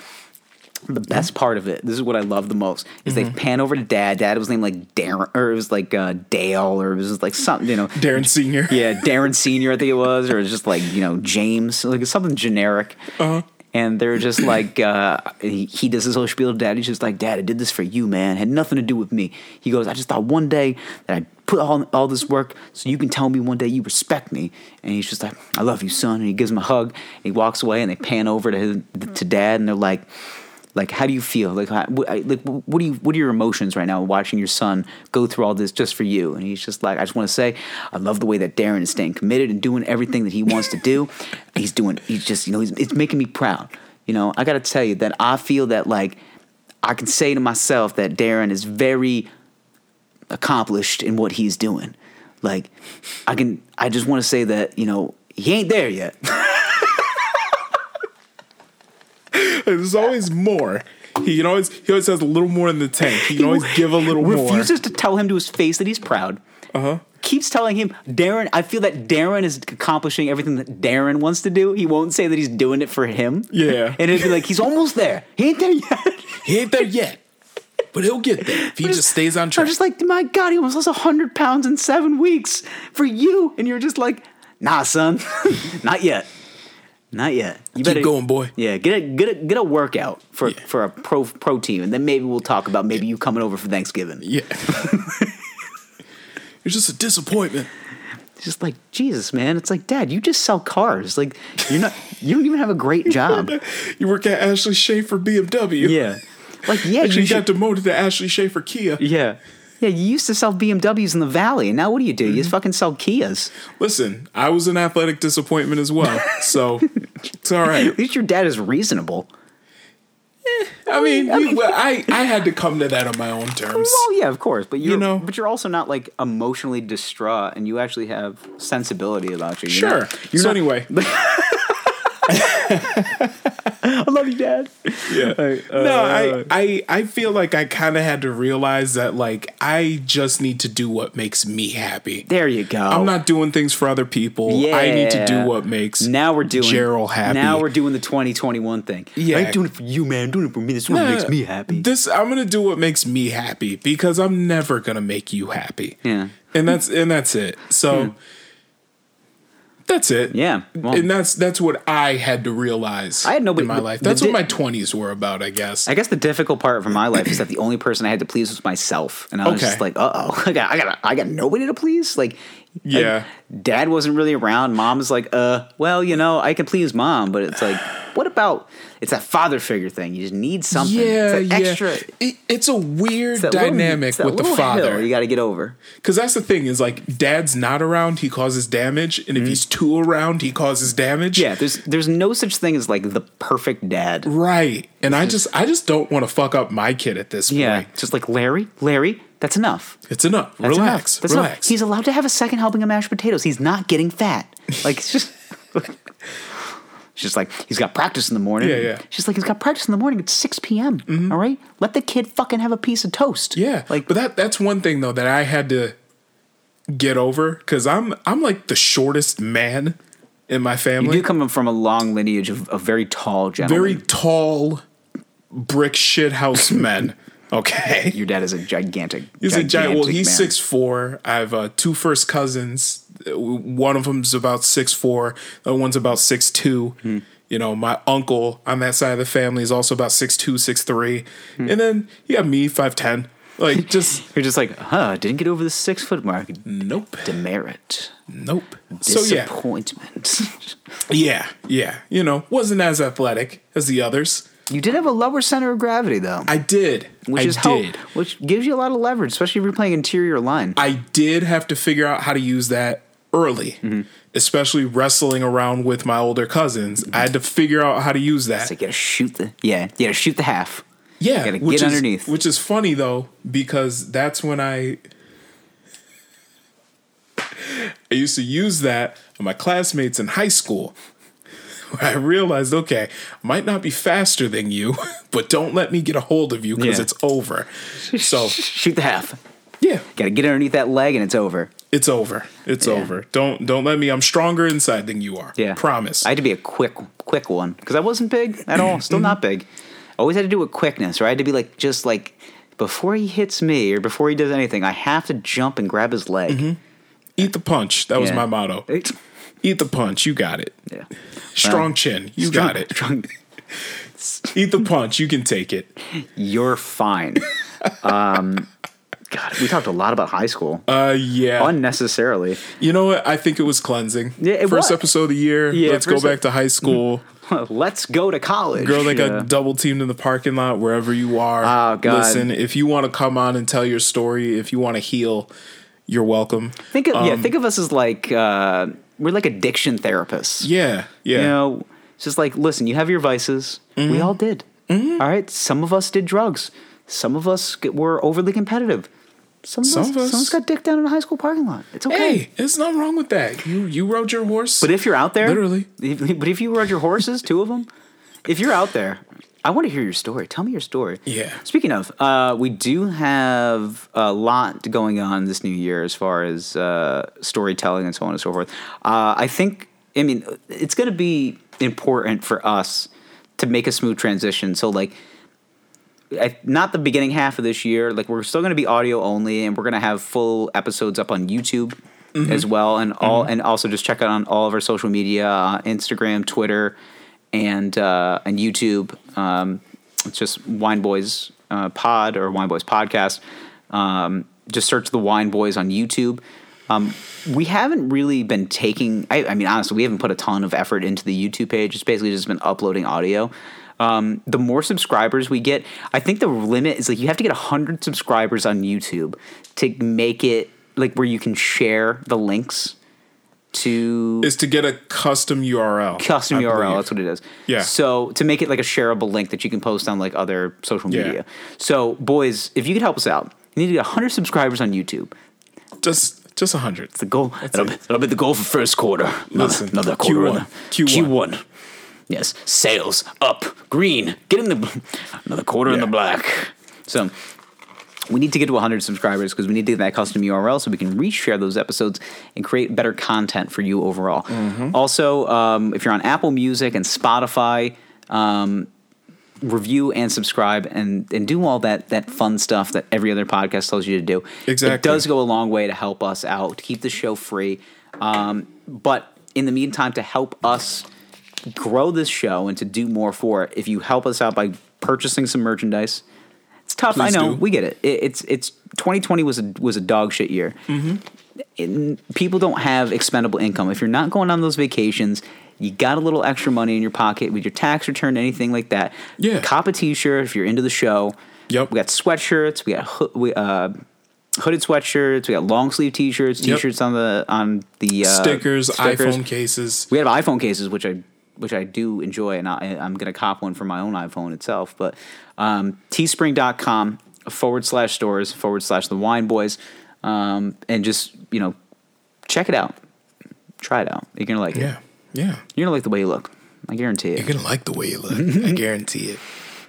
S2: The best part of it, this is what I love the most, is they pan over to dad. Dad was named like Darren, or it was like uh, Dale, or it was like something, you know.
S1: Darren Senior.
S2: Yeah, Darren Senior, I think it was, or it was just like you know James, like something generic.
S1: Uh-huh.
S2: And they're just like uh, he, he does his whole spiel to dad. He's just like, Dad, I did this for you, man. Had nothing to do with me. He goes, I just thought one day that I put all all this work so you can tell me one day you respect me. And he's just like, I love you, son. And he gives him a hug. And he walks away, and they pan over to his, to dad, and they're like. Like, how do you feel? Like, how, wh- I- like, wh- what do you? What are your emotions right now? Watching your son go through all this just for you, and he's just like, I just want to say, I love the way that Darren is staying committed and doing everything that he wants to do. he's doing. He's just, you know, he's, it's making me proud. You know, I got to tell you that I feel that like I can say to myself that Darren is very accomplished in what he's doing. Like, I can. I just want to say that you know he ain't there yet.
S1: There's always more. He can always he always has a little more Uh-huh. in the tank. He can always give a little more.
S2: refuses to tell him to his face that he's proud. Uh huh. keeps telling him, Darren, I feel that Darren is accomplishing everything that Darren wants to do. He won't say that he's doing it for him.
S1: Yeah.
S2: And it'd be like, he's almost there. He ain't there yet.
S1: He ain't there yet, but he'll get there if he just stays on
S2: I'm
S1: track.
S2: just like, my God, he almost lost 100 pounds in seven weeks for you. And you're just like, nah, son, not yet. Not yet. You
S1: Keep going, boy.
S2: Yeah, get a get a get a workout for
S1: Yeah.
S2: for a pro pro team, and then maybe we'll talk about maybe you coming over for Thanksgiving.
S1: Yeah. You're just a disappointment.
S2: It's just like Jesus, man. It's like, Dad, you just sell cars. Like you're not, you don't even have a great job.
S1: You work at Ashley Schaefer BMW.
S2: Yeah, like yeah,
S1: Actually,
S2: you
S1: you got
S2: should,
S1: demoted to Ashley Schaefer Kia.
S2: yeah, yeah. You used to sell BMWs in the Valley, and now what do you do? You
S1: Mm-hmm.
S2: just fucking sell Kias.
S1: Listen, I was an athletic disappointment as well, so it's all right.
S2: At least your dad is reasonable.
S1: I mean, we- well, I I had to come to that on my own terms.
S2: Well, yeah, of course, but you're, you
S1: know-
S2: know, but you're also not like emotionally distraught, and you actually have sensibility about you. you
S1: Sure.
S2: know? You're
S1: so
S2: not-
S1: anyway,
S2: I love you, Dad.
S1: yeah. no, I, I I feel like I kind of had to realize that like I just need to do what makes me happy.
S2: There you go.
S1: I'm not doing things for other people. I need to do
S2: Oh. Yeah.
S1: what makes
S2: Now we're doing
S1: Gerald happy.
S2: Now we're doing the 2021 thing.
S1: Yeah.
S2: I ain't doing it for you, man. I'm doing it for me. This is what
S1: Nah,
S2: makes me happy.
S1: This I'm gonna do what makes me happy because I'm never gonna make you happy.
S2: Yeah.
S1: and that's and that's it. So that's it.
S2: Yeah, well-
S1: and that's that's what I had to realize.
S2: I had nobody-
S1: in my
S2: the-
S1: life.
S2: the
S1: That's
S2: di-
S1: what my twenties were about. I guess.
S2: I guess the difficult part for my life is that the only person I had to please was myself, and I was
S1: Okay.
S2: just like, "Uh oh, I got, I got, I got nobody to please." Like,
S1: Yeah.
S2: like, Dad wasn't really around. Mom is like, "Uh, well, you know, I can please mom, but it's like, what about?" It's that father figure thing. You just need something.
S1: yeah,
S2: it's that
S1: yeah.
S2: extra. it's
S1: It- it's a weird
S2: that little-
S1: dynamic
S2: it's that
S1: with the
S2: little hill
S1: father.
S2: you got to get over.
S1: Because that's the thing is like, dad's not around, he causes damage, and if he's too around, he causes damage.
S2: Mm-hmm. Yeah, there's there's no such thing as like the perfect dad.
S1: right. And I just, I just don't want to fuck up my kid at this
S2: Yeah,
S1: point.
S2: just like Larry, Larry, that's enough.
S1: It's enough.
S2: That's enough.
S1: relax.
S2: That's enough.
S1: relax.
S2: He's allowed to have a second helping of mashed potatoes. He's not getting fat. Like it's just. It's just like he's got practice in the morning.
S1: Yeah, yeah.
S2: She's like he's got practice in the morning. It's six p.m. all right, let the kid fucking have a piece of toast.
S1: Mm-hmm. Yeah.
S2: like
S1: but that that's one thing though that I had to get over because I'm I'm like the shortest man in my
S2: you
S1: family.
S2: do come from a long lineage of, of very tall gentlemen.
S1: Very tall brick shit house men. Okay.
S2: Your dad is a gigantic.
S1: He's a giant. Well,
S2: gigantic
S1: he's
S2: man.
S1: six four. I have uh, two first cousins. Uh, One of them's about six four. The other one's about six two.
S2: Hmm.
S1: You know, my uncle on that side of the family is also about six two, six three.
S2: Hmm.
S1: And then you got me five ten. Like just
S2: You're just like, huh? Didn't get over the six foot mark.
S1: nope,
S2: Demerit.
S1: nope. Mm. So yeah,
S2: Disappointment.
S1: Yeah, yeah. You know, wasn't as athletic as the others.
S2: you did have a lower center of gravity though.
S1: I did.
S2: which
S1: I
S2: is how,
S1: did.
S2: which gives you a lot of leverage, especially if you're playing interior line.
S1: I did have to figure out how to use that early,
S2: Mm-hmm.
S1: especially wrestling around with my older cousins. I had to figure out how to use that.
S2: so you gotta shoot the yeah, you gotta shoot the half.
S1: yeah,
S2: gotta
S1: which
S2: get
S1: is,
S2: underneath.
S1: Which is funny though, because that's when I I used to use that on my classmates in high school. I realized, okay, I might not be faster than you, but don't let me get a hold of you because
S2: Yeah.
S1: it's over. So
S2: Shoot the half.
S1: yeah,
S2: Gotta get underneath that leg and it's over.
S1: it's over. It's
S2: Yeah.
S1: over. Don't don't let me. I'm stronger inside than you are.
S2: Yeah,
S1: promise.
S2: I had to be a quick, quick one because I wasn't big at all. Still not big. Always had to do with quickness, or I had to be like just like before he hits me or before he does anything, I have to jump and grab his leg.
S1: Mm-hmm. Eat the punch. That was
S2: Yeah.
S1: my motto.
S2: It-
S1: Eat the punch. You got it.
S2: Yeah,
S1: Strong
S2: Well,
S1: chin. You got it.
S2: Drunk-
S1: Eat the punch. You can take it.
S2: You're fine. um, God, we talked a lot about high school
S1: Uh, yeah.
S2: unnecessarily.
S1: You know what? I think it was cleansing.
S2: Yeah, it
S1: first
S2: was.
S1: episode of the year.
S2: Yeah,
S1: let's go
S2: first- Mm,
S1: back to high school.
S2: Let's go to college.
S1: Girl that got
S2: Yeah.
S1: double teamed in the parking lot, wherever you are.
S2: Oh, God.
S1: Listen, if you want to come on and tell your story, if you want to heal, you're welcome.
S2: Think of
S1: um,
S2: yeah. Think of us as like uh, we're like addiction therapists.
S1: Yeah, yeah. Mm-hmm.
S2: You know, it's just like listen, you have your vices. We all did. All right. Some of us did drugs. Some of us g- were overly competitive. Some of
S1: Some
S2: us,
S1: of us-
S2: some of us got dick down in a high school parking lot. It's okay.
S1: Hey, there's nothing wrong with that. You you rode your horse.
S2: But if you're out there,
S1: Literally.
S2: if- but if you rode your horses, two of them, if you're out there I want to hear your story. Tell me your story.
S1: Yeah.
S2: Speaking of, uh, we do have a lot going on this new year as far as uh, storytelling and so on and so forth. Uh, I think, I mean, it's going to be important for us to make a smooth transition. So, like, I, not the beginning half of this year. Like we're still going to be audio only, and we're going to have full episodes up on YouTube as well, and all, and also just check out on all of our social media: uh, Instagram, Twitter, and uh, and YouTube. Um, it's just Wine Boys uh, Pod or Wine Boys Podcast. Um, just search the Wine Boys on YouTube. Um, we haven't really been taking. I, I mean, honestly, we haven't put a ton of effort into the YouTube page. It's basically just been uploading audio. Um, the more subscribers we get, I think the limit is like you have to get hundred subscribers on YouTube to make it like where you can share the links to
S1: Is to get a custom URL.
S2: custom
S1: I
S2: URL.
S1: believe.
S2: That's what it is.
S1: Yeah.
S2: So to make it like a shareable link that you can post on like other social
S1: Yeah.
S2: media. So boys, if you could help us out, you need to get 100 subscribers on YouTube.
S1: Just just a hundred.
S2: The goal that'll be, that'll be the goal for first quarter.
S1: Listen,
S2: another quarter.
S1: Q1,
S2: in the-
S1: Q1.
S2: Q1. Yes, sales up, green. Get in the another quarter in
S1: Yeah.
S2: the black. So we need to get to 100 subscribers because we need to get that custom URL so we can reshare those episodes and create better content for you overall. Also, um, if you're on Apple Music and Spotify, um, review and subscribe and and do all that that fun stuff that every other podcast tells you to do. It
S1: Exactly.
S2: does go a long way to help us out, to keep the show free. Um, but in the meantime, to help us grow this show and to do more for it, if you help us out by purchasing some merchandise, it's tough.
S1: Please
S2: I know
S1: do.
S2: we get it. it. It's it's 2020 was a was a dog shit year.
S1: Mm-hmm.
S2: And people don't have expendable income. If you're not going on those vacations, you got a little extra money in your pocket with your tax return, anything like that.
S1: Yeah.
S2: cop a t-shirt if you're into the show.
S1: Yep.
S2: we got sweatshirts. We got hoo- we uh, hooded sweatshirts. We got long sleeve t-shirts.
S1: Yep.
S2: T-shirts on the on the uh,
S1: Stickers,
S2: stickers.
S1: iPhone cases.
S2: We have iPhone cases, which I which I do enjoy, and I, I'm going to cop one for my own iPhone itself. But um, teespring.com forward slash stores forward slash the wine boys, um, and just you know check it out, try it out. You're gonna like it.
S1: Yeah. Yeah.
S2: You're gonna like the way you look. I guarantee it.
S1: You're gonna like the way you look. I guarantee it.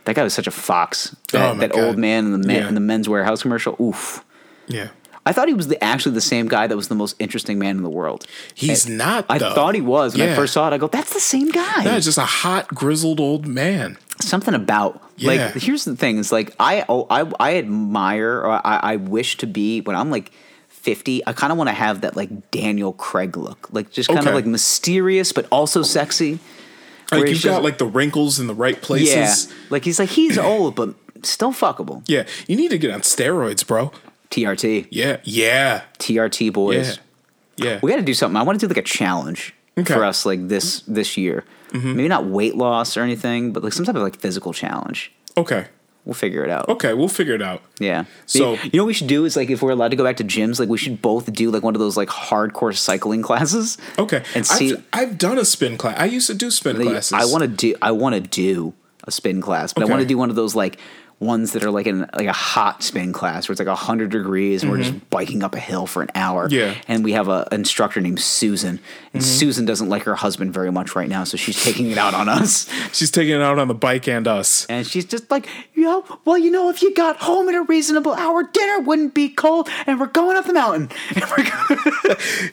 S2: That guy was such a fox.
S1: Oh,
S2: That,
S1: my
S2: that
S1: God.
S2: old man in the men,
S1: Yeah.
S2: in the men's warehouse commercial. Oof.
S1: Yeah.
S2: I thought he was the, actually the same guy that was the most interesting man in the world.
S1: He's not
S2: I
S1: though.
S2: thought he was when I
S1: Yeah.
S2: first saw it. I go, that's the same guy.
S1: Yeah, just a hot, grizzled old man.
S2: something about
S1: Yeah.
S2: like here's the thing is like I oh, I I admire or I, I wish to be when I'm like 50 I kind of want to have that like Daniel Craig look like just kind of
S1: Okay.
S2: like mysterious but also sexy where
S1: Like
S2: he's
S1: you've got
S2: just-
S1: like the wrinkles in the right
S2: yeah
S1: places.
S2: like he's like he's old but still fuckable
S1: Yeah. You need to get on steroids, bro.
S2: TRT
S1: Yeah. Yeah.
S2: TRT boys
S1: Yeah. Yeah.
S2: we got to do something I want to do like a challenge
S1: Okay. Mm-hmm.
S2: for us like this this year maybe not weight loss or anything but like some type of like physical challenge
S1: Okay.
S2: we'll figure it out
S1: Okay, we'll figure it out.
S2: Yeah.
S1: So-
S2: you know what we should do is like if we're allowed to go back to gyms, like we should both do like one of those like hardcore cycling classes.
S1: Okay.
S2: And see,
S1: I've, I've done a spin class. I used to do spin classes.
S2: I want to do I want to do a spin class, but I want to
S1: Okay.
S2: do one of those like ones that are like in like a hot spin class where it's like hundred degrees and we're just biking up a hill for an hour.
S1: Mm-hmm. Yeah. Mm-hmm.
S2: And we have a instructor named Susan, and Susan doesn't like her husband very much right now, so she's taking it out on us.
S1: She's taking it out on the bike and us.
S2: And she's just like, yo, well, you know, if you got home at a reasonable hour, dinner wouldn't be cold, and we're going up the mountain. And we're going,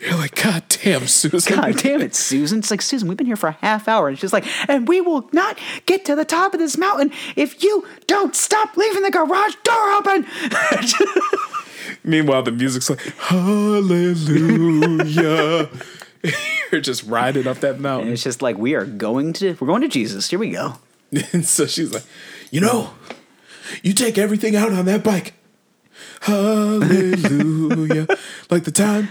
S1: You're like, God damn, Susan.
S2: God damn it, Susan. It's like, Susan, we've been here for a half hour. And she's like, and we will not get to the top of this mountain if you don't stop leaving the garage door open.
S1: Meanwhile, the music's like, Hallelujah. You're just riding up that
S2: and
S1: mountain.
S2: it's just like, we are going to, we're going to Jesus. Here we go.
S1: And so she's like, You know, you take everything out on that bike. Hallelujah. like the time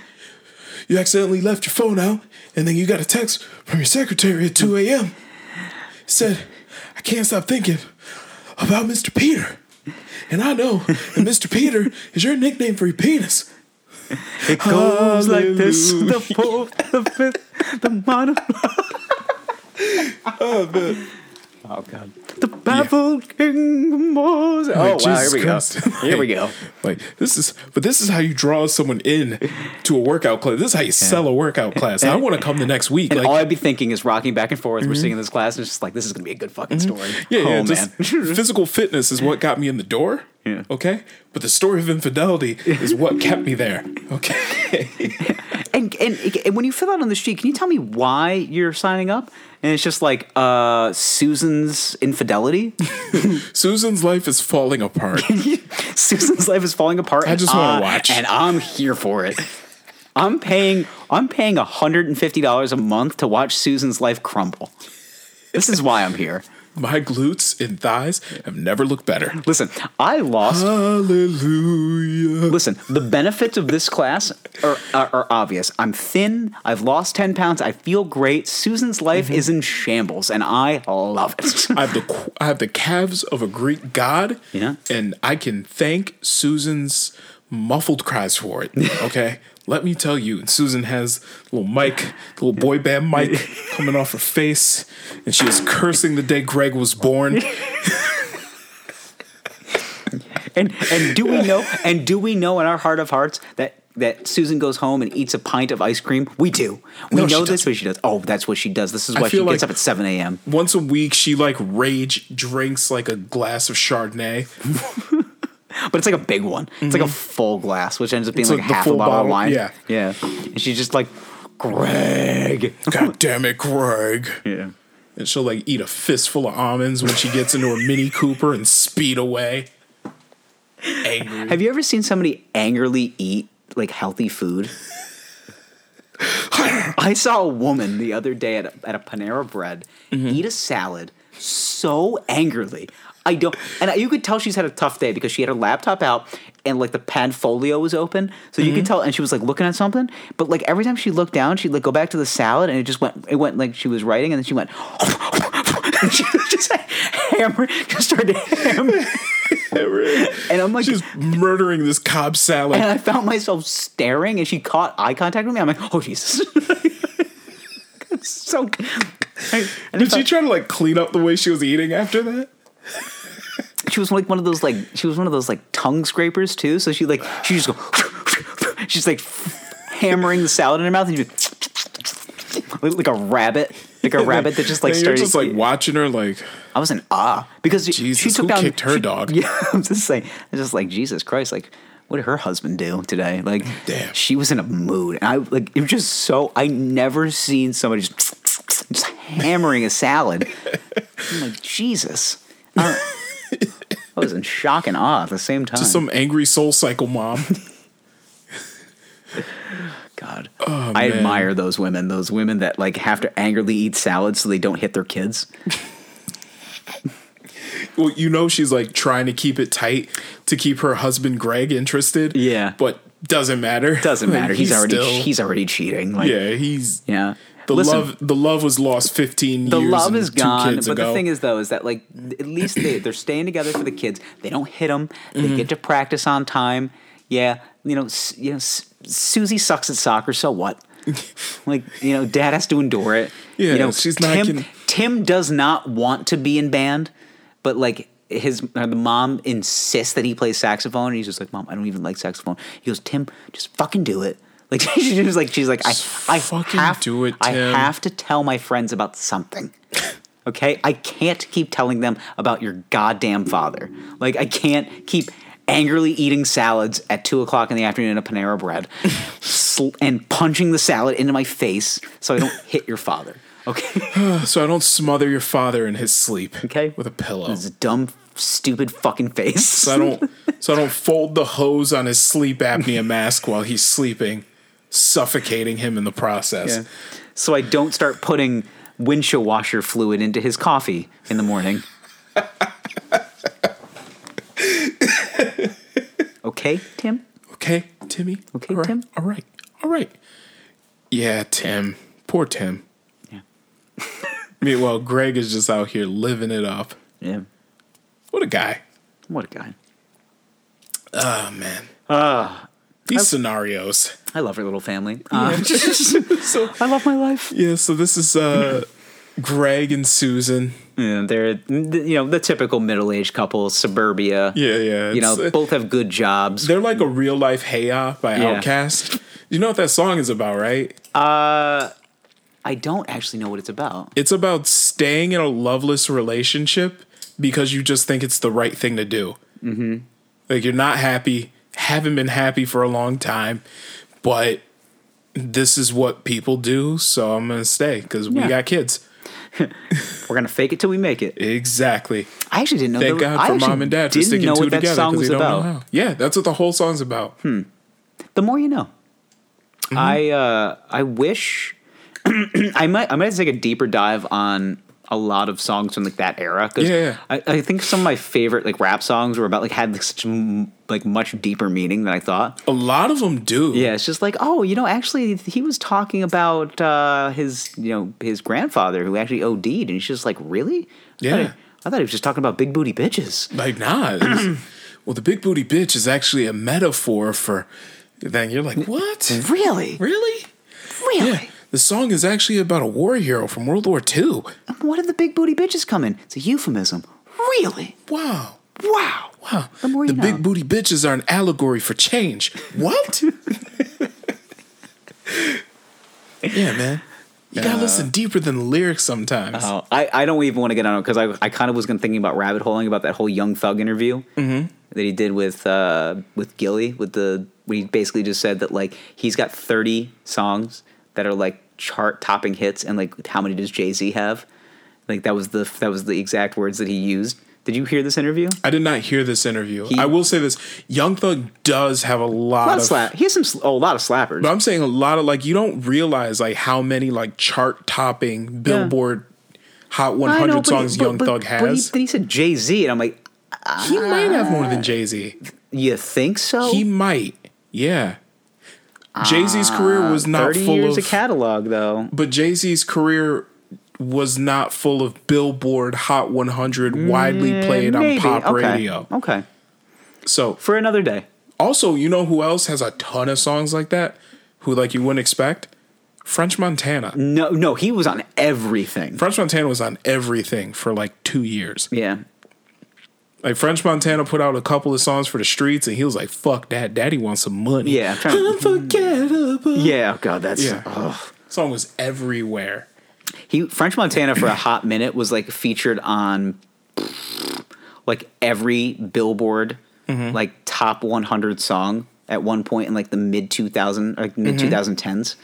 S1: you accidentally left your phone out, and then you got a text from your secretary at 2 a.m. It said, I can't stop thinking about Mr. Peter. And I know that Mr. Peter is your nickname for your penis.
S2: It goes like this the fourth, the fifth, the mono. Oh god. The baffled king Moses. Oh
S1: Like,
S2: wow,
S1: Jesus
S2: here we
S1: Christ.
S2: go. Here we go.
S1: Like this is, but this is how you draw someone in to a workout class. This is how you sell a workout class. I want to come the next week.
S2: And
S1: like,
S2: all I'd be thinking is rocking back and forth. We're singing this class, and it's just like this is gonna be a good fucking story.
S1: yeah,
S2: oh
S1: yeah,
S2: man.
S1: just physical fitness is what got me in the door.
S2: Yeah.
S1: Okay, but the story of infidelity is what kept me there. Okay.
S2: and, and and when you fill out on the sheet, can you tell me why you're signing up? And it's just like uh, Susan's infidelity.
S1: Susan's life is falling apart.
S2: Susan's life is falling apart.
S1: I just
S2: and
S1: wanna
S2: I-
S1: watch.
S2: and I'm here for it. I'm paying. I'm paying 150 dollars a month to watch Susan's life crumble. This is why I'm here.
S1: My glutes and thighs have never looked better.
S2: Listen, I lost
S1: Hallelujah.
S2: Listen, the benefits of this class are, are, are obvious. I'm thin. I've lost 10 pounds. I feel great. Susan's life
S1: Mm-hmm.
S2: is in shambles, and I love it.
S1: I have the qu- I have the calves of a Greek god.
S2: Yeah.
S1: And I can thank Susan's muffled cries for it. Okay. Let me tell you, and Susan has a little mic, a little boy band mic coming off her face, and she is cursing the day Greg was born.
S2: and, and do we know, and do we know in our heart of hearts that, that Susan goes home and eats a pint of ice cream? We do. We
S1: No, she
S2: know this, but she does. Oh, that's what she does. This is why she
S1: feel
S2: gets
S1: like-
S2: up at 7 a.m.
S1: Once a week, she like rage drinks like a glass of Chardonnay.
S2: But it's like a big one. It's like a full glass, which ends up being
S1: Mm-hmm. It's like
S2: like,
S1: the
S2: half a
S1: full
S2: bottle, of
S1: bottle,
S2: wine.
S1: yeah.
S2: Yeah. And she's just like, Greg.
S1: God damn it, Greg.
S2: Yeah.
S1: And she'll like eat a fistful of almonds when she gets into her Mini Cooper and speed away. Angry.
S2: Have you ever seen somebody angrily eat like healthy food? I saw a woman the other day at a, at a Panera Bread eat a salad so angrily. I don't, and you could tell she's had a tough day because she had her laptop out and like the pad folio was open, so you could tell. And she was like looking at something, but like every time she looked down, she'd like go back to the salad, and it just went, it went like she was writing, and then she went, and she was just like, hammer, just started hammering, and I'm like,
S1: She's murdering this Cobb salad.
S2: and I found myself staring, and she caught eye contact with me. I'm like, oh Jesus! It's so. I- and I
S1: Did she
S2: felt-
S1: try to like clean up the way she was eating after that?
S2: she was like one of those like she was one of those like tongue scrapers too. So she like she just go. She's like hammering the salad in her mouth, and she like, like a rabbit, like a rabbit that just like
S1: and you're
S2: started.
S1: just like watching her like
S2: I was in awe because she- she
S1: Jesus,
S2: took
S1: who
S2: down
S1: kicked her
S2: she-
S1: dog?
S2: Yeah, I'm just saying, I'm just like Jesus Christ, like what did her husband do today? Like,
S1: Damn.
S2: she was in a mood, and I like it was just so I never seen somebody just, just hammering a salad. I'm like Jesus, I, don't- I was in shock and awe at the same time.
S1: some angry soul cycle mom.
S2: God, I
S1: Oh, man.
S2: admire those women. Those women that like have to angrily eat salads so they don't hit their kids.
S1: well, you know she's like trying to keep it tight to keep her husband Greg interested.
S2: Yeah.
S1: But doesn't matter.
S2: Doesn't
S1: Like,
S2: matter. he's, already
S1: still-
S2: he's already cheating. Like,
S1: Yeah, he's
S2: yeah.
S1: the
S2: Listen,
S1: love the love was lost 15
S2: the
S1: years
S2: love
S1: and
S2: is
S1: two
S2: gone
S1: kids
S2: but
S1: ago.
S2: the thing is though is that like th- at least they, they're staying together for the kids they don't hit them they
S1: Mm-hmm.
S2: get to practice on time yeah you know s- you know S- susie sucks at soccer so what like you know dad has to endure it
S1: Yeah,
S2: you know
S1: she's not
S2: tim,
S1: gonna-
S2: tim does not want to be in band but like his uh, the mom insists that he plays saxophone and he's just like mom i don't even like saxophone he goes tim just fucking do it like she's just like she's like i i
S1: fucking
S2: have
S1: do it,
S2: i
S1: Tim.
S2: have to tell my friends about something Okay? I can't keep telling them about your goddamn father. Like, I can't keep angrily eating salads at two o'clock in the afternoon at Panera Bread sl- and punching the salad into my face so I don't hit your father. Okay?
S1: so I don't smother your father in his sleep
S2: Okay.
S1: with a pillow.
S2: His dumb, stupid fucking face.
S1: So I don't so I don't fold the hose on his sleep apnea mask while he's sleeping, suffocating him in the process.
S2: So I don't start putting windshield washer fluid into his coffee in the morning. okay, Tim?
S1: Okay, Timmy.
S2: Okay,
S1: All right,
S2: Tim?
S1: All right. All right. Yeah, Tim. Poor Tim.
S2: Yeah.
S1: Meanwhile, Greg is just out here living it up.
S2: Yeah.
S1: What a guy.
S2: What a guy.
S1: Oh man. These scenarios.
S2: I love her little family. Uh,
S1: so
S2: I love my life.
S1: yeah, so this is uh Greg and Susan.
S2: Yeah, they're th- you know the typical middle-aged couple, suburbia.
S1: Yeah, yeah.
S2: You know,
S1: it's- uh,
S2: both have good jobs.
S1: they're like a real life Hey Ya by
S2: Yeah.
S1: Outkast. You know what that song is about, right?
S2: Uh, I don't actually know what it's about.
S1: It's about staying in a loveless relationship because you just think it's the right thing to do. Mm-hmm. Like you're not happy, haven't been happy for a long time, but this is what people do, so I'm gonna stay because we
S2: Yeah.
S1: got kids.
S2: We're gonna fake it till we make it.
S1: Exactly.
S2: I actually didn't know.
S1: Thank
S2: there- I
S1: God for
S2: actually
S1: mom and dad for
S2: didn't
S1: sticking
S2: know
S1: two
S2: what that
S1: together
S2: song
S1: 'cause
S2: was
S1: they don't
S2: about. Hmm.
S1: know how. Yeah, that's what the whole song's about.
S2: the more you know.
S1: Mm-hmm.
S2: I uh, I wish I might I might have to take a deeper dive on a lot of songs from like that era. 'cause
S1: Yeah, yeah.
S2: I, I think some of my favorite like rap songs were about like had like, such m- like much deeper meaning than I thought.
S1: A lot of them do.
S2: Yeah, it's just like oh you know actually he was talking about uh, his you know his grandfather who actually OD'd and he's just like really I thought
S1: Yeah.
S2: he- I thought he was just talking about big booty bitches.
S1: Like, nah. it's- well, the big booty bitch is actually a metaphor for. Then you're like, what?
S2: Really,
S1: Really?
S2: really.
S1: Yeah. The song is actually about a war hero from World War II.
S2: What did the big booty bitches come in? It's a euphemism. Really?
S1: Wow.
S2: Wow.
S1: Wow.
S2: The more you know.
S1: big booty bitches are an allegory for change. What? yeah, man. You
S2: Uh,
S1: gotta listen deeper than the lyrics sometimes.
S2: Oh, I, I don't even want to get on it because I, I kind of was gonna thinking about rabbit holing about that whole Young Thug interview
S1: Mm-hmm.
S2: that he did with uh, with Gilly with the when he basically just said that like he's got thirty songs that are like chart topping hits and like how many does Jay Z have? Like that was the that was the exact words that he used. Did you hear this interview?
S1: I did not hear this interview. I will say this Young Thug does have a lot,
S2: A lot
S1: of.
S2: of slap. He has some sl- oh, a lot of slappers.
S1: But I'm saying a lot of like, you don't realize like how many like chart topping Billboard Hot 100
S2: I know, but he-
S1: songs
S2: but-
S1: Young
S2: but-
S1: Thug
S2: but he-
S1: has.
S2: But he, said Jay Z, and I'm like,
S1: he might have more
S2: Ah.
S1: than Jay Z.
S2: you think so?
S1: He might. Yeah. Jay Z's career was not
S2: Uh, Thirty
S1: full
S2: years
S1: of,
S2: of catalog though.
S1: but Jay Z's career was not full of Billboard Hot 100 widely played on
S2: Mm, Maybe.
S1: pop
S2: Okay.
S1: radio.
S2: Okay.
S1: So,
S2: For another day.
S1: also, you know who else has a ton of songs like that? Who like you wouldn't expect? French Montana.
S2: No, no, he was on everything.
S1: French Montana was on everything for like two years.
S2: Yeah.
S1: Like French Montana put out a couple of songs for the streets, and he was like, "Fuck that, Daddy wants some money."
S2: Yeah, I'm trying- Mm.
S1: unforgettable.
S2: Yeah. Oh God, that's.
S1: Yeah.
S2: ugh.
S1: Song was everywhere.
S2: He French Montana for a hot minute was like featured on like every Billboard
S1: Mm-hmm.
S2: like top 100 song at one point in like the mid 2000 like mid
S1: Mm-hmm.
S2: 2010s.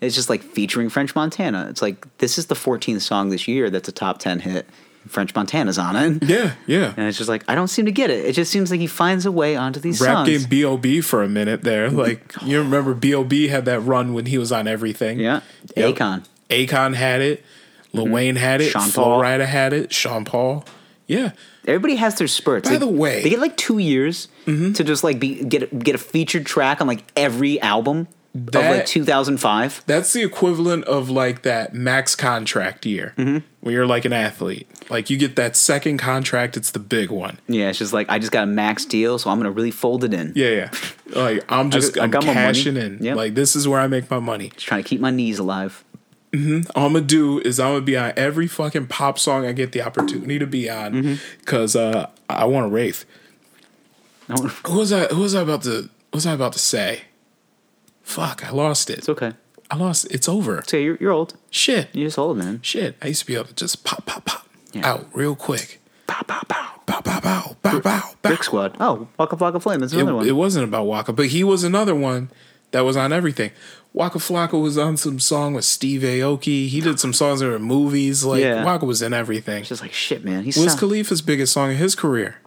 S2: It's just like featuring French Montana. It's like this is the 14th song this year that's a top 10 hit. French Montana's on it.
S1: Yeah, yeah.
S2: And it's just like I don't seem to get it. It just seems like he finds a way onto these
S1: Rap
S2: songs.
S1: game B.O.B. for a minute there. Like, you remember B.O.B. had that run when he was on everything.
S2: Yeah.
S1: Yep.
S2: Akon.
S1: Akon had it. Lil Wayne had it.
S2: Sean
S1: Sean Paul.
S2: Paul.
S1: Rida had it. Sean Paul. Yeah.
S2: Everybody has their spurts.
S1: By
S2: Like,
S1: the way- Mm-hmm.
S2: they get like two years to just like be get get a featured track on like every album of
S1: That-
S2: like 2005.
S1: That's the equivalent of like that max contract year
S2: Mm-hmm.
S1: when you're like an athlete. Like, you get that second contract, it's the big one.
S2: Yeah, it's just like I just got a max deal, so I'm gonna really fold it in.
S1: Yeah, yeah. Like, I'm just,
S2: got- I
S1: I'm
S2: got my money.
S1: cashing in.
S2: Yep.
S1: Like, this is where I make my money.
S2: Just trying to keep my knees alive.
S1: all I'm gonna do is I'm gonna be on every fucking pop song I get the opportunity to be on
S2: Mm-hmm.
S1: because uh, I want to wraith.
S2: No,
S1: Who was I? Who was I about to? What was I about to say? Fuck! I lost it.
S2: it's okay. It's
S1: I lost. It's over.
S2: okay. You're, you're old.
S1: Shit!
S2: You just hold, man.
S1: Shit! I used to be able to just pop, pop, pop
S2: Mm. Yeah.
S1: out real quick.
S2: Pow pow pow.
S1: Bow, bow, bow, bow, bow, bow.
S2: Brick Squad. Oh, Waka Flocka Flame. That's another
S1: It,
S2: one.
S1: it wasn't about Waka, but he was another one that was on everything. Waka Flocka was on some song with Steve Aoki. He did some songs that were in movies. Like
S2: Yeah.
S1: Waka was in everything.
S2: just like shit, man. He's
S1: Wiz
S2: sound-
S1: Khalifa's biggest song in his career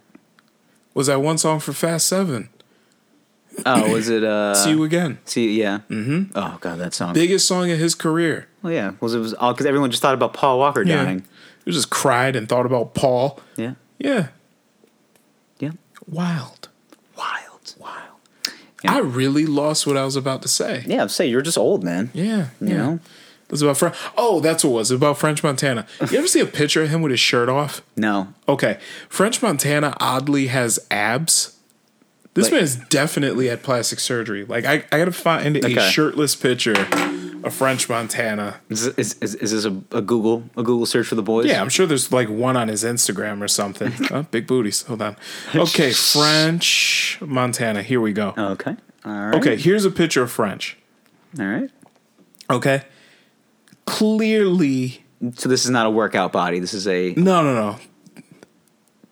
S1: was that one song for Fast Seven.
S2: oh, was it uh?
S1: See you again.
S2: see, yeah. Mm-hmm. Oh god, that song.
S1: Biggest song in his career.
S2: Well, yeah, was it was all because everyone just thought about Paul Walker
S1: Yeah.
S2: dying.
S1: You just cried and thought about Paul.
S2: Yeah,
S1: Yeah.
S2: yeah.
S1: Wild.
S2: Wild, wild.
S1: I really lost what I was about to say.
S2: Yeah, say you're just old, man.
S1: Yeah. Yeah.
S2: You know?
S1: That's about French. Oh, that's what it was. About French Montana. You ever see a picture of him with his shirt off?
S2: No,
S1: Okay. French Montana oddly has abs. This
S2: Like-
S1: man's definitely had plastic surgery. Like I, I gotta find a
S2: Okay.
S1: shirtless picture a French Montana.
S2: Is, is, is, is this a, a Google a Google search for the boys?
S1: Yeah, I'm sure there's like one on his Instagram or something. oh, big booties. Hold on. Okay, French Montana. Here we go.
S2: Okay. All right.
S1: Okay, here's a picture of French.
S2: All right.
S1: Okay. Clearly,
S2: So this is not a workout body. This is a
S1: no, no, no.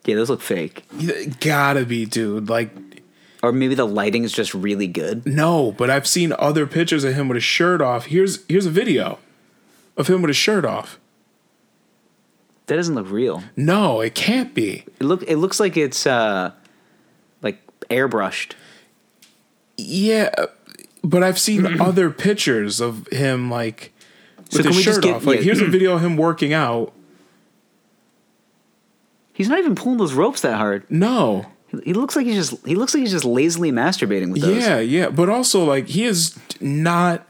S2: yeah. Those look fake.
S1: You gotta be, dude. Like,
S2: Or maybe the lighting is just really good.
S1: no. But I've seen other pictures of him with his shirt off. Here's here's a video of him with his shirt off.
S2: That doesn't look real.
S1: No, it can't be.
S2: It look it looks like it's uh like airbrushed.
S1: Yeah, but I've seen other pictures of him like with
S2: can
S1: his
S2: we just
S1: shirt
S2: get-
S1: off. Like,
S2: yeah.
S1: here's a video of him working out.
S2: He's not even pulling those ropes that hard.
S1: No.
S2: He looks like he's just he looks like he's just lazily masturbating with those.
S1: Yeah, yeah, but also like he is not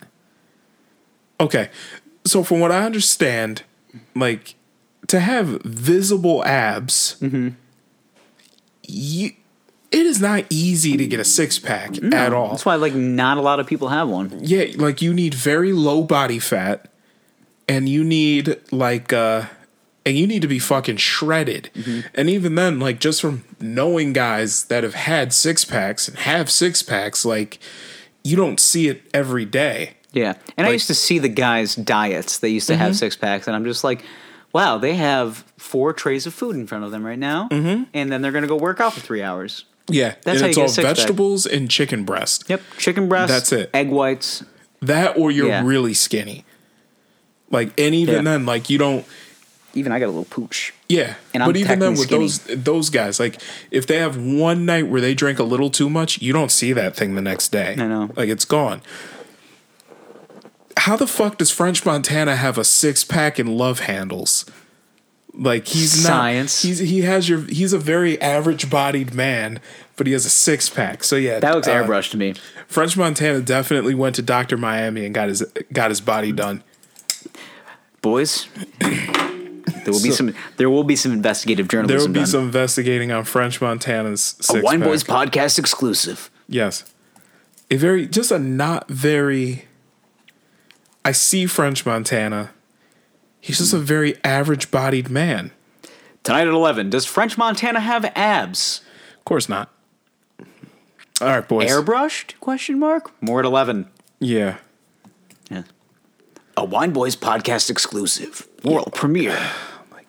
S1: okay. So from what I understand, like to have visible abs,
S2: Mm-hmm.
S1: you, it is not easy to get a six pack at all.
S2: That's why like not a lot of people have one.
S1: yeah, like you need very low body fat, and you need like uh, and you need to be fucking shredded.
S2: Mm-hmm.
S1: And even then, like just from knowing guys that have had six packs and have six packs, like you don't see it every day.
S2: Yeah. And I used to see the guys' diets. They used to
S1: Mm-hmm.
S2: have six packs and I'm just like, wow, they have four trays of food in front of them right now. Mm-hmm. And then they're gonna go work out for three hours.
S1: Yeah, and
S2: That's
S1: it's
S2: how you get
S1: all
S2: a six-pack.
S1: vegetables and chicken breast.
S2: Yep. Chicken breast.
S1: That's it.
S2: Egg whites.
S1: That or you're
S2: Yeah.
S1: really skinny. Like and even
S2: Yeah.
S1: then, like you don't.
S2: Even I got a little pooch.
S1: Yeah,
S2: And I'm
S1: but even then, with
S2: technically
S1: those those guys, like if they have one night where they drink a little too much, you don't see that thing the next day.
S2: I know.
S1: like it's gone. How the fuck does French Montana have a six pack and love handles? Like he's not
S2: Science.
S1: He's he has your he's a very average bodied man, but he has a six pack. So yeah,
S2: That looks
S1: uh,
S2: airbrushed to me.
S1: French Montana definitely went to Doctor Miami and got his got his body done.
S2: Boys, there will be
S1: So-
S2: some there will be some investigative
S1: There will
S2: journalism.
S1: be
S2: done.
S1: some investigating on French Montana's six
S2: a Wine
S1: pack.
S2: Boys podcast exclusive.
S1: Yes. A very just a not very I see French Montana. He's just a very average bodied man.
S2: Tonight at 11, does French Montana have abs?
S1: Of course not. All right, boys.
S2: Airbrushed? Question mark. More at 11.
S1: yeah.
S2: Yeah. A Wine Boys podcast exclusive. World premiere.
S1: Oh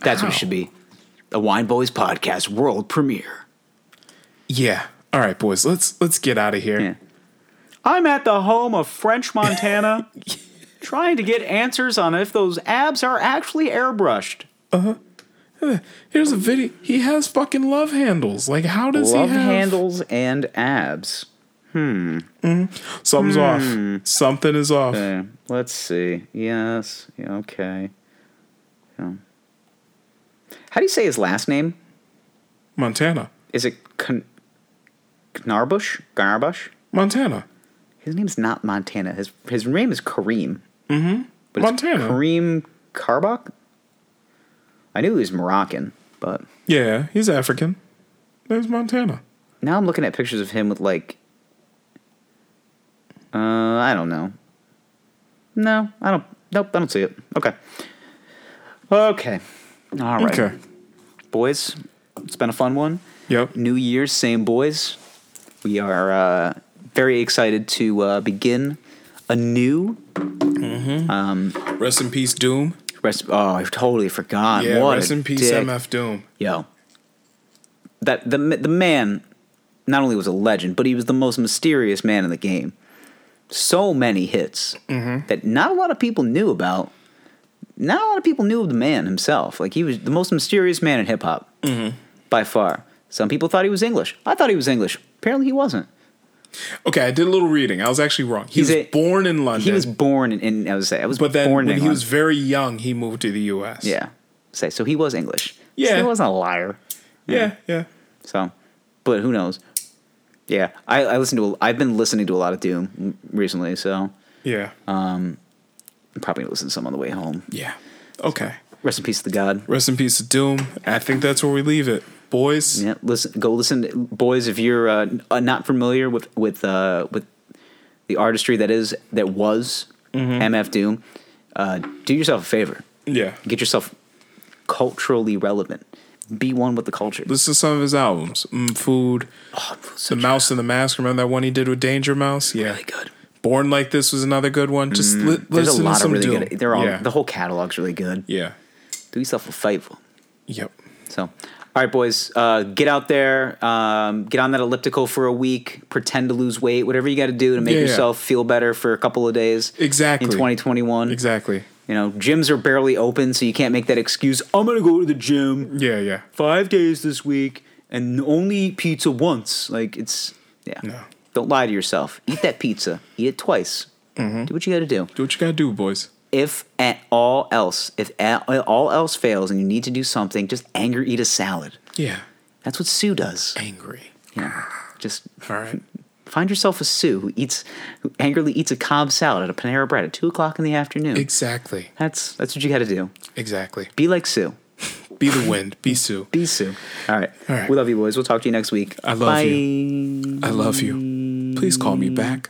S2: That's what it should be. A Wine Boys podcast world premiere.
S1: Yeah. All right, boys. Let's let's get out of here.
S2: Yeah. I'm at the home of French Montana trying to get answers on if those abs are actually airbrushed.
S1: Here's a video. He has fucking love handles. Like how does
S2: Love
S1: he have
S2: handles and abs.
S1: Something's off. Something is off.
S2: Okay, Uh, let's see. Yes. Yeah, okay. Yeah. How do you say his last name?
S1: Montana.
S2: Is it Kn- Knarbush? Garbush?
S1: Montana.
S2: His name's not Montana. His his name is Kareem. Mm-hmm. But
S1: Montana.
S2: It's Kareem Karbach? I knew he was Moroccan, but
S1: Yeah, he's African. There's Montana.
S2: now I'm looking at pictures of him with like uh I don't know. No, I don't nope, I don't see it. Okay. Okay. All right.
S1: Okay.
S2: Boys, it's been a fun one.
S1: Yep.
S2: New Year's, same boys. We are uh, very excited to uh, begin a new
S1: Rest in peace, Doom.
S2: rest. Oh, I totally forgot.
S1: Yeah,
S2: what
S1: rest
S2: a
S1: in peace,
S2: dick.
S1: MF Doom.
S2: Yo, that the the man not only was a legend, but he was the most mysterious man in the game. So many hits
S1: Mm-hmm.
S2: that not a lot of people knew about. Not a lot of people knew of the man himself. Like he was the most mysterious man in hip hop
S1: Mm-hmm.
S2: by far. Some people thought he was English. I thought he was English. Apparently, he wasn't.
S1: Okay, I did a little reading. I was actually wrong. He
S2: He's
S1: was
S2: a-
S1: born in London.
S2: He was born in, in I was say I was
S1: but then
S2: born in
S1: when he
S2: England.
S1: was very young, he moved to the U.S.
S2: yeah, say so he was English. so
S1: Yeah.
S2: he wasn't a liar.
S1: yeah, yeah.
S2: So, but who knows? Yeah, I, I listen to. A, I've been listening to a lot of Doom recently, so
S1: yeah,
S2: Uh. I'm probably gonna listen to some on the way home.
S1: yeah. Okay.
S2: Rest in peace to the God.
S1: Rest in peace to Doom. I think that's where we leave it, boys.
S2: Yeah, listen, go listen, to- boys. If you're uh, n- uh, not familiar with with uh, with the artistry that is that was
S1: Mm-hmm.
S2: MF Doom, uh, do yourself a favor.
S1: Yeah.
S2: Get yourself culturally relevant. Be one with the culture.
S1: Listen to some of his albums. Mm, Food,
S2: Oh, it's
S1: The Mouse and the Mask. Remember that one he did with Danger Mouse? Yeah.
S2: really good. Mm.
S1: Born Like This was another good one. Just li-
S2: There's a
S1: listen to
S2: lot of
S1: some
S2: really
S1: Doom.
S2: good. e, They're all
S1: yeah.
S2: the whole catalog's really good.
S1: yeah.
S2: Do yourself a favor.
S1: Yep.
S2: So, all right, boys, uh, get out there, um, get on that elliptical for a week, pretend to lose weight, whatever you got to do to make
S1: Yeah, yeah.
S2: yourself feel better for a couple of days.
S1: Exactly.
S2: In 2021.
S1: Exactly.
S2: You know, gyms are barely open, so you can't make that excuse. I'm gonna go to the gym
S1: Yeah, yeah.
S2: five days this week and only eat pizza once. Like it's yeah.
S1: No.
S2: Don't lie to yourself. Eat that pizza. Eat it twice.
S1: Mm-hmm.
S2: Do what you got to do
S1: Do what you gotta do, boys.
S2: if at all else, if at all else fails and you need to do something, just anger eat a salad.
S1: Yeah.
S2: That's what Sue does.
S1: Angry.
S2: Yeah. Just
S1: All right.
S2: find yourself a Sue who eats, who angrily eats a Cobb salad at a Panera Bread at two o'clock in the afternoon.
S1: Exactly.
S2: that's that's what you got to do.
S1: Exactly.
S2: Be like Sue.
S1: Be the wind. Be Sue.
S2: Be Sue. All right.
S1: All right.
S2: We love you, boys. We'll talk to you next week.
S1: I love you. I love you. Please call me back.